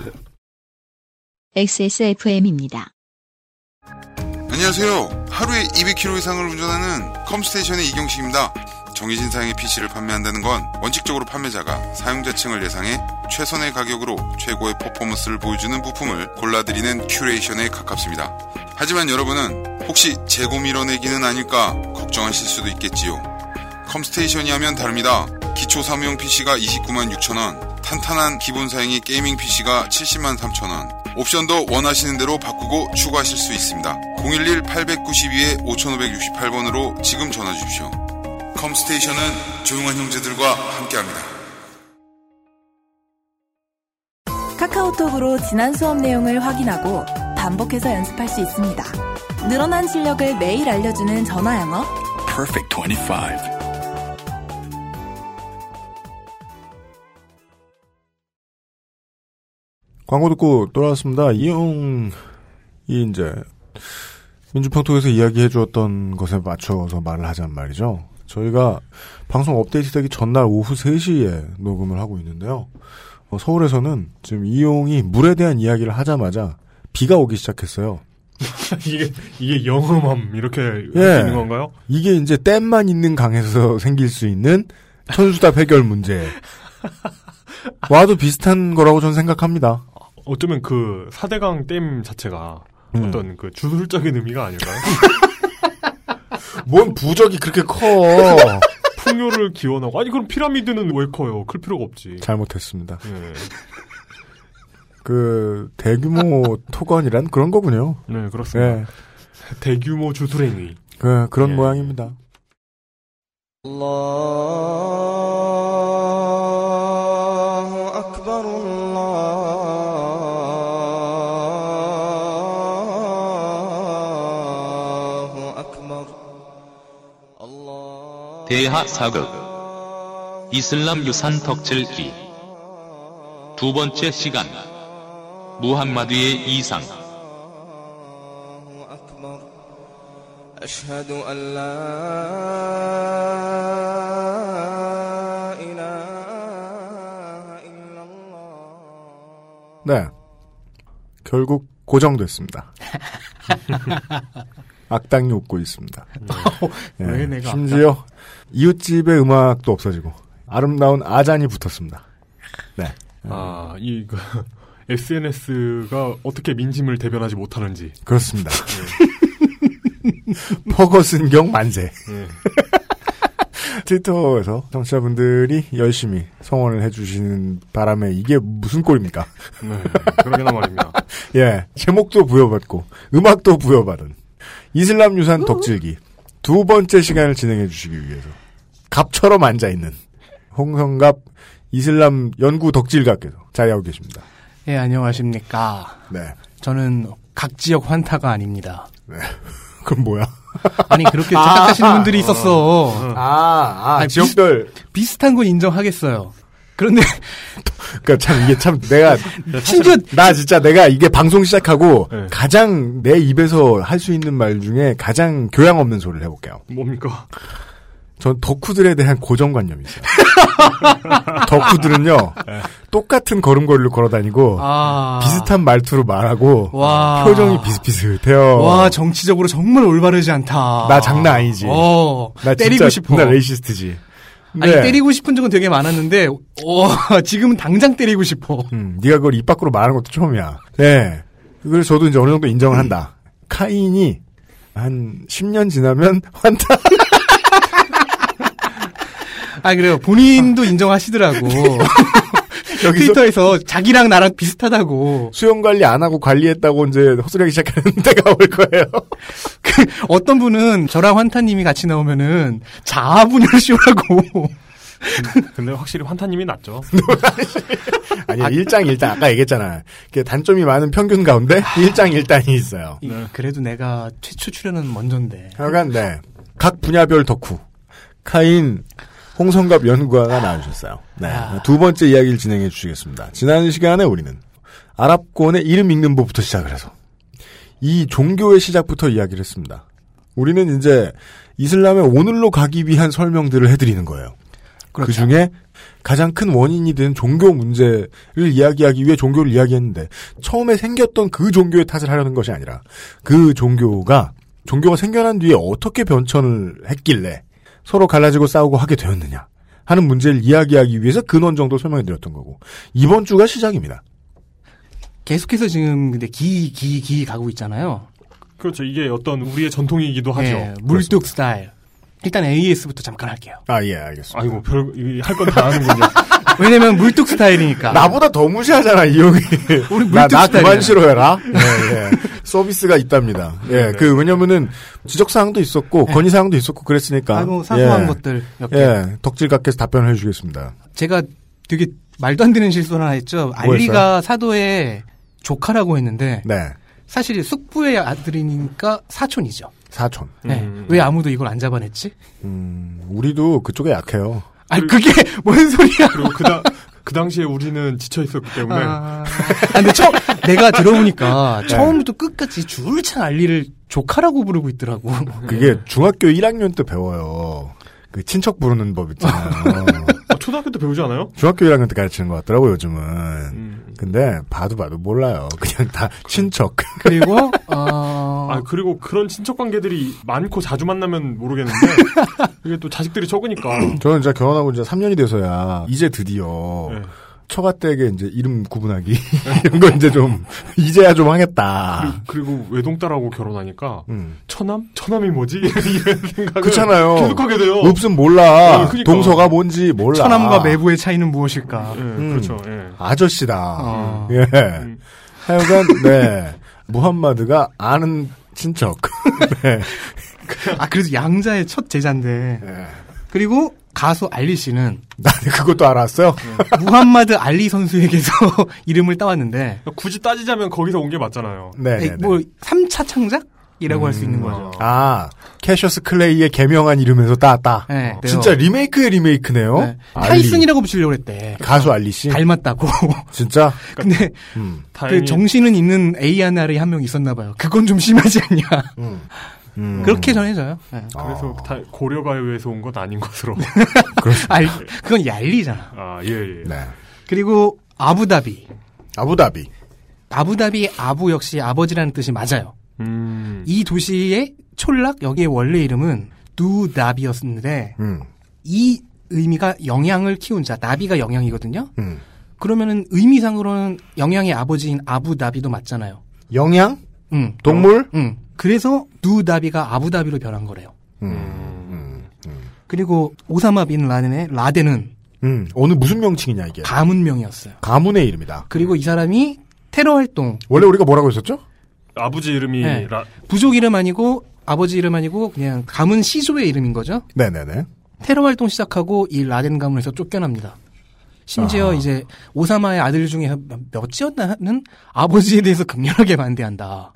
[SPEAKER 1] XSFM입니다.
[SPEAKER 13] 안녕하세요. 하루에 200km 이상을 운전하는 컴스테이션의 이경식입니다. 정해진 사양의 PC를 판매한다는 건 원칙적으로 판매자가 사용자층을 예상해 최선의 가격으로 최고의 퍼포먼스를 보여주는 부품을 골라드리는 큐레이션에 가깝습니다. 하지만 여러분은 혹시 재고 밀어내기는 아닐까 걱정하실 수도 있겠지요. 컴스테이션이 하면 다릅니다. 기초 사무용 PC가 29만 6천원, 탄탄한 기본 사양의 게이밍 PC가 70만 3천원, 옵션도 원하시는 대로 바꾸고 추가하실 수 있습니다. 011-892-5568번으로 지금 전화 주십시오. 컴스테이션은 조용한 형제들과 함께합니다.
[SPEAKER 14] 카카오톡으로 지난 수업 내용을 확인하고 반복해서 연습할 수 있습니다. 늘어난 실력을 매일 알려주는 전화 영어.
[SPEAKER 6] Perfect 25.
[SPEAKER 3] 광고 듣고 돌아왔습니다. 이용이 이제 민주평통에서 이야기해 주었던 것에 맞춰서 말을 하자는 말이죠. 저희가 방송 업데이트 되기 전날 오후 3시에 녹음을 하고 있는데요. 어, 서울에서는 지금 이용이 물에 대한 이야기를 하자마자 비가 오기 시작했어요.
[SPEAKER 2] 이게 이게 영음함 이렇게 할
[SPEAKER 3] 예.
[SPEAKER 2] 수 있는 건가요?
[SPEAKER 3] 이게 이제 댐만 있는 강에서 생길 수 있는 천수답 해결 문제. 와도 비슷한 거라고 저는 생각합니다.
[SPEAKER 2] 어쩌면 그 사대강 댐 자체가 어떤 그 주술적인 의미가 아닐까요?
[SPEAKER 3] 뭔 부적이 그렇게 커?
[SPEAKER 2] 풍요를 기원하고 아니 그럼 피라미드는 왜 커요? 클 필요가 없지.
[SPEAKER 3] 잘못했습니다.
[SPEAKER 2] 예.
[SPEAKER 3] 그 대규모 토건이란 그런 거군요.
[SPEAKER 2] 네 그렇습니다.
[SPEAKER 3] 예.
[SPEAKER 2] 대규모 주술행위.
[SPEAKER 3] 그
[SPEAKER 15] 예.
[SPEAKER 3] 그런 모양입니다.
[SPEAKER 7] الله أكبر الله أكبر
[SPEAKER 10] 대하 사극 이슬람 유산 덕질기 두 번째 시간 무함마드의 이상
[SPEAKER 7] أشهد أن لا إله إلا
[SPEAKER 3] 네. 결국 고정됐습니다. 악당이 웃고 있습니다. 예,
[SPEAKER 15] 네. 왜 내가
[SPEAKER 3] 심지어 이웃집의 음악도 없어지고 아름다운 아잔이 붙었습니다. 네.
[SPEAKER 2] 아이 그, SNS가 어떻게 민심을 대변하지 못하는지.
[SPEAKER 3] 그렇습니다.
[SPEAKER 15] 예.
[SPEAKER 3] 퍼거슨 경 만세.
[SPEAKER 2] 예.
[SPEAKER 3] 트위터에서 청취자분들이 열심히 성원을 해주시는 바람에 이게 무슨 꼴입니까?
[SPEAKER 2] 네, 그러게나 말입니다.
[SPEAKER 3] 예, 제목도 부여받고 음악도 부여받은 이슬람 유산 덕질기 두 번째 시간을 진행해 주시기 위해서 갑처럼 앉아 있는 홍성갑 이슬람 연구 덕질가께서 자리하고 계십니다.
[SPEAKER 15] 예, 안녕하십니까.
[SPEAKER 3] 네.
[SPEAKER 15] 저는 각 지역 환타가 아닙니다.
[SPEAKER 3] 그럼 뭐야?
[SPEAKER 15] 아니, 그렇게 착각하시는 분들이 있었어.
[SPEAKER 3] 아,
[SPEAKER 15] 아니,
[SPEAKER 3] 지역별.
[SPEAKER 15] 비슷한 건 인정하겠어요. 그런데
[SPEAKER 3] 그러니까 참 이게 참 내가
[SPEAKER 15] 심지어
[SPEAKER 3] 나 진짜 내가 이게 방송 시작하고 가장 내 입에서 할 수 있는 말 중에 가장 교양 없는 소리를 해볼게요.
[SPEAKER 2] 뭡니까?
[SPEAKER 3] 전 덕후들에 대한 고정관념이 있어요. 덕후들은요 똑같은 걸음걸이를 걸어다니고
[SPEAKER 15] 아.
[SPEAKER 3] 비슷한 말투로 말하고
[SPEAKER 15] 와.
[SPEAKER 3] 표정이 비슷비슷해요.
[SPEAKER 15] 와, 정치적으로 정말 올바르지 않다.
[SPEAKER 3] 나 장난 아니지.
[SPEAKER 15] 어,
[SPEAKER 3] 나 진짜
[SPEAKER 15] 때리고 싶어.
[SPEAKER 3] 나 레이시스트지.
[SPEAKER 15] 아니,
[SPEAKER 3] 네.
[SPEAKER 15] 때리고 싶은 적은 되게 많았는데, 어, 지금은 당장 때리고 싶어.
[SPEAKER 3] 음, 네가 그걸 입 밖으로 말하는 것도 처음이야. 네. 그래서 저도 이제 어느 정도 인정을 한다. 카인이 한 10년 지나면 환타.
[SPEAKER 15] 아 그래요 본인도 인정하시더라고 그러니까 트위터에서 자기랑 나랑 비슷하다고
[SPEAKER 3] 수영 관리 안 하고 관리했다고 이제 허술하기 시작하는 때가 올 거예요
[SPEAKER 15] 어떤 분은 저랑 환타님이 같이 나오면은 자아분열 쇼라고
[SPEAKER 2] 근데 확실히 환타님이 낫죠.
[SPEAKER 3] 아니 야 일장일단 아까 얘기했잖아. 이게 단점이 많은 평균 가운데 일장일단이 있어요.
[SPEAKER 15] 이- 그래도 내가 최초 출연은 먼저인데
[SPEAKER 3] 하여간 네. 각 분야별 덕후 카인 홍성갑 연구가가 나오셨어요. 네. 두 번째 이야기를 진행해 주시겠습니다. 지난 시간에 우리는 아랍권의 이름 읽는 법부터 시작을 해서 이 종교의 시작부터 이야기를 했습니다. 우리는 이제 이슬람의 오늘로 가기 위한 설명들을 해드리는 거예요. 그 중에 가장 큰 원인이 된 종교 문제를 이야기하기 위해 종교를 이야기했는데 처음에 생겼던 그 종교의 탓을 하려는 것이 아니라 그 종교가 종교가 생겨난 뒤에 어떻게 변천을 했길래 서로 갈라지고 싸우고 하게 되었느냐 하는 문제를 이야기하기 위해서 근원 정도 설명해 드렸던 거고 이번 주가 시작입니다.
[SPEAKER 15] 계속해서 지금 근데 기 기 기 가고 있잖아요
[SPEAKER 2] 그렇죠. 이게 어떤 우리의 전통이기도 하죠.
[SPEAKER 15] 예, 물뚝 스타일 일단 AS부터 잠깐 할게요
[SPEAKER 3] 아 예 알겠습니다.
[SPEAKER 2] 아이고 뭐 별할건다 하는군요.
[SPEAKER 15] 왜냐면 물뚝 스타일이니까
[SPEAKER 3] 나보다 더 무시하잖아 이 형이.
[SPEAKER 15] 그러니까. 우리 네. 물뚝
[SPEAKER 3] 나, 나
[SPEAKER 15] 스타일이야.
[SPEAKER 3] 그만 싫어해라. 예, 예. 서비스가 있답니다.
[SPEAKER 15] 네.
[SPEAKER 3] 예, 그 왜냐면은 지적 사항도 있었고 건의 사항도 있었고 그랬으니까.
[SPEAKER 15] 아이고, 사소한
[SPEAKER 3] 예.
[SPEAKER 15] 것들 몇 개.
[SPEAKER 3] 예, 덕질 각께서 답변을 해주시겠습니다.
[SPEAKER 15] 제가 되게 말도 안 되는 네. 실수를 하나 했죠
[SPEAKER 3] 뭐
[SPEAKER 15] 알리가 사도의 조카라고 했는데
[SPEAKER 3] 네,
[SPEAKER 15] 사실 숙부의 아들이니까 사촌이죠
[SPEAKER 3] 사촌.
[SPEAKER 15] 네.
[SPEAKER 2] 음.
[SPEAKER 15] 왜 아무도 이걸 안 잡아냈지?
[SPEAKER 3] 음, 우리도 그쪽에 약해요.
[SPEAKER 15] 아니 그게 뭔 소리야?
[SPEAKER 2] 그리고 그다 그 당시에 우리는 지쳐 있었기 때문에
[SPEAKER 15] 아, 근데 처음 내가 들어보니까 처음부터 끝까지 줄창 알리를 조카라고 부르고 있더라고.
[SPEAKER 3] 그게 중학교 1학년 때 배워요. 그 친척 부르는 법 있잖아요.
[SPEAKER 2] 초등학교 때 배우지 않아요?
[SPEAKER 3] 중학교 1학년 때 가르치는 것 같더라고요, 요즘은. 음, 근데 봐도 봐도 몰라요. 그냥 다 친척.
[SPEAKER 15] 그리고 어.
[SPEAKER 2] 아 그리고 그런 친척 관계들이 많고 자주 만나면 모르겠는데 이게 또 자식들이 적으니까
[SPEAKER 3] 저는 이제 결혼하고 이제 3년이 돼서야 이제 드디어 처가댁에 이제 이름 구분하기 이런 거 이제 좀 이제야 좀 하겠다.
[SPEAKER 2] 그리고 외동딸하고 결혼하니까 처남 처남이 뭐지 이런 생각을
[SPEAKER 3] 음. 그렇잖아요. 어,
[SPEAKER 2] 계속하게 돼요.
[SPEAKER 3] 읍은 몰라.
[SPEAKER 2] 네, 그러니까.
[SPEAKER 3] 동서가 뭔지 몰라.
[SPEAKER 15] 처남과 매부의 차이는 무엇일까?
[SPEAKER 3] 음,
[SPEAKER 2] 그렇죠. 예.
[SPEAKER 3] 아저씨다. 예.
[SPEAKER 15] 음.
[SPEAKER 3] 하여간 네 무함마드가 아는 친척. 네.
[SPEAKER 15] 아 그래서 양자의 첫 제자인데. 그리고 가수 알리 씨는
[SPEAKER 3] 나는 그것도 알았어요.
[SPEAKER 15] 음. 무함마드 알리 선수에게서 이름을 따왔는데
[SPEAKER 2] 굳이 따지자면 거기서 온 게 맞잖아요.
[SPEAKER 3] 네, 네,
[SPEAKER 15] 뭐 3차 창작이라고 할 수 있는 거죠.
[SPEAKER 3] 아 캐셔스 클레이의 개명한 이름에서 따왔다.
[SPEAKER 15] 네,
[SPEAKER 3] 진짜 리메이크의 리메이크네요. 알리.
[SPEAKER 15] 타이슨이라고 붙이려고 했대.
[SPEAKER 3] 가수 알리 씨
[SPEAKER 15] 닮았다고.
[SPEAKER 3] 진짜.
[SPEAKER 15] 근데
[SPEAKER 3] 음.
[SPEAKER 15] 그 정신은 있는 ANR이 한 명 있었나 봐요. 그건 좀 심하지 않냐.
[SPEAKER 3] 음.
[SPEAKER 15] 그렇게 전해져요. 네.
[SPEAKER 2] 그래서
[SPEAKER 3] 아.
[SPEAKER 2] 다 고려가요에서 온 건 아닌 것으로.
[SPEAKER 15] 알- 그건 얄리잖아.
[SPEAKER 2] 아, 예, 예.
[SPEAKER 3] 네.
[SPEAKER 15] 그리고 아부다비.
[SPEAKER 3] 아부다비.
[SPEAKER 15] 아부다비 아부 역시 아버지라는 뜻이 맞아요.
[SPEAKER 2] 음.
[SPEAKER 15] 이 도시의 촌락 여기의 원래 이름은 두나비였는데
[SPEAKER 3] 음.
[SPEAKER 15] 이 의미가 영양을 키운 자 나비가 영양이거든요.
[SPEAKER 3] 음.
[SPEAKER 15] 그러면은 의미상으로는 영양의 아버지인 아부다비도 맞잖아요.
[SPEAKER 3] 영양?
[SPEAKER 15] 응.
[SPEAKER 3] 동물?
[SPEAKER 15] 응. 그래서 두다비가 아부다비로 변한 거래요.
[SPEAKER 3] 음,
[SPEAKER 15] 그리고 오사마 빈 라덴의 라덴은
[SPEAKER 3] 음, 오늘 무슨 명칭이냐 이게?
[SPEAKER 15] 가문명이었어요.
[SPEAKER 3] 가문의 이름이다.
[SPEAKER 15] 그리고 이 사람이 테러 활동
[SPEAKER 3] 원래 우리가 뭐라고 했었죠?
[SPEAKER 2] 아버지 이름이
[SPEAKER 15] 네.
[SPEAKER 2] 라-
[SPEAKER 15] 부족 이름 아니고 아버지 이름 아니고 그냥 가문 시조의 이름인 거죠.
[SPEAKER 3] 네네네.
[SPEAKER 15] 테러 활동 시작하고 이 라덴 가문에서 쫓겨납니다.
[SPEAKER 2] 아.
[SPEAKER 15] 심지어 이제 오사마의 아들 중에 몇- 몇이었나는 아버지에 대해서 극렬하게 반대한다.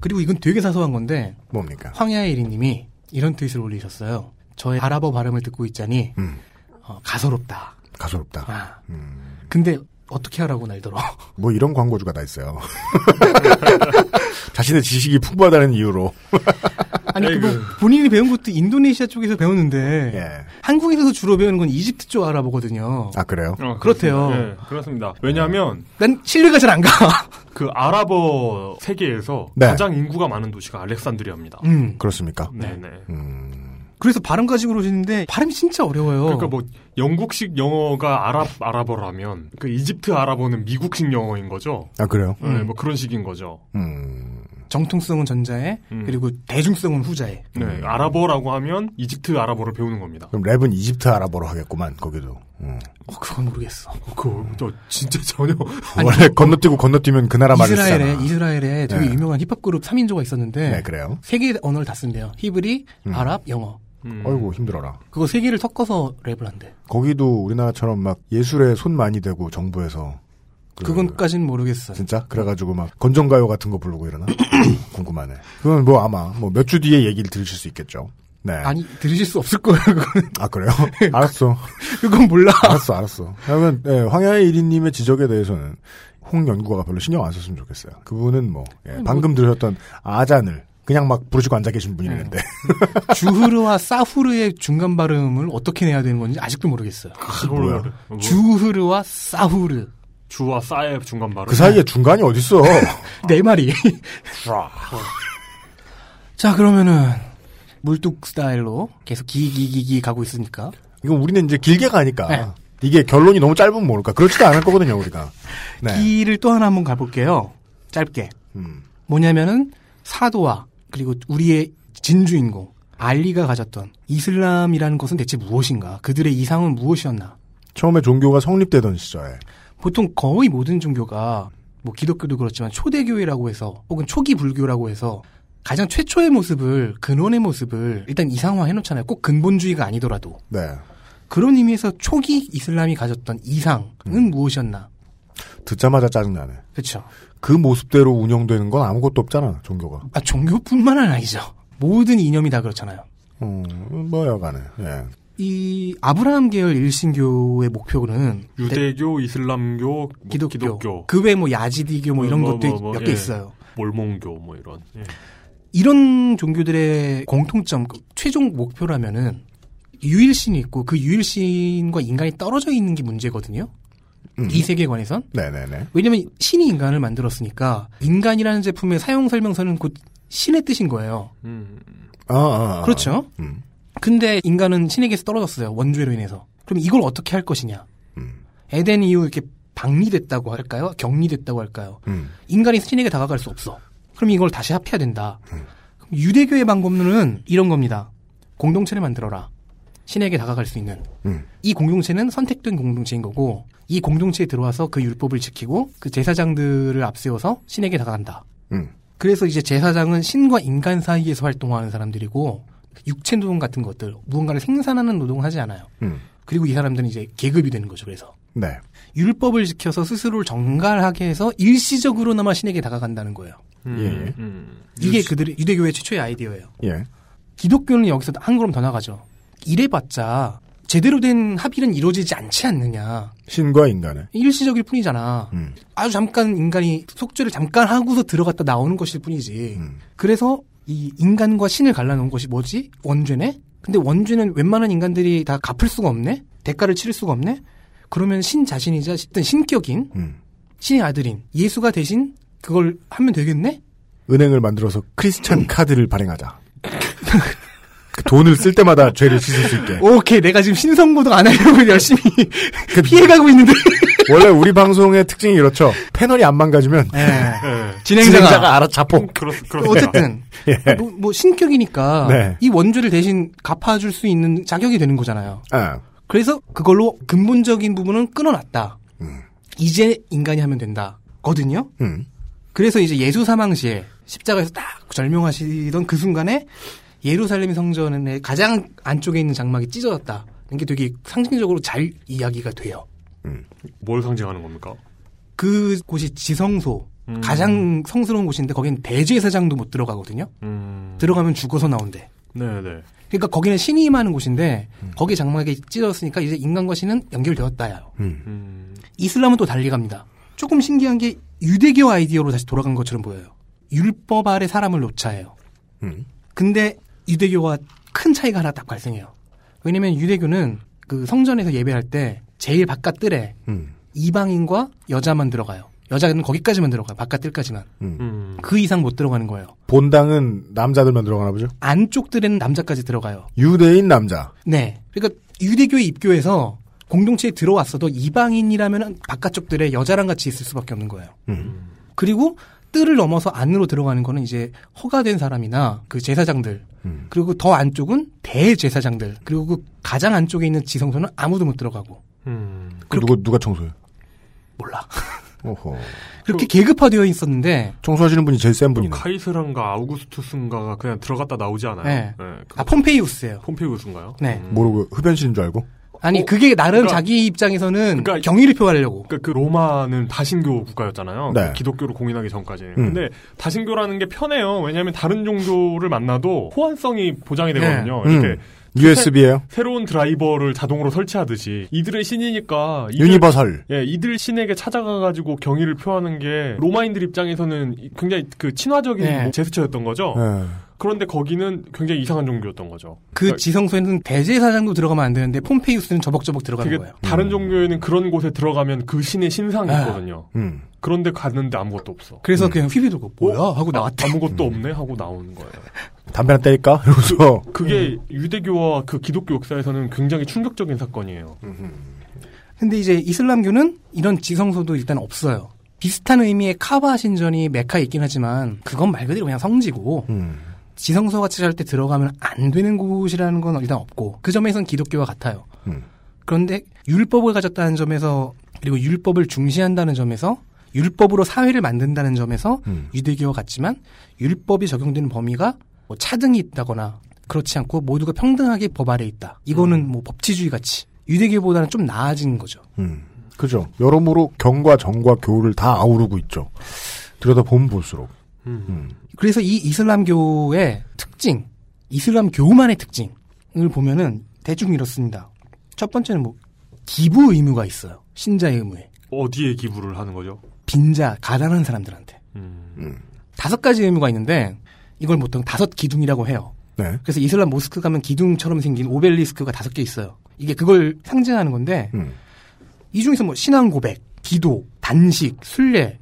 [SPEAKER 15] 그리고 이건 되게 사소한 건데
[SPEAKER 3] 뭡니까?
[SPEAKER 15] 황야의 일인님이 이런 트윗을 올리셨어요. 저의 아랍어 발음을 듣고 있자니
[SPEAKER 3] 음.
[SPEAKER 15] 어, 가소롭다.
[SPEAKER 3] 가소롭다.
[SPEAKER 15] 아. 근데 어떻게 하라고 날 들어?
[SPEAKER 3] 뭐 이런 광고주가 다 있어요. 자신의 지식이 풍부하다는 이유로.
[SPEAKER 15] 아니 그뭐 본인이 배운 것도 인도네시아 쪽에서 배웠는데 한국에서 주로 배우는 건 이집트 쪽 아랍어거든요.
[SPEAKER 3] 예. 아 그래요?
[SPEAKER 2] 어,
[SPEAKER 15] 그렇대요.
[SPEAKER 2] 예, 그렇습니다. 왜냐하면
[SPEAKER 15] 난 신뢰가 잘 안 가.
[SPEAKER 2] 그 아랍어 세계에서
[SPEAKER 3] 네.
[SPEAKER 2] 가장 인구가 많은 도시가 알렉산드리아입니다.
[SPEAKER 15] 음.
[SPEAKER 3] 그렇습니까?
[SPEAKER 2] 네네.
[SPEAKER 15] 그래서 발음 가지고 그러시는데 발음이 진짜 어려워요.
[SPEAKER 2] 그러니까 뭐 영국식 영어가 아랍 아랍어라면 그 이집트 아랍어는 미국식 영어인 거죠.
[SPEAKER 3] 아 그래요? 음.
[SPEAKER 2] 네,
[SPEAKER 15] 음.
[SPEAKER 2] 뭐 그런 식인 거죠.
[SPEAKER 15] 정통성은 전자에 그리고 대중성은 후자에.
[SPEAKER 2] 네, 아랍어라고 하면 이집트 아랍어를 배우는 겁니다.
[SPEAKER 3] 그럼 랩은 이집트 아랍어로 하겠구만 거기도. 음.
[SPEAKER 2] 뭐
[SPEAKER 15] 어, 그건 모르겠어.
[SPEAKER 2] 그거 저 진짜 전혀
[SPEAKER 3] 원래 건너뛰고 건너뛰면 그 나라 말을
[SPEAKER 15] 뭐 이스라엘에
[SPEAKER 3] 쓰잖아.
[SPEAKER 15] 이스라엘에 되게
[SPEAKER 3] 네.
[SPEAKER 15] 유명한 힙합 그룹 3인조가 있었는데
[SPEAKER 3] 네, 그래요.
[SPEAKER 15] 세 개의 언어를 다 쓴대요. 히브리,
[SPEAKER 3] 음.
[SPEAKER 15] 아랍, 영어.
[SPEAKER 3] 어이구 힘들어라.
[SPEAKER 15] 그거 세 개를 섞어서 랩을 한대.
[SPEAKER 3] 거기도 우리나라처럼 막 예술에 손 많이 대고 정부에서
[SPEAKER 15] 그건까진 모르겠어.
[SPEAKER 3] 진짜 그래가지고 막 건전가요 같은 거 부르고 이러나 궁금하네. 그건 뭐 아마 뭐 몇 주 뒤에 얘기를 들으실 수 있겠죠. 네.
[SPEAKER 15] 아니 들으실 수 없을 거예요. 그건
[SPEAKER 3] 아 그래요? 알았어.
[SPEAKER 15] 그건 몰라.
[SPEAKER 3] 알았어, 알았어. 그러면 예, 황야의 일인님의 지적에 대해서는 홍 연구가가 별로 신경 안 썼으면 좋겠어요. 그분은 뭐 예,
[SPEAKER 15] 뭐- 네.
[SPEAKER 3] 방금 들으셨던 아잔을 그냥 막 부르시고 앉아 계신 분이 있는데
[SPEAKER 15] 주흐르와 사후르의 중간 발음을 어떻게 내야 되는 건지 아직도 모르겠어요.
[SPEAKER 2] 뭐야?
[SPEAKER 15] 주흐르와 사후르.
[SPEAKER 2] 주와 싸의 중간 발음.
[SPEAKER 3] 그 사이에 중간이 어디 있어?
[SPEAKER 15] 네 마리. 자 그러면은 물뚝 스타일로 계속 기기기기 가고 있으니까
[SPEAKER 3] 이건 우리는 이제 길게 가니까
[SPEAKER 15] 네.
[SPEAKER 3] 이게 결론이 너무 짧으면 모를까. 그렇지도 않을 거거든요 우리가. 네.
[SPEAKER 15] 기를 또 하나 한번 가볼게요. 짧게.
[SPEAKER 3] 음.
[SPEAKER 15] 뭐냐면은 사도와 그리고 우리의 진주인공 알리가 가졌던 이슬람이라는 것은 대체 무엇인가? 그들의 이상은 무엇이었나?
[SPEAKER 3] 처음에 종교가 성립되던 시절에
[SPEAKER 15] 보통 거의 모든 종교가 뭐 기독교도 그렇지만 초대교회라고 해서 혹은 초기 불교라고 해서 가장 최초의 모습을 근원의 모습을 일단 이상화해 놓잖아요. 꼭 근본주의가 아니더라도
[SPEAKER 3] 네.
[SPEAKER 15] 그런 의미에서 초기 이슬람이 가졌던 이상은 무엇이었나?
[SPEAKER 3] 듣자마자 짜증나네.
[SPEAKER 15] 그렇죠.
[SPEAKER 3] 그 모습대로 운영되는 건 아무것도 없잖아 종교가.
[SPEAKER 15] 아 종교뿐만은 아니죠. 모든 이념이 다 그렇잖아요.
[SPEAKER 3] 음, 뭐 어, 여간에. 예.
[SPEAKER 15] 이 아브라함 계열 일신교의 목표는
[SPEAKER 2] 유대교, 이슬람교, 뭐 기독교.
[SPEAKER 15] 그외 뭐 야지디교 뭐 이런
[SPEAKER 2] 뭐,
[SPEAKER 15] 것도
[SPEAKER 2] 뭐, 뭐,
[SPEAKER 15] 몇 개
[SPEAKER 2] 예.
[SPEAKER 15] 있어요.
[SPEAKER 2] 몰몬교 뭐 이런. 예.
[SPEAKER 15] 이런 종교들의 공통점, 그 최종 목표라면은 유일신이 있고 그 유일신과 인간이 떨어져 있는 게 문제거든요. 이 세계관에선.
[SPEAKER 3] 네네네.
[SPEAKER 15] 왜냐면 신이 인간을 만들었으니까 인간이라는 제품의 사용 설명서는 곧 신의 뜻인 거예요.
[SPEAKER 3] 아, 아, 아.
[SPEAKER 15] 그렇죠.
[SPEAKER 3] 음.
[SPEAKER 15] 근데 인간은 신에게서 떨어졌어요. 원죄로 인해서. 그럼 이걸 어떻게 할 것이냐?
[SPEAKER 3] 음.
[SPEAKER 15] 에덴 이후 이렇게 박리됐다고 할까요? 격리됐다고 할까요?
[SPEAKER 3] 음.
[SPEAKER 15] 인간이 신에게 다가갈 수 없어. 그럼 이걸 다시 합해야 된다. 그럼 유대교의 방법론은 이런 겁니다. 공동체를 만들어라. 신에게 다가갈 수 있는.
[SPEAKER 3] 음.
[SPEAKER 15] 이 공동체는 선택된 공동체인 거고 이 공동체에 들어와서 그 율법을 지키고 그 제사장들을 앞세워서 신에게 다가간다.
[SPEAKER 3] 음.
[SPEAKER 15] 그래서 이제 제사장은 신과 인간 사이에서 활동하는 사람들이고 육체 노동 같은 것들 무언가를 생산하는 노동을 하지 않아요.
[SPEAKER 3] 음.
[SPEAKER 15] 그리고 이 사람들은 이제 계급이 되는 거죠. 그래서
[SPEAKER 3] 네.
[SPEAKER 15] 율법을 지켜서 스스로를 정갈하게 해서 일시적으로나마 신에게 다가간다는 거예요.
[SPEAKER 2] 음.
[SPEAKER 15] 음.
[SPEAKER 3] 예.
[SPEAKER 15] 이게 그들의 유대교의 최초의 아이디어예요.
[SPEAKER 3] 예.
[SPEAKER 15] 기독교는 여기서 한 걸음 더 나가죠. 이래봤자 제대로 된 합의는 이루어지지 않지 않느냐.
[SPEAKER 3] 신과 인간의.
[SPEAKER 15] 일시적일 뿐이잖아.
[SPEAKER 3] 음.
[SPEAKER 15] 아주 잠깐 인간이 속죄를 잠깐 하고서 들어갔다 나오는 것일 뿐이지.
[SPEAKER 3] 음.
[SPEAKER 15] 그래서 이 인간과 신을 갈라놓은 것이 뭐지? 원죄네? 근데 원죄는 웬만한 인간들이 다 갚을 수가 없네? 대가를 치를 수가 없네? 그러면 신 자신이자 어떤 신격인
[SPEAKER 3] 음.
[SPEAKER 15] 신의 아들인 예수가 대신 그걸 하면 되겠네?
[SPEAKER 3] 은행을 만들어서 크리스찬 카드를 발행하자. 그 돈을 쓸 때마다 죄를 씻을 수 있게.
[SPEAKER 15] 오케이, 내가 지금 신성고도 안 하려고 열심히
[SPEAKER 3] 그-
[SPEAKER 15] 피해가고 있는데.
[SPEAKER 3] 원래 우리 방송의 특징이 이렇죠. 패널이 안 망가지면
[SPEAKER 15] 예.
[SPEAKER 3] 진행자가
[SPEAKER 2] 음,
[SPEAKER 3] 알아차포.
[SPEAKER 15] 어쨌든
[SPEAKER 3] 예.
[SPEAKER 15] 뭐, 뭐 신격이니까
[SPEAKER 3] 네.
[SPEAKER 15] 이 뭐- 원죄를 대신 갚아줄 수 있는 자격이 되는 거잖아요.
[SPEAKER 3] 아,
[SPEAKER 15] 그래서 그걸로 근본적인 부분은 끊어놨다. 이제 인간이 하면 된다거든요.
[SPEAKER 3] 음.
[SPEAKER 15] 그래서 이제 예수 사망 시에 십자가에서 딱 절명하시던 그 순간에 예루살렘 성전의 가장 안쪽에 있는 장막이 찢어졌다. 이게 되게 상징적으로 잘 이야기가 돼요.
[SPEAKER 2] 뭘 상징하는 겁니까?
[SPEAKER 15] 그 곳이 지성소, 가장 성스러운 곳인데 거긴 대제사장도 못 들어가거든요. 들어가면 죽어서 나온대.
[SPEAKER 2] 네네.
[SPEAKER 15] 그러니까 거기는 신이 임하는 곳인데 거기 장막이 찢어졌으니까 이제 인간과 신은 연결되었다요. 이슬람은 또 달리 갑니다. 조금 신기한 게 유대교 아이디어로 다시 돌아간 것처럼 보여요. 율법 아래 사람을 놓자예요.
[SPEAKER 3] 음.
[SPEAKER 15] 근데 유대교와 큰 차이가 하나 딱 발생해요. 왜냐면 유대교는 그 성전에서 예배할 때 제일 바깥 뜰에
[SPEAKER 3] 음.
[SPEAKER 15] 이방인과 여자만 들어가요. 여자는 거기까지만 들어가요. 바깥 뜰까지만.
[SPEAKER 2] 음.
[SPEAKER 15] 그 이상 못 들어가는 거예요.
[SPEAKER 3] 본당은 남자들만 들어가나 보죠.
[SPEAKER 15] 안쪽 뜰에는 남자까지 들어가요.
[SPEAKER 3] 유대인 남자.
[SPEAKER 15] 네. 그러니까 유대교의 입교에서 공동체에 들어왔어도 이방인이라면 바깥쪽 뜰에 여자랑 같이 있을 수밖에 없는 거예요.
[SPEAKER 3] 음.
[SPEAKER 15] 그리고 뜰을 넘어서 안으로 들어가는 거는 이제 허가된 사람이나 그 제사장들
[SPEAKER 3] 음.
[SPEAKER 15] 그리고 더 안쪽은 대제사장들 그리고 그 가장 안쪽에 있는 지성소는 아무도 못 들어가고
[SPEAKER 3] 그 누가 누가 청소해?
[SPEAKER 15] 몰라.
[SPEAKER 3] 오호.
[SPEAKER 15] 그렇게 계급화되어 있었는데
[SPEAKER 3] 청소하시는 분이 제일 센 분이네.
[SPEAKER 2] 카이사랑가 아우구스투스인가가 그냥 들어갔다 나오지 않아요?
[SPEAKER 15] 네.
[SPEAKER 2] 그
[SPEAKER 15] 아 폼페이우스예요.
[SPEAKER 2] 폼페이우스인가요?
[SPEAKER 15] 네.
[SPEAKER 3] 모르고 흡연실인 줄 알고.
[SPEAKER 15] 아니 그게 나름
[SPEAKER 2] 그러니까-
[SPEAKER 15] 자기 입장에서는 경의를 표하려고.
[SPEAKER 2] 그러니까 그 로마는 다신교 국가였잖아요.
[SPEAKER 3] 네.
[SPEAKER 2] 기독교로 공인하기 전까지는.
[SPEAKER 3] 음.
[SPEAKER 2] 근데 다신교라는 게 편해요. 왜냐하면 다른 종교를 만나도 호환성이 보장이 되거든요.
[SPEAKER 3] 네.
[SPEAKER 2] 어, 이렇게
[SPEAKER 3] 음. USB예요.
[SPEAKER 2] 새, 로운 드라이버를 자동으로 설치하듯이 이들의 신이니까 이들-
[SPEAKER 3] 유니버설.
[SPEAKER 2] 예, 이들 신에게 찾아가가지고 경의를 표하는 게 로마인들 입장에서는 이- 굉장히 그 친화적인
[SPEAKER 15] 네.
[SPEAKER 2] 뭐 제스처였던 거죠.
[SPEAKER 3] 예.
[SPEAKER 2] 그런데 거기는 굉장히 이상한 종교였던 거죠.
[SPEAKER 15] 그 지성소에는 대제사장도 들어가면 안 되는데 폼페이우스는 저벅저벅
[SPEAKER 2] 되게
[SPEAKER 15] 들어가는 거예요. 음.
[SPEAKER 2] 다른 종교에는 그런 곳에 들어가면 그 신의 신상이
[SPEAKER 15] 아.
[SPEAKER 2] 있거든요.
[SPEAKER 3] 음.
[SPEAKER 2] 그런데 갔는데 아무것도 없어. 음. 어?
[SPEAKER 15] 그래서 그냥 휘비들고 뭐야 하고 음. 나왔다.
[SPEAKER 2] 아무것도 없네 하고 나오는 거예요.
[SPEAKER 3] 담배 하나 때릴까? 이러면서.
[SPEAKER 2] 그게
[SPEAKER 15] 음.
[SPEAKER 2] 유대교와 그 기독교 역사에서는 굉장히 충격적인 사건이에요.
[SPEAKER 15] 음. 근데 이제 이슬람교는 이런 지성소도 일단 없어요. 비슷한 의미의 카바 신전이 메카에 있긴 하지만 그건 말 그대로 그냥 성지고
[SPEAKER 3] 음.
[SPEAKER 15] 지성소 같이 할 때 들어가면 안 되는 곳이라는 건 일단 없고 그 점에선 기독교와 같아요.
[SPEAKER 3] 음.
[SPEAKER 15] 그런데 율법을 가졌다는 점에서 그리고 율법을 중시한다는 점에서 율법으로 사회를 만든다는 점에서
[SPEAKER 3] 음.
[SPEAKER 15] 유대교와 같지만 율법이 적용되는 범위가 뭐 차등이 있다거나 그렇지 않고 모두가 평등하게 법 아래 있다. 이거는 뭐 법치주의 같이 유대교보다는 좀 나아진 거죠.
[SPEAKER 3] 음. 그죠. 여러모로 경과 정과 교를 다 아우르고 있죠. 들여다 보면 볼수록.
[SPEAKER 15] 그래서 이 이슬람교의 특징, 이슬람교만의 특징을 보면은 대충 이렇습니다. 첫 번째는 뭐 기부 의무가 있어요. 신자의 의무에.
[SPEAKER 2] 뭐 어디에 기부를 하는 거죠?
[SPEAKER 15] 빈자, 가난한 사람들한테.
[SPEAKER 3] 음.
[SPEAKER 15] 다섯 가지 의무가 있는데 이걸 보통 다섯 기둥이라고 해요.
[SPEAKER 3] 네.
[SPEAKER 15] 그래서 이슬람 모스크 가면 기둥처럼 생긴 오벨리스크가 다섯 개 있어요. 이게 그걸 상징하는 건데
[SPEAKER 3] 음.
[SPEAKER 15] 이 중에서 뭐 신앙 고백, 기도, 단식, 순례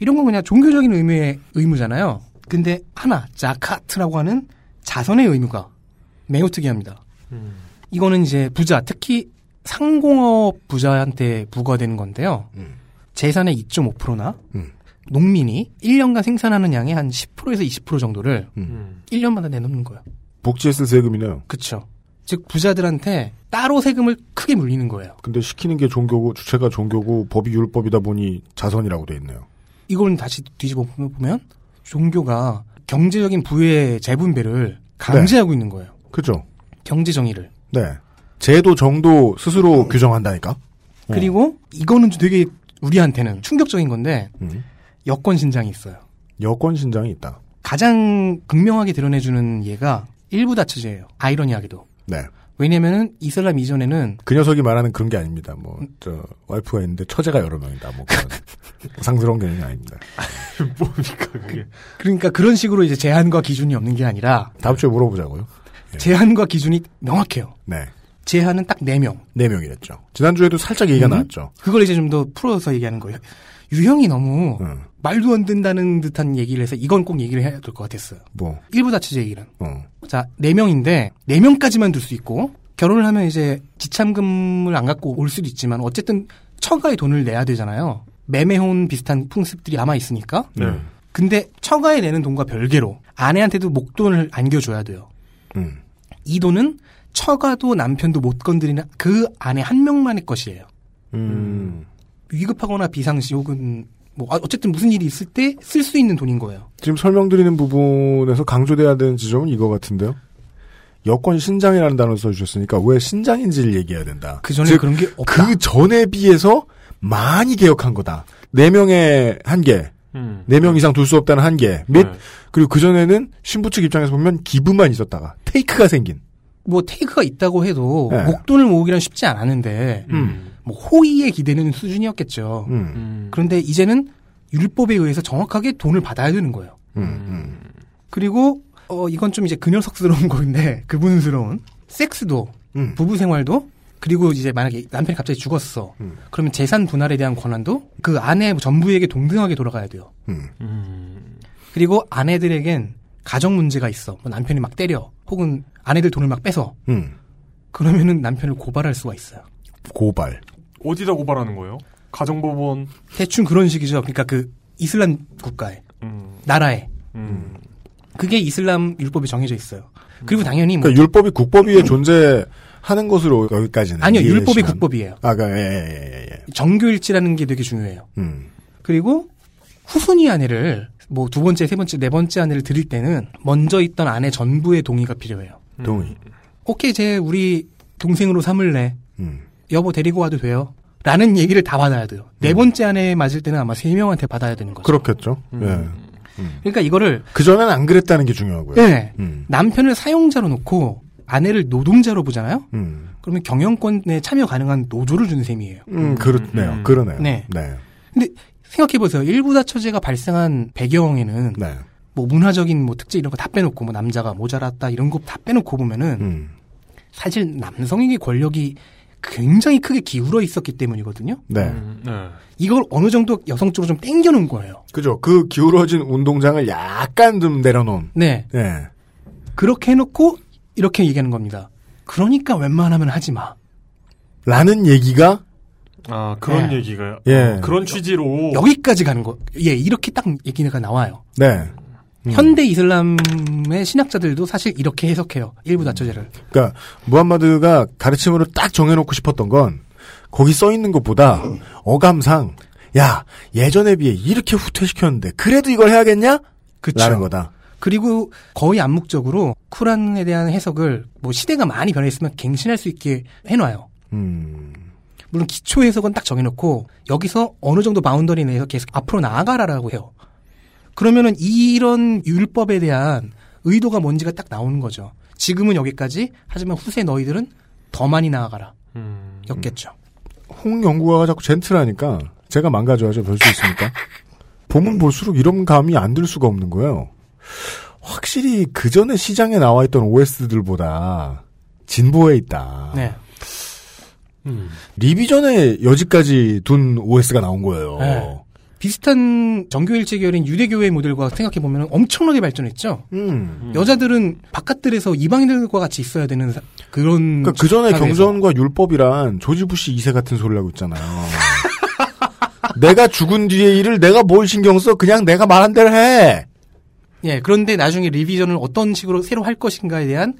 [SPEAKER 15] 이런 건 그냥 종교적인 의무의 의무잖아요. 근데 하나 자카트라고 하는 자선의 의무가 매우 특이합니다. 이거는 이제 부자, 특히 상공업 부자한테 부과되는 건데요. 재산의 2.5%나 농민이 1년간 생산하는 양의 한 10%에서 20% 정도를
[SPEAKER 2] 음.
[SPEAKER 15] 1년마다 내놓는 거예요.
[SPEAKER 3] 복지에 쓴 세금이네요.
[SPEAKER 15] 그렇죠. 즉 부자들한테 따로 세금을 크게 물리는 거예요.
[SPEAKER 3] 근데 시키는 게 종교고 주체가 종교고 법이 율법이다 보니 자선이라고 돼 있네요.
[SPEAKER 15] 이걸 다시 뒤집어 보면 종교가 경제적인 부의 재분배를 강제하고 있는 거예요.
[SPEAKER 3] 네. 그죠?
[SPEAKER 15] 경제 정의를.
[SPEAKER 3] 네. 제도 정도 스스로 규정한다니까. 어.
[SPEAKER 15] 그리고 이거는 되게 우리한테는 충격적인 건데
[SPEAKER 3] 음.
[SPEAKER 15] 여권 신장이 있어요.
[SPEAKER 3] 여권 신장이 있다.
[SPEAKER 15] 가장 극명하게 드러내주는 예가 일부 다처제예요. 아이러니하게도.
[SPEAKER 3] 네.
[SPEAKER 15] 왜냐면은 이슬람 이전에는
[SPEAKER 3] 그 녀석이 말하는 그런 게 아닙니다. 뭐, 저, 와이프가 있는데 처제가 여러 명이다. 뭐, 그런 상스러운 개념이 아닙니다.
[SPEAKER 15] 그러니까 그런 식으로 이제 제한과 기준이 없는 게 아니라
[SPEAKER 3] 다음 주에 물어보자고요. 예.
[SPEAKER 15] 제한과 기준이 명확해요.
[SPEAKER 3] 네.
[SPEAKER 15] 제한은 딱 4명. 음.
[SPEAKER 3] 네 명이랬죠. 지난주에도 살짝 얘기가 나왔죠.
[SPEAKER 15] 그걸 이제 좀 더 풀어서 얘기하는 거예요. 그 유형이 너무
[SPEAKER 3] 음.
[SPEAKER 15] 말도 안 된다는 듯한 얘기를 해서 이건 꼭 얘기를 해야 될 것 같았어요.
[SPEAKER 3] 뭐,
[SPEAKER 15] 일부 다치제 얘기는.
[SPEAKER 3] 어.
[SPEAKER 15] 자, 4명인데 4명까지만 둘 수 있고 결혼을 하면 이제 지참금을 안 갖고 올 수도 있지만 어쨌든 처가의 돈을 내야 되잖아요. 매매혼 비슷한 풍습들이 아마 있으니까.
[SPEAKER 3] 네.
[SPEAKER 15] 근데 처가에 내는 돈과 별개로 아내한테도 목돈을 안겨줘야 돼요.
[SPEAKER 3] 음.
[SPEAKER 15] 이 돈은 처가도 남편도 못 건드리는 그 아내 한 명만의 것이에요.
[SPEAKER 3] 음.
[SPEAKER 15] 위급하거나 비상시 혹은 뭐 아, 어쨌든 무슨 일이 있을 때 쓸 수 있는 돈인 거예요.
[SPEAKER 3] 지금 설명드리는 부분에서 강조돼야 되는 지점은 이거 같은데요. 여권 신장이라는 단어 를 써주셨으니까 왜 신장인지를 얘기해야 된다.
[SPEAKER 15] 그 전에
[SPEAKER 3] 즉,
[SPEAKER 15] 그런 게 없다.
[SPEAKER 3] 그 전에 비해서 많이 개혁한 거다. 네명에한 개,
[SPEAKER 15] 그
[SPEAKER 2] 음.
[SPEAKER 3] 네 명 이상 둘 수 없다는 한 개, 및 그리고 그 전에는 신부 측 입장에서 보면 기부만 있었다가 테이크가 생긴.
[SPEAKER 15] 뭐 테이크가 있다고 해도
[SPEAKER 3] 네.
[SPEAKER 15] 뭐,
[SPEAKER 3] 음.
[SPEAKER 15] 목돈을 모으기란 쉽지 않았는데 뭐 호의에 기대는 수준이었겠죠. 그런데 이제는 율법에 의해서 정확하게 돈을 받아야 되는 거예요. 그리고 어 이건 좀 이제 그 녀석스러운 건데 그분스러운 섹스도 부부 생활도 그리고 이제 만약에 남편이 갑자기 죽었어. 그러면 재산 분할에 대한 권한도 그 아내 전부에게 동등하게 돌아가야 돼요.
[SPEAKER 3] 음.
[SPEAKER 15] 그리고 아내들에겐 가정 문제가 있어. 뭐 남편이 막 때려. 혹은 아내들 돈을 막 빼서.
[SPEAKER 3] 음.
[SPEAKER 15] 그러면은 남편을 고발할 수가 있어요. 뭐.
[SPEAKER 3] 고발.
[SPEAKER 2] 어디다 고발하는 거예요? 가정법원.
[SPEAKER 15] 대충 그런 식이죠. 그러니까 그 이슬람 국가에 나라에 그게 이슬람 율법이 정해져 있어요. 그리고 당연히 뭐
[SPEAKER 3] 그러니까 율법이 국법 위에 존재하는 것으로 여기까지는.
[SPEAKER 15] 아니요
[SPEAKER 3] 이해해
[SPEAKER 15] 율법이
[SPEAKER 3] 주시면.
[SPEAKER 15] 국법이에요.
[SPEAKER 3] 아, 그, 예, 예, 예, 예.
[SPEAKER 15] 정교일치라는 게 되게 중요해요.
[SPEAKER 3] 음.
[SPEAKER 15] 그리고 후순위 아내를 뭐 두 번째, 세 번째, 네 번째 아내를 드릴 때는 먼저 있던 아내 전부의 동의가 필요해요.
[SPEAKER 3] 동의.
[SPEAKER 15] 오케이, 쟤 우리 동생으로 삼을래.
[SPEAKER 3] 음.
[SPEAKER 15] 여보 데리고 와도 돼요. 라는 얘기를 다 받아야 돼요. 네 번째 아내 맞을 때는 아마 세 명한테 받아야 되는
[SPEAKER 3] 음.
[SPEAKER 15] 거죠.
[SPEAKER 3] 그렇겠죠. 예.
[SPEAKER 15] 그러니까 이거를
[SPEAKER 3] 그전엔 안 그랬다는 게 중요하고요.
[SPEAKER 15] 네.
[SPEAKER 3] 음.
[SPEAKER 15] 남편을 사용자로 놓고 아내를 노동자로 보잖아요.
[SPEAKER 3] 음.
[SPEAKER 15] 그러면 경영권에 참여 가능한 노조를 주는 셈이에요.
[SPEAKER 3] 음, 그렇네요. 그러네요.
[SPEAKER 15] 네.
[SPEAKER 3] 네.
[SPEAKER 15] 근데 생각해보세요. 일부다 처제가 발생한 배경에는
[SPEAKER 3] 네.
[SPEAKER 15] 뭐 문화적인 뭐 특징 이런 거 다 빼놓고 뭐 남자가 모자랐다 이런 거 다 빼놓고 보면은
[SPEAKER 3] 음.
[SPEAKER 15] 사실 남성에게 권력이 굉장히 크게 기울어 있었기 때문이거든요.
[SPEAKER 3] 네.
[SPEAKER 15] 음. 이걸 어느 정도 여성 쪽으로 좀 땡겨놓은 거예요.
[SPEAKER 3] 그죠. 그 기울어진 운동장을 약간 좀 내려놓은.
[SPEAKER 15] 네.
[SPEAKER 3] 예.
[SPEAKER 15] 그렇게 해놓고 이렇게 얘기하는 겁니다. 그러니까 웬만하면 하지 마.
[SPEAKER 3] 라는 얘기가
[SPEAKER 2] 아 그런
[SPEAKER 15] 네.
[SPEAKER 2] 얘기가
[SPEAKER 3] 예.
[SPEAKER 2] 그런 취지로
[SPEAKER 15] 여기까지 가는 거. 예, 이렇게 딱 얘기가 나와요.
[SPEAKER 3] 네.
[SPEAKER 15] 현대 이슬람의 신학자들도 사실 이렇게 해석해요. 일부 다처제를.
[SPEAKER 3] 그러니까 무함마드가 가르침으로 딱 정해놓고 싶었던 건 거기 써 있는 것보다 어감상 야 예전에 비해 이렇게 후퇴시켰는데 그래도 이걸 해야겠냐?
[SPEAKER 15] 그쵸.
[SPEAKER 3] 라는 거다.
[SPEAKER 15] 그리고 거의 암묵적으로 쿠란에 대한 해석을 뭐 시대가 많이 변했으면 갱신할 수 있게 해놔요.
[SPEAKER 3] 음.
[SPEAKER 15] 물론 기초 해석은 딱 정해놓고 여기서 어느 정도 바운더리 내에서 계속 앞으로 나아가라라고 해요. 그러면은 이런 율법에 대한 의도가 뭔지가 딱 나오는 거죠. 지금은 여기까지 하지만 후세 너희들은 더 많이 나아가라. 였겠죠.
[SPEAKER 3] 홍 연구가가 자꾸 젠틀하니까 제가 망가져야죠. 별 수 있으니까. 보면 볼수록 이런 감이 안 들 수가 없는 거예요. 확실히 그 전에 시장에 나와 있던 OS들보다 진보해 있다. 음.
[SPEAKER 15] 네.
[SPEAKER 3] 리비전에 여지까지 둔 OS가 나온 거예요.
[SPEAKER 15] 네. 비슷한 정교일제 계열인 유대교회 모델과 생각해보면 엄청나게 발전했죠.
[SPEAKER 3] 음.
[SPEAKER 15] 음, 여자들은 바깥들에서 이방인들과 같이 있어야 되는 사- 그런.
[SPEAKER 3] 그러니까 그 전에
[SPEAKER 15] 사회에서.
[SPEAKER 3] 경전과 율법이란 조지 부시 2세 같은 소리를 하고 있잖아요. 내가 죽은 뒤의 일을 내가 뭘 신경 써? 그냥 내가 말한 대로 해.
[SPEAKER 15] 예, 그런데 나중에 리비전을 어떤 식으로 새로 할 것인가에 대한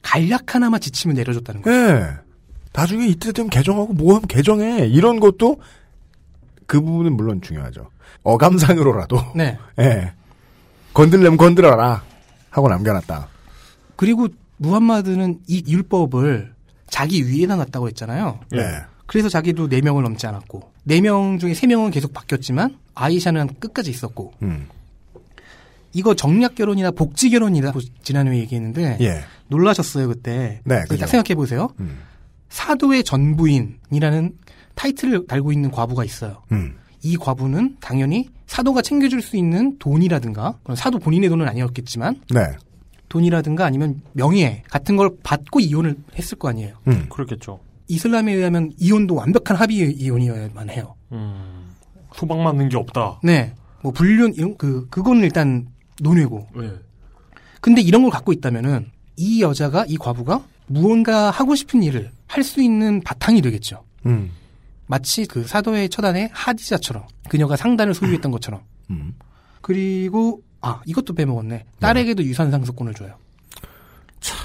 [SPEAKER 15] 간략 하나만 지침을 내려줬다는 거예요.
[SPEAKER 3] 예. 나중에 이때 되면 개정하고 뭐 하면 개정해. 이런 것도 그 부분은 물론 중요하죠. 어감상으로라도.
[SPEAKER 15] 네.
[SPEAKER 3] 예. 건들려면 건드려라. 하고 남겨놨다.
[SPEAKER 15] 그리고 무함마드는 이 율법을 자기 위에다 놨다고 했잖아요.
[SPEAKER 3] 예.
[SPEAKER 15] 네. 그래서 자기도 4명을 넘지 않았고 4명 중에 3명은 계속 바뀌었지만 아이샤는 끝까지 있었고
[SPEAKER 3] 음.
[SPEAKER 15] 이거 정략 결혼이나 복지 결혼이다 지난주에 얘기했는데
[SPEAKER 3] 예.
[SPEAKER 15] 놀라셨어요 그때
[SPEAKER 3] 네,
[SPEAKER 15] 근데
[SPEAKER 3] 그죠. 음.
[SPEAKER 15] 딱 생각해 보세요 사도의 전부인이라는 타이틀을 달고 있는 과부가 있어요
[SPEAKER 3] 음.
[SPEAKER 15] 이 과부는 당연히 사도가 챙겨줄 수 있는 돈이라든가 그건 사도 본인의 돈은 아니었겠지만
[SPEAKER 3] 네.
[SPEAKER 15] 돈이라든가 아니면 명예 같은 걸 받고 이혼을 했을 거 아니에요
[SPEAKER 3] 음.
[SPEAKER 2] 그렇겠죠.
[SPEAKER 15] 이슬람에 의하면 이혼도 완벽한 합의 이혼이어야만 해요.
[SPEAKER 2] 음, 소방맞는 게 없다.
[SPEAKER 15] 네. 뭐 불륜 이런 그 그건 일단 논외고.
[SPEAKER 2] 네.
[SPEAKER 15] 근데 이런 걸 갖고 있다면은 이 여자가 이 과부가 무언가 하고 싶은 일을 할 수 있는 바탕이 되겠죠.
[SPEAKER 3] 음.
[SPEAKER 15] 마치 그 사도의 처단의 하디자처럼 그녀가 상단을 소유했던 것처럼.
[SPEAKER 3] 음.
[SPEAKER 15] 그리고 아 이것도 빼먹었네. 딸에게도 유산 상속권을 줘요. 참.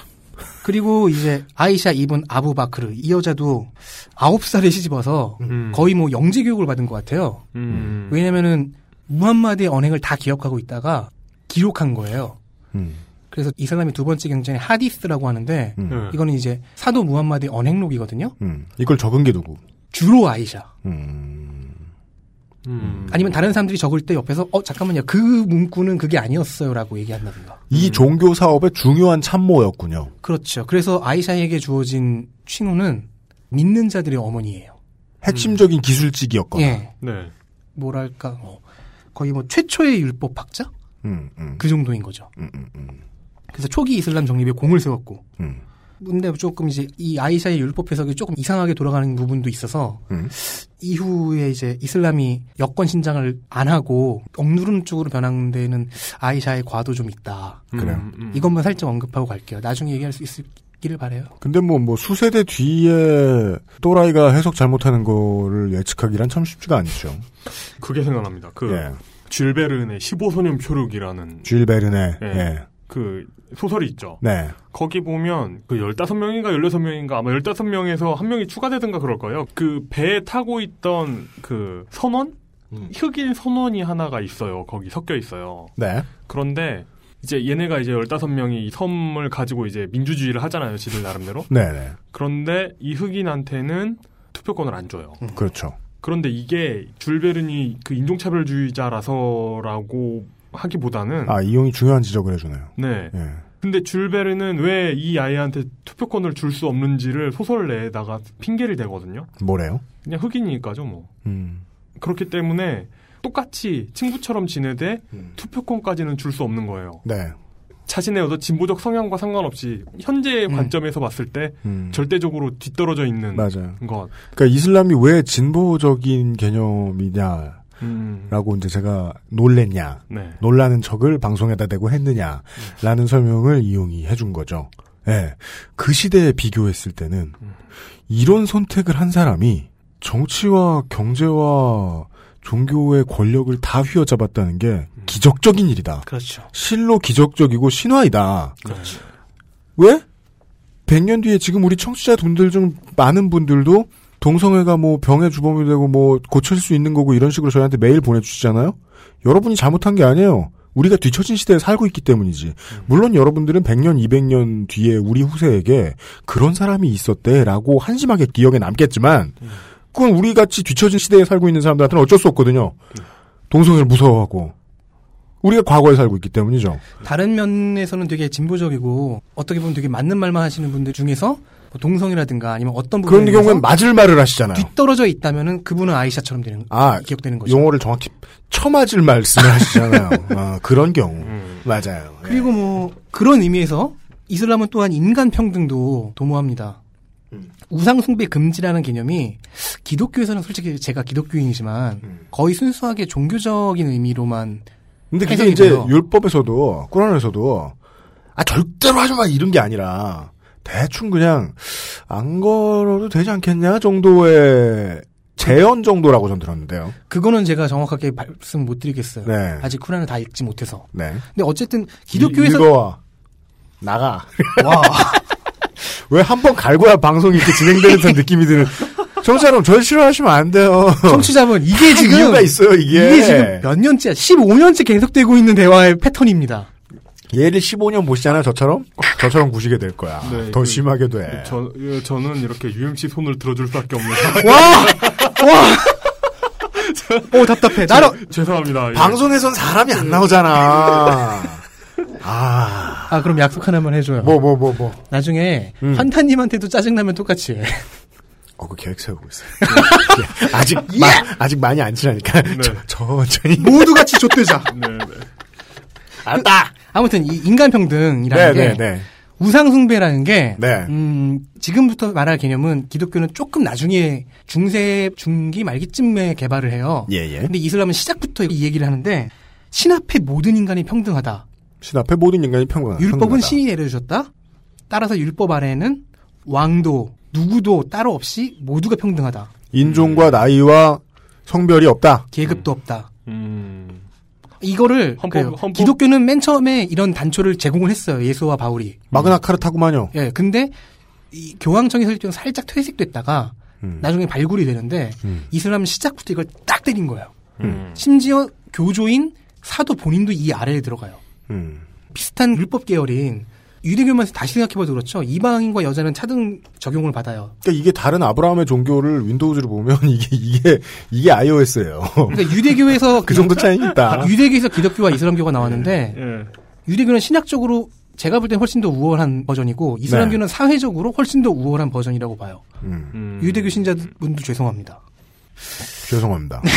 [SPEAKER 15] 그리고 이제 아이샤 이븐 아부바크르 이 여자도 아홉 살에 시집와서 거의 뭐 영재 교육을 받은 것 같아요.
[SPEAKER 2] 음.
[SPEAKER 15] 왜냐면은 무함마드의 언행을 다 기억하고 있다가 기록한 거예요.
[SPEAKER 3] 음.
[SPEAKER 15] 그래서 이 사람이 두 번째 경전에 하디스라고 하는데
[SPEAKER 2] 예.
[SPEAKER 3] 음.
[SPEAKER 15] 이거는 이제 사도 무함마드의 언행록이거든요.
[SPEAKER 3] 음. 이걸 적은 게 누구?
[SPEAKER 15] 주로 아이샤.
[SPEAKER 2] 음.
[SPEAKER 15] 아니면 다른 사람들이 적을 때 옆에서 어 잠깐만요 그 문구는 그게 아니었어요라고 얘기한다든가.
[SPEAKER 3] 이 종교 사업의 중요한 참모였군요.
[SPEAKER 15] 그렇죠. 그래서 아이샤에게 주어진 친호는 믿는 자들의 어머니예요.
[SPEAKER 3] 핵심적인 기술직이었거나.
[SPEAKER 15] 음. 예.
[SPEAKER 2] 네.
[SPEAKER 15] 뭐랄까 어, 거의 뭐 최초의 율법학자
[SPEAKER 3] 음, 음.
[SPEAKER 15] 그 정도인 거죠.
[SPEAKER 3] 음, 음, 음.
[SPEAKER 15] 그래서 초기 이슬람 정립에 공을 세웠고.
[SPEAKER 3] 음.
[SPEAKER 15] 근데 조금 이제 이 아이샤의 율법 해석이 조금 이상하게 돌아가는 부분도 있어서
[SPEAKER 3] 음.
[SPEAKER 15] 이후에 이제 이슬람이 여권 신장을 안 하고 억누르는 쪽으로 변한 데는 아이샤의 과도 좀 있다.
[SPEAKER 3] 그래요.
[SPEAKER 2] 음,
[SPEAKER 15] 이것만 살짝 언급하고 갈게요. 나중에 얘기할 수 있기를 바래요.
[SPEAKER 3] 근데 뭐, 뭐, 수세대 뒤에 또라이가 해석 잘못하는 거를 예측하기란 참 쉽지가 않죠.
[SPEAKER 2] 그게 생각납니다. 그
[SPEAKER 3] 예.
[SPEAKER 2] 줄베른의 15소년 표류기라는
[SPEAKER 3] 쥐일베르네.
[SPEAKER 2] 예.
[SPEAKER 3] 예.
[SPEAKER 2] 그 소설이 있죠.
[SPEAKER 3] 네.
[SPEAKER 2] 거기 보면 그 15명인가 16명인가 아마 15명에서 한 명이 추가되든가 그럴 거예요. 그 배에 타고 있던 그 선원? 흑인 선원이 하나가 있어요. 거기 섞여 있어요.
[SPEAKER 3] 네.
[SPEAKER 2] 그런데 이제 얘네가 이제 15명이 이 섬을 가지고 이제 민주주의를 하잖아요. 지들 나름대로.
[SPEAKER 3] 네네.
[SPEAKER 2] 그런데 이 흑인한테는 투표권을 안 줘요.
[SPEAKER 15] 음.
[SPEAKER 3] 그렇죠.
[SPEAKER 2] 그런데 이게 줄베른이 그 인종차별주의자라서라고 하기보다는
[SPEAKER 3] 아, 이용이 중요한 지적을 해주네요.
[SPEAKER 2] 네.
[SPEAKER 3] 예.
[SPEAKER 2] 근데 줄베르는 왜 이 아이한테 투표권을 줄 수 없는지를 소설 내에다가 핑계를 대거든요.
[SPEAKER 3] 뭐래요?
[SPEAKER 2] 그냥 흑인이니까죠, 뭐.
[SPEAKER 3] 음.
[SPEAKER 2] 그렇기 때문에 똑같이 친구처럼 지내되
[SPEAKER 3] 음.
[SPEAKER 2] 투표권까지는 줄 수 없는 거예요.
[SPEAKER 3] 네.
[SPEAKER 2] 자신의 어떤 진보적 성향과 상관없이 현재의 관점에서 봤을 때
[SPEAKER 3] 음.
[SPEAKER 2] 절대적으로 뒤떨어져 있는
[SPEAKER 3] 맞아요.
[SPEAKER 2] 것.
[SPEAKER 3] 그러니까 이슬람이 왜 진보적인 개념이냐.
[SPEAKER 2] 음.
[SPEAKER 3] 라고 이제 제가 놀랬냐,
[SPEAKER 2] 네.
[SPEAKER 3] 놀라는 척을 방송에다 대고 했느냐라는 설명을 이용이 해준 거죠. 예. 그 시대에 비교했을 때는 이런 선택을 한 사람이 정치와 경제와 종교의 권력을 다 휘어잡았다는 게 기적적인 일이다.
[SPEAKER 15] 그렇죠.
[SPEAKER 3] 실로 기적적이고 신화이다. 왜? 100년 뒤에 지금 우리 청취자분들 중 많은 분들도 동성애가 뭐 병의 주범이 되고 뭐 고칠 수 있는 거고 이런 식으로 저희한테 메일 보내주시잖아요? 여러분이 잘못한 게 아니에요. 우리가 뒤처진 시대에 살고 있기 때문이지. 물론 여러분들은 100년, 200년 뒤에 우리 후세에게 그런 사람이 있었대라고 한심하게 기억에 남겠지만, 그건 우리 같이 뒤처진 시대에 살고 있는 사람들한테는 어쩔 수 없거든요. 동성애를 무서워하고. 우리가 과거에 살고 있기 때문이죠.
[SPEAKER 15] 뭐 다른 면에서는 되게 진보적이고 어떻게 보면 되게 맞는 말만 하시는 분들 중에서 뭐 동성이라든가 아니면 어떤
[SPEAKER 3] 그런
[SPEAKER 15] 부분에서
[SPEAKER 3] 경우엔 맞을 말을 하시잖아요.
[SPEAKER 15] 뒤떨어져 있다면은 그분은 아이샤처럼 되는
[SPEAKER 3] 아,
[SPEAKER 15] 기억되는 거죠.
[SPEAKER 3] 용어를 정확히 처맞을 말씀을 하시잖아요. 아, 그런 경우. 맞아요. 예.
[SPEAKER 15] 그리고 뭐 그런 의미에서 이슬람은 또한 인간 평등도 도모합니다. 우상 숭배 금지라는 개념이 기독교에서는 솔직히 제가 기독교인이지만 거의 순수하게 종교적인 의미로만
[SPEAKER 3] 근데 그게
[SPEAKER 15] 해석이
[SPEAKER 3] 이제
[SPEAKER 15] 돼요.
[SPEAKER 3] 율법에서도 꾸란에서도 아 절대로 하지 마 이런 게 아니라 대충 그냥 안 걸어도 되지 않겠냐 정도의 재현 정도라고 전 들었는데요.
[SPEAKER 15] 그거는 제가 정확하게 말씀 못 드리겠어요.
[SPEAKER 3] 네.
[SPEAKER 15] 아직 쿠란을 다 읽지 못해서.
[SPEAKER 3] 네.
[SPEAKER 15] 근데 어쨌든 기독교에서
[SPEAKER 3] 읽어와. 나가. 왜 한 번 갈고야 방송이 이렇게 진행되는 듯한 느낌이 드는. 청취자 여러분, 저를 싫어하시면 안 돼요.
[SPEAKER 15] 청취자분 이게
[SPEAKER 3] 다
[SPEAKER 15] 지금
[SPEAKER 3] 이유가 있어요, 이게.
[SPEAKER 15] 지금 몇 년째 15년째 계속되고 있는 대화의 패턴입니다.
[SPEAKER 3] 얘를 15년 보시잖아요, 저처럼? 저처럼 구시게 될 거야.
[SPEAKER 2] 네,
[SPEAKER 3] 더
[SPEAKER 2] 그-
[SPEAKER 3] 심하게 돼.
[SPEAKER 2] 저, 예, 저는 이렇게 UMC 손을 들어줄 수밖에 없는.
[SPEAKER 15] 와! 오, 답답해.
[SPEAKER 3] 나는-
[SPEAKER 2] 죄송합니다. 예.
[SPEAKER 3] 방송에선 사람이 안 나오잖아. 아.
[SPEAKER 15] 아, 그럼 약속 하나만 해줘요.
[SPEAKER 3] 뭐, 뭐, 뭐, 뭐.
[SPEAKER 15] 나중에
[SPEAKER 3] 음.
[SPEAKER 15] 환타님한테도 짜증나면 똑같이 해.
[SPEAKER 3] 어, 그 계획 세우고 있어요. 예, 아직, 마- 아직 많이 안 친하니까. 저, 천히
[SPEAKER 15] 네. 모두 같이 좆대자.
[SPEAKER 2] 네, 네.
[SPEAKER 3] 알았다.
[SPEAKER 15] 아무튼 이
[SPEAKER 3] 네,
[SPEAKER 15] 인간평등이라는
[SPEAKER 3] 네,
[SPEAKER 15] 게
[SPEAKER 3] 네.
[SPEAKER 15] 우상숭배라는 게
[SPEAKER 3] 네.
[SPEAKER 15] 음, 지금부터 말할 개념은 기독교는 조금 나중에 중세 중기 말기쯤에 개발을 해요.
[SPEAKER 3] 예, 예.
[SPEAKER 15] 근데 이슬람은 시작부터 이 얘기를 하는데 신 앞에 모든 인간이 평등하다.
[SPEAKER 3] 신 앞에 모든 인간이 평등하다.
[SPEAKER 15] 율법은
[SPEAKER 3] 평등하다.
[SPEAKER 15] 신이 내려주셨다. 따라서 율법 아래에는 왕도 누구도 따로 없이 모두가 평등하다. 음.
[SPEAKER 3] 인종과 나이와 성별이 없다.
[SPEAKER 15] 계급도 없다.
[SPEAKER 2] 음.
[SPEAKER 15] 이거를
[SPEAKER 2] 헌법-
[SPEAKER 15] 그 기독교는 맨 처음에 이런 단초를 제공을 했어요. 예수와 바울이.
[SPEAKER 3] 마그나 카르타구만요.
[SPEAKER 15] 예, 근데 이 교황청의 설정 살짝 퇴색됐다가
[SPEAKER 3] 음.
[SPEAKER 15] 나중에 발굴이 되는데 이슬람 은 시작부터 이걸 딱 때린 거예요.
[SPEAKER 3] 음.
[SPEAKER 15] 심지어 교조인 사도 본인도 이 아래에 들어가요.
[SPEAKER 3] 음.
[SPEAKER 15] 비슷한 율법 계열인 유대교만에서 다시 생각해봐도 그렇죠. 이방인과 여자는 차등 적용을 받아요.
[SPEAKER 3] 그러니까 이게 다른 아브라함의 종교를 윈도우즈로 보면 이게 이게 이게 iOS예요.
[SPEAKER 15] 그러니까 유대교에서 아,
[SPEAKER 3] 그 정도 차이는 있다.
[SPEAKER 15] 유대교에서 기독교와 이슬람교가
[SPEAKER 3] 네.
[SPEAKER 15] 나왔는데
[SPEAKER 2] 예.
[SPEAKER 15] 유대교는 신학적으로 제가 볼 땐 훨씬 더 우월한 버전이고
[SPEAKER 3] 네.
[SPEAKER 15] 이슬람교는 사회적으로 훨씬 더 우월한 버전이라고 봐요.
[SPEAKER 3] 음,
[SPEAKER 15] 유대교 신자분도 죄송합니다.
[SPEAKER 3] 네. 죄송합니다.
[SPEAKER 15] 네.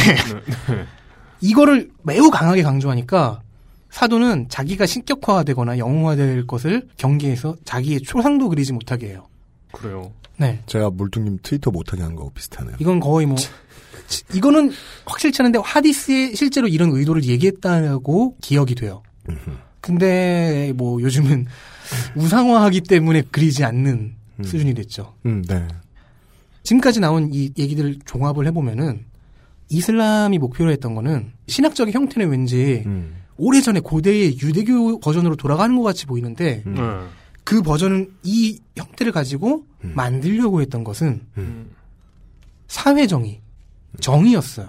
[SPEAKER 15] 이거를 매우 강하게 강조하니까 사도는 자기가 신격화되거나 영웅화될 것을 경계해서 자기의 초상도 그리지 못하게 해요.
[SPEAKER 2] 그래요.
[SPEAKER 15] 네.
[SPEAKER 3] 제가 물뚱님 트위터 못하게 한 거하고 비슷하네요.
[SPEAKER 15] 이건 거의 뭐 치- 이거는 확실치 않은데 하디스에 실제로 이런 의도를 얘기했다고 기억이 돼요. 근데 뭐 요즘은 우상화하기 때문에 그리지 않는
[SPEAKER 3] 음.
[SPEAKER 15] 수준이 됐죠.
[SPEAKER 3] 음, 네.
[SPEAKER 15] 지금까지 나온 이 얘기들을 종합을 해보면은 이슬람이 목표로 했던 거는 신학적인 형태는 왠지
[SPEAKER 3] 음.
[SPEAKER 15] 오래전에 고대의 유대교 버전으로 돌아가는 것 같이 보이는데
[SPEAKER 2] 네.
[SPEAKER 15] 그 버전은 이 형태를 가지고 만들려고 했던 것은 사회정의, 정의였어요.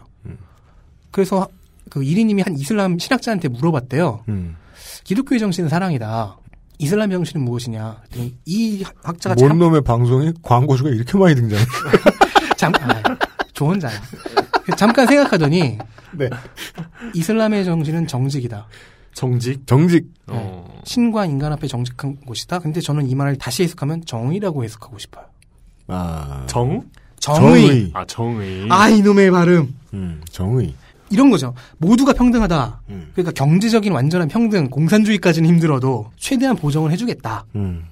[SPEAKER 15] 그래서 그 이리님이 한 이슬람 신학자한테 물어봤대요.
[SPEAKER 3] 음.
[SPEAKER 15] 기독교의 그 정신은 사랑이다. 아, 이슬람 정신은 무엇이냐? 그랬더니 이 학자가
[SPEAKER 3] 뭔
[SPEAKER 15] 참-
[SPEAKER 3] 놈의 방송에 광고주가 이렇게 많이 등장해.
[SPEAKER 15] 잠, 아, 좋은 자야. 잠깐 생각하더니
[SPEAKER 3] 네.
[SPEAKER 15] 이슬람의 정신은 정직이다.
[SPEAKER 2] 정직?
[SPEAKER 3] 정직.
[SPEAKER 15] 네.
[SPEAKER 2] 어.
[SPEAKER 15] 신과 인간 앞에 정직한 곳이다. 근데 저는 이 말을 다시 해석하면 정의라고 해석하고 싶어요.
[SPEAKER 3] 아.
[SPEAKER 2] 정?
[SPEAKER 15] 정의.
[SPEAKER 2] 아, 정의.
[SPEAKER 15] 네. 아 이놈의 발음.
[SPEAKER 3] 음, 정의.
[SPEAKER 15] 이런 거죠. 모두가 평등하다. 그러니까 경제적인 완전한 평등, 공산주의까지는 힘들어도 최대한 보정을 해주겠다.
[SPEAKER 3] 음.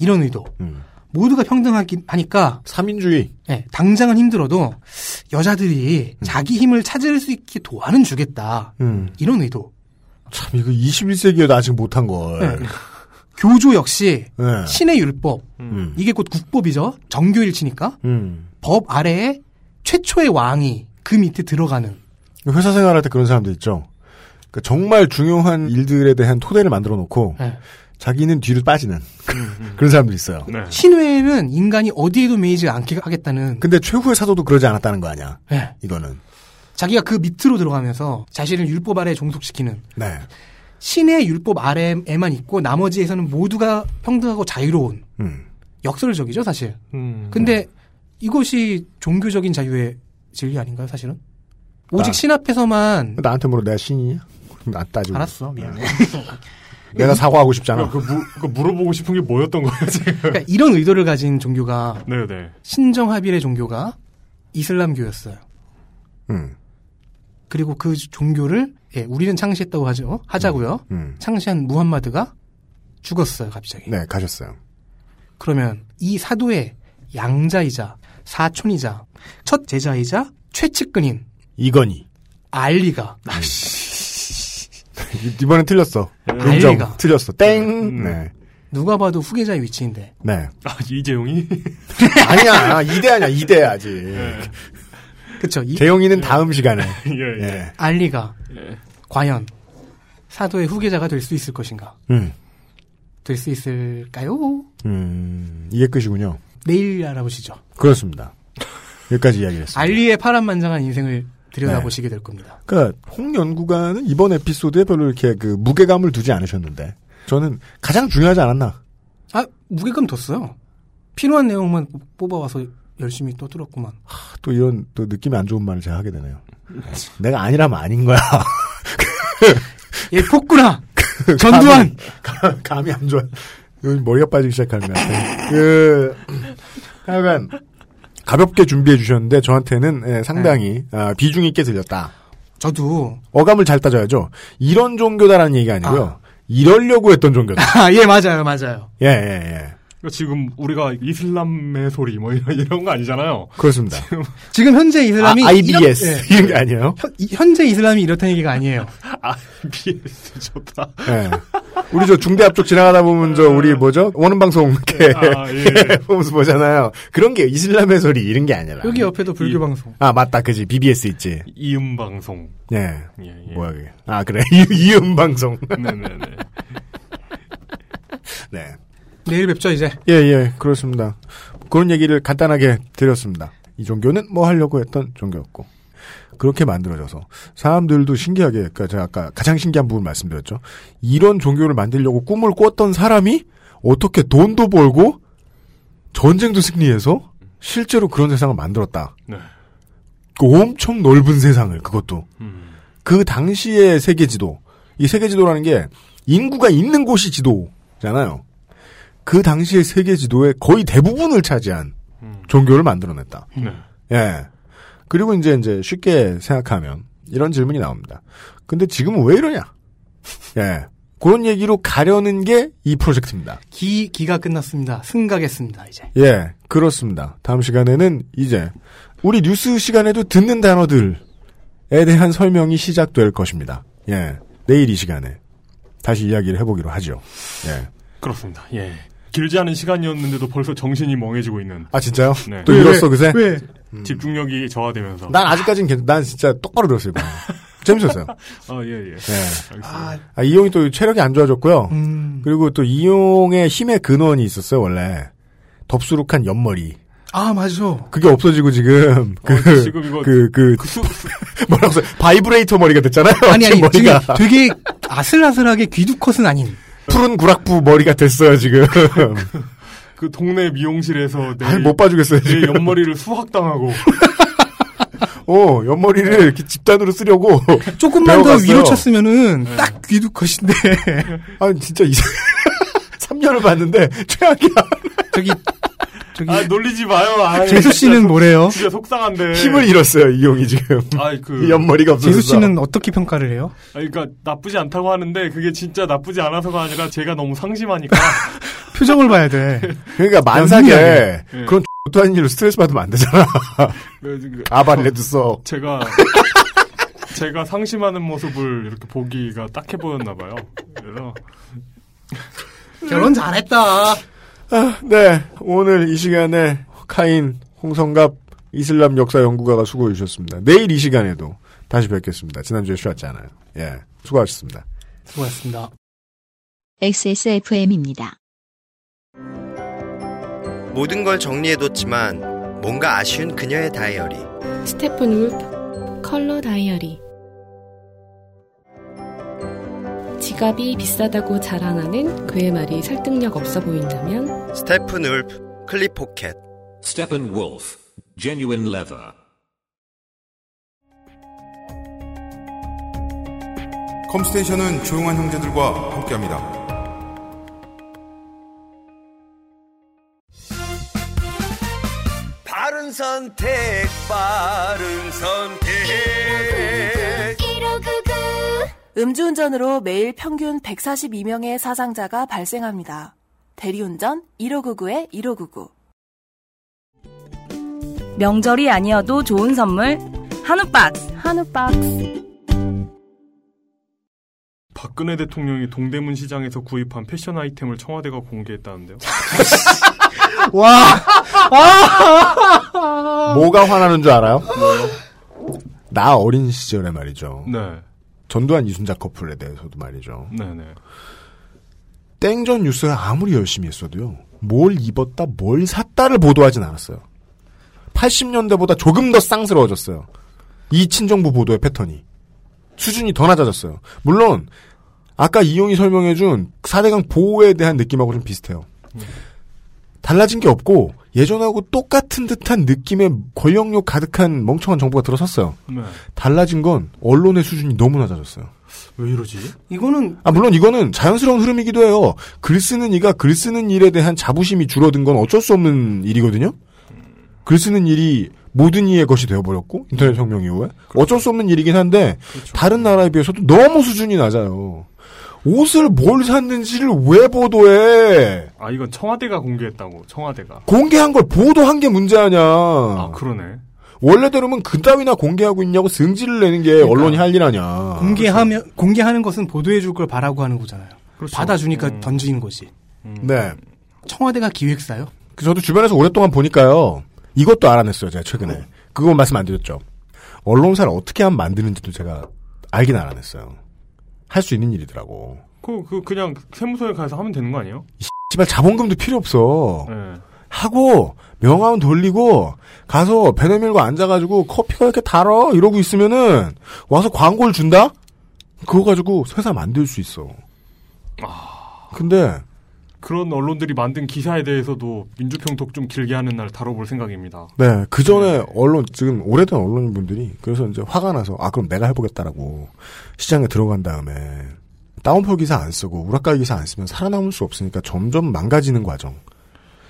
[SPEAKER 15] 이런 의도.
[SPEAKER 3] 음.
[SPEAKER 15] 모두가 평등하기 하니까
[SPEAKER 3] 삼인주의.
[SPEAKER 15] 예, 당장은 힘들어도 여자들이 자기 힘을 찾을 수 있게 도와는 주겠다.
[SPEAKER 3] 음.
[SPEAKER 15] 이런 의도.
[SPEAKER 3] 참 이거 21세기에도 아직 못한 걸.
[SPEAKER 15] 네. 교조 역시
[SPEAKER 3] 네.
[SPEAKER 15] 신의 율법
[SPEAKER 3] 음.
[SPEAKER 15] 이게 곧 국법이죠. 정교일치니까
[SPEAKER 3] 음.
[SPEAKER 15] 법 아래에 최초의 왕이 그 밑에 들어가는
[SPEAKER 3] 회사 생활할 때 그런 사람들 있죠. 그러니까 정말 중요한 일들에 대한 토대를 만들어 놓고
[SPEAKER 15] 네. 음,
[SPEAKER 3] 자기는 뒤로 빠지는 그런 사람들 있어요.
[SPEAKER 2] 네.
[SPEAKER 15] 신외에는 인간이 어디에도 매이지 않게 하겠다는
[SPEAKER 3] 근데 최후의 사도도 그러지 않았다는 거 아니야?
[SPEAKER 15] 예,
[SPEAKER 3] 이거는.
[SPEAKER 15] 자기가 그 밑으로 들어가면서 자신을 율법 아래에 종속시키는
[SPEAKER 3] 네.
[SPEAKER 15] 신의 율법 아래에만 있고 나머지에서는 모두가 평등하고 자유로운
[SPEAKER 3] 음.
[SPEAKER 15] 역설적이죠 사실.
[SPEAKER 2] 음.
[SPEAKER 15] 근데 이것이 종교적인 자유의 진리 아닌가요 사실은? 오직
[SPEAKER 3] 나-
[SPEAKER 15] 신 앞에서만
[SPEAKER 3] 나한테 물어 내가 신이냐? 나 따지고. 네.
[SPEAKER 15] 알았어 미안해.
[SPEAKER 3] 내가 사과하고 싶잖아.
[SPEAKER 2] 그, 무- 그 물어보고 싶은 게 뭐였던 거예요 지금?
[SPEAKER 15] 그러니까 이런 의도를 가진 종교가
[SPEAKER 2] 네네.
[SPEAKER 15] 신정 합일의 종교가 이슬람교였어요.
[SPEAKER 3] 음.
[SPEAKER 15] 그리고 그 종교를 예, 우리는 창시했다고 하죠. 하자고요.
[SPEAKER 3] 음.
[SPEAKER 15] 창시한 무함마드가 죽었어요, 갑자기.
[SPEAKER 3] 네, 가셨어요.
[SPEAKER 15] 그러면 이 사도의 양자이자 사촌이자 첫 제자이자 최측근인
[SPEAKER 3] 이건희
[SPEAKER 15] 알리가
[SPEAKER 3] 이번엔 틀렸어.
[SPEAKER 15] 예.
[SPEAKER 3] 인정.
[SPEAKER 15] 알리가. 음.
[SPEAKER 3] 틀렸어. 땡. 네.
[SPEAKER 15] 누가 봐도 후계자의 위치인데
[SPEAKER 3] 네.
[SPEAKER 2] 아 이재용이 그러니까
[SPEAKER 3] 아니야. 이대 아니야. 이대 아직.
[SPEAKER 15] 그쵸. 이
[SPEAKER 3] 재용이는 다음 시간에.
[SPEAKER 2] 네. 예,
[SPEAKER 3] 예.
[SPEAKER 15] 알리가
[SPEAKER 2] 예.
[SPEAKER 15] 과연 사도의 후계자가 될 수 있을 것인가?
[SPEAKER 3] 음.
[SPEAKER 15] 될 수 있을까요?
[SPEAKER 3] 음. 이게 끝이군요.
[SPEAKER 15] 내일 알아보시죠.
[SPEAKER 3] 그렇습니다. 여기까지 이야기를 했습니다.
[SPEAKER 15] 알리의 파란만장한 인생을 들여다보시게 될 겁니다.
[SPEAKER 3] 그러니까 홍연구가는 이번 에피소드에 별로 이렇게 그 무게감을 두지 않으셨는데 저는 가장 중요하지 않았나.
[SPEAKER 15] 아 무게감 뒀어요. 필요한 내용만 뽑아와서 열심히 떠들었구만.
[SPEAKER 3] 아, 또 이런 또 느낌이 안 좋은 말을 제가 하게 되네요. 내가 아니라면 아닌 거야.
[SPEAKER 15] 얘 폭구나. 전두환!
[SPEAKER 3] 감이, 감이 안 좋아. 요즘 머리가 빠지기 시작하면. 그, 하여간, 가볍게 준비해 주셨는데, 저한테는 예, 상당히
[SPEAKER 15] 네.
[SPEAKER 3] 아, 비중 있게 들렸다.
[SPEAKER 15] 저도.
[SPEAKER 3] 어감을 잘 따져야죠. 이런 종교다라는 얘기가 아니고요.
[SPEAKER 15] 아.
[SPEAKER 3] 이러려고 했던 종교다.
[SPEAKER 15] 아, 예 맞아요 맞아요.
[SPEAKER 3] 예, 예, 예.
[SPEAKER 2] 그러니까 지금 우리가 이슬람의 소리 뭐 이런, 이런 거 아니잖아요.
[SPEAKER 3] 그렇습니다.
[SPEAKER 15] 지금 현재 이슬람이
[SPEAKER 3] 아, IBS.
[SPEAKER 15] 이렇- 예.
[SPEAKER 3] 이런 게 아니에요.
[SPEAKER 15] 현- 이- 현재 이슬람이 이렇다는 얘기가 아니에요.
[SPEAKER 2] IBS 좋다.
[SPEAKER 3] 예. 우리 저 중대앞 쪽 지나가다 보면 저
[SPEAKER 15] 아.
[SPEAKER 3] 우리 뭐죠? 원음 방송 이렇게
[SPEAKER 2] 아, 예.
[SPEAKER 3] 보면서 보잖아요. 그런 게 이슬람의 소리 이런 게 아니라.
[SPEAKER 15] 여기 옆에도 불교 방송.
[SPEAKER 3] 아 맞다 그지 BBS 있지.
[SPEAKER 2] 이음 방송.
[SPEAKER 3] 예.
[SPEAKER 2] 예, 예.
[SPEAKER 3] 뭐야 그게. 아 그래 이, 음 방송.
[SPEAKER 2] 네네네.
[SPEAKER 3] 네.
[SPEAKER 15] 내일 뵙죠 이제.
[SPEAKER 3] 예 예, 그렇습니다. 그런 얘기를 간단하게 드렸습니다. 이 종교는 뭐 하려고 했던 종교였고 그렇게 만들어져서 사람들도 신기하게 그러니까 제가 아까 가장 신기한 부분 말씀드렸죠. 이런 종교를 만들려고 꿈을 꿨던 사람이 어떻게 돈도 벌고 전쟁도 승리해서 실제로 그런 세상을 만들었다.
[SPEAKER 2] 네.
[SPEAKER 3] 그 엄청 넓은 세상을 그것도
[SPEAKER 2] 음.
[SPEAKER 3] 그 당시의 세계지도 이 세계지도라는 게 인구가 있는 곳이 지도잖아요. 그 당시의 세계지도의 거의 대부분을 차지한 종교를 만들어냈다.
[SPEAKER 2] 네.
[SPEAKER 3] 예. 그리고 이제 이제 쉽게 생각하면 이런 질문이 나옵니다. 근데 지금은 왜 이러냐? 예. 그런 얘기로 가려는 게 이 프로젝트입니다.
[SPEAKER 15] 기 기가 끝났습니다. 승각했습니다 이제.
[SPEAKER 3] 예, 그렇습니다. 다음 시간에는 이제 우리 뉴스 시간에도 듣는 단어들에 대한 설명이 시작될 것입니다. 예, 내일 이 시간에 다시 이야기를 해보기로 하죠. 예.
[SPEAKER 2] 그렇습니다. 예. 길지 않은 시간이었는데도 벌써 정신이 멍해지고 있는.
[SPEAKER 3] 아 진짜요?
[SPEAKER 2] 네.
[SPEAKER 3] 또
[SPEAKER 2] 왜,
[SPEAKER 3] 이뤘어 그새?
[SPEAKER 2] 집중력이 저하되면서.
[SPEAKER 3] 난 아직까진 괜찮. 난 진짜 똑바로 들었어요. 이번에. 재밌었어요.
[SPEAKER 2] 아, 예, 예. 알겠습니다.
[SPEAKER 3] 아, 이용이 또 체력이 안 좋아졌고요. 그리고 또 이용의 힘의 근원이 있었어요 원래 덥수룩한 옆머리.
[SPEAKER 15] 아 맞아.
[SPEAKER 3] 그게 없어지고 지금 그
[SPEAKER 2] 지금 이거
[SPEAKER 3] 그, 그,
[SPEAKER 2] 수-
[SPEAKER 3] 뭐라고 써 바이브레이터 머리가 됐잖아요.
[SPEAKER 15] 아니 아니
[SPEAKER 3] 지금 머리가
[SPEAKER 15] 되게, 되게 아슬아슬하게 귀두컷은 아닌.
[SPEAKER 3] 푸른 구락부 머리가 됐어요 지금.
[SPEAKER 2] 그 동네 미용실에서 내,
[SPEAKER 3] 아니, 뭐- 못 봐주겠어요
[SPEAKER 2] 내
[SPEAKER 3] 지금.
[SPEAKER 2] 옆머리를 수확당하고.
[SPEAKER 3] 어 옆머리를 이렇게 집단으로 쓰려고
[SPEAKER 15] 조금만 더
[SPEAKER 3] 배워갔어요.
[SPEAKER 15] 위로 쳤으면은 딱 귀두컷인데
[SPEAKER 3] 아 진짜 이상. 3년을 봤는데 최악이야.
[SPEAKER 15] 저기 저기
[SPEAKER 2] 아, 놀리지 마요. 아,
[SPEAKER 15] 재수 씨는 뭐래요?
[SPEAKER 2] 진짜 속상한데.
[SPEAKER 3] 힘을 잃었어요 이용이 지금.
[SPEAKER 2] 예. 아, 그.
[SPEAKER 3] 옆머리가 없어서.
[SPEAKER 15] 재수 씨는 어떻게 평가를 해요?
[SPEAKER 2] 아, 그러니까 나쁘지 않다고 하는데 그게 진짜 나쁘지 않아서가 아니라 제가 너무 상심하니까.
[SPEAKER 15] 표정을 봐야 돼.
[SPEAKER 3] 그러니까 만삭에
[SPEAKER 2] 예.
[SPEAKER 3] 그런 X도한 일로 스트레스 받으면 안 되잖아.
[SPEAKER 2] 그래서 그-
[SPEAKER 3] 아발레드 써.
[SPEAKER 2] 제가 제가 상심하는 모습을 이렇게 보기가 딱해 보였나 봐요. 그래서
[SPEAKER 15] 결혼 잘했다.
[SPEAKER 3] 아, 네 오늘 이 시간에 카인 홍성갑 이슬람 역사 연구가가 수고해 주셨습니다. 내일 이 시간에도 다시 뵙겠습니다. 지난주에 쉬었잖아요. 예 수고하셨습니다.
[SPEAKER 15] 수고하셨습니다.
[SPEAKER 1] XSFM입니다.
[SPEAKER 5] 모든 걸 정리해뒀지만 뭔가 아쉬운 그녀의 다이어리.
[SPEAKER 8] 스테픈 울프 컬러 다이어리 지갑이 비싸다고 자랑하는 그의 말이 설득력 없어 보인다면
[SPEAKER 5] 스테픈 울프 클립 포켓.
[SPEAKER 9] Steppenwolf, genuine leather.
[SPEAKER 13] 컴스테이션은 조용한 형제들과 함께합니다.
[SPEAKER 16] 선택 빠른 선택
[SPEAKER 14] 음주운전으로 매일 평균 142명의 사상자가 발생합니다. 대리운전 1599-1599.
[SPEAKER 11] 명절이 아니어도 좋은 선물 한우 박스 한우 박스
[SPEAKER 2] 박근혜 대통령이 동대문 시장에서 구입한 패션 아이템을 청와대가 공개했다는데요.
[SPEAKER 3] 와,
[SPEAKER 15] 아!
[SPEAKER 3] 뭐가 화나는 줄 알아요? 나 어린 시절에 말이죠.
[SPEAKER 2] 네.
[SPEAKER 3] 전두환 이순자 커플에 대해서도 말이죠.
[SPEAKER 2] 네네.
[SPEAKER 3] 땡전 뉴스에 아무리 열심히 했어도요. 뭘 입었다, 뭘 샀다를 보도하진 않았어요. 80년대보다 조금 더 쌍스러워졌어요. 이 친정부 보도의 패턴이. 수준이 더 낮아졌어요. 물론, 아까 이용이 설명해준 4대강 보호에 대한 느낌하고 좀 비슷해요. 달라진 게 없고, 예전하고 똑같은 듯한 느낌의 권력욕 가득한 멍청한 정부가 들어섰어요.
[SPEAKER 2] 네.
[SPEAKER 3] 달라진 건 언론의 수준이 너무 낮아졌어요.
[SPEAKER 2] 왜 이러지?
[SPEAKER 15] 이거는
[SPEAKER 3] 아 물론 이거는 자연스러운 흐름이기도 해요. 글 쓰는 이가 글 쓰는 일에 대한 자부심이 줄어든 건 어쩔 수 없는 일이거든요. 글 쓰는 일이 모든 이의 것이 되어버렸고 인터넷 혁명 이후에 어쩔 수 없는 일이긴 한데 다른 나라에 비해서도 너무 수준이 낮아요. 옷을 뭘 샀는지를 왜 보도해?
[SPEAKER 2] 아 이건 청와대가 공개했다고. 청와대가.
[SPEAKER 3] 공개한 걸 보도한 게 문제 아냐? 아
[SPEAKER 2] 그러네.
[SPEAKER 3] 원래대로면 그따위나 공개하고 있냐고 승질을 내는 게 언론이 할 일 아냐?
[SPEAKER 15] 공개하면 공개하는 것은 보도해 줄 걸 바라고 하는 거잖아요. 받아주니까 던지는 거지.
[SPEAKER 3] 네.
[SPEAKER 15] 청와대가 기획사요?
[SPEAKER 3] 그 저도 주변에서 오랫동안 보니까요. 이것도 알아냈어요, 제가 최근에. 그거 말씀 안 드렸죠. 언론사를 어떻게 하면 만드는지도 제가 알긴 알아냈어요. 할 수 있는 일이더라고.
[SPEAKER 2] 그, 그, 그냥 세무서에 가서 하면 되는 거 아니에요?
[SPEAKER 3] 씨발 자본금도 필요 없어.
[SPEAKER 2] 네.
[SPEAKER 3] 하고 명함 돌리고 가서 배내 밀고 앉아가지고 커피가 이렇게 달어 이러고 있으면은 와서 광고를 준다? 그거 가지고 회사 만들 수 있어. 근데
[SPEAKER 2] 그런 언론들이 만든 기사에 대해서도 민주평독 좀 길게 하는 날 다뤄볼 생각입니다.
[SPEAKER 3] 네, 그 전에 언론, 지금 오래된 언론인 분들이 그래서 이제 화가 나서 아, 그럼 내가 해보겠다라고 시장에 들어간 다음에 다운폴 기사 안 쓰고 우라카이 기사 안 쓰면 살아남을 수 없으니까 점점 망가지는 과정.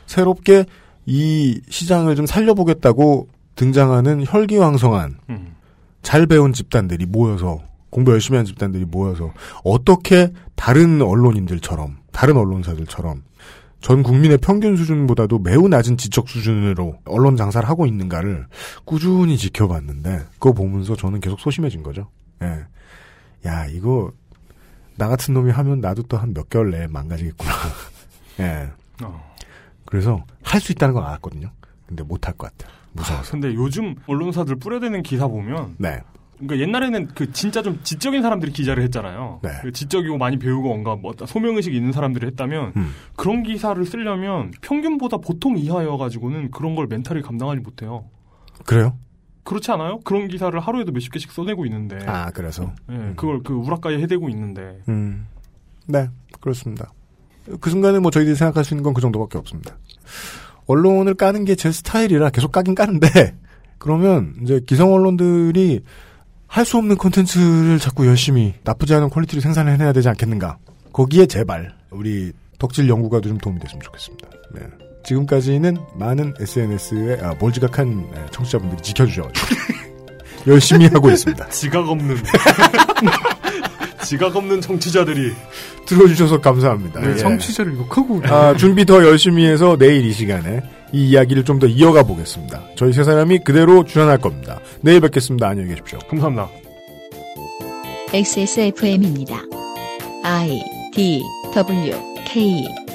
[SPEAKER 3] 새롭게 이 시장을 좀 살려보겠다고 등장하는 혈기왕성한
[SPEAKER 2] 음.
[SPEAKER 3] 잘 배운 집단들이 모여서 공부 열심히 한 집단들이 모여서 어떻게 다른 언론인들처럼 다른 언론사들처럼 전 국민의 평균 수준보다도 매우 낮은 지적 수준으로 언론 장사를 하고 있는가를 꾸준히 지켜봤는데 그거 보면서 저는 계속 소심해진 거죠. 예. 야 이거 나 같은 놈이 하면 나도 또 한 몇 개월 내에 망가지겠구나. 예.
[SPEAKER 2] 어.
[SPEAKER 3] 그래서 할 수 있다는 건 알았거든요. 근데 못 할 것 같아요. 무서워서.
[SPEAKER 2] 근데 요즘 언론사들 뿌려대는 기사 보면
[SPEAKER 3] 네.
[SPEAKER 2] 그러니까 옛날에는 그 진짜 좀 지적인 사람들이 기자를 했잖아요.
[SPEAKER 3] 네.
[SPEAKER 2] 그 지적이고 많이 배우고 뭔가 뭐 어떤 소명의식 있는 사람들이 했다면 그런 기사를 쓰려면 평균보다 보통 이하여가지고는 그런 걸 멘탈이 감당하지 못해요.
[SPEAKER 3] 그래요?
[SPEAKER 2] 그렇지 않아요? 그런 기사를 하루에도 몇십 개씩 써내고 있는데.
[SPEAKER 3] 아 그래서.
[SPEAKER 2] 예, 그걸 그 우락가에 해대고 있는데.
[SPEAKER 3] 음. 네, 그렇습니다. 그 순간에 뭐 저희들이 생각할 수 있는 건 그 정도밖에 없습니다. 언론을 까는 게 제 스타일이라 계속 까긴 까는데, 그러면 이제 기성 언론들이 할 수 없는 콘텐츠를 자꾸 열심히 나쁘지 않은 퀄리티로 생산을 해내야 되지 않겠는가. 거기에 제발 우리 덕질 연구가도 좀 도움이 됐으면 좋겠습니다. 네. 지금까지는 많은 SNS에 아, 몰지각한 네, 청취자분들이 지켜주셔가지고 열심히 하고 있습니다.
[SPEAKER 2] 지각 없는. 지각 없는 청취자들이
[SPEAKER 3] 들어주셔서 감사합니다.
[SPEAKER 15] 네,
[SPEAKER 3] 예.
[SPEAKER 15] 청취자를 욕하고
[SPEAKER 3] 아, 준비 더 열심히 해서 내일 이 시간에 이 이야기를 좀 더 이어가 보겠습니다. 저희 세 사람이 그대로 출연할 겁니다. 내일 뵙겠습니다. 안녕히 계십시오.
[SPEAKER 2] 감사합니다.
[SPEAKER 1] XSFM입니다. I D W K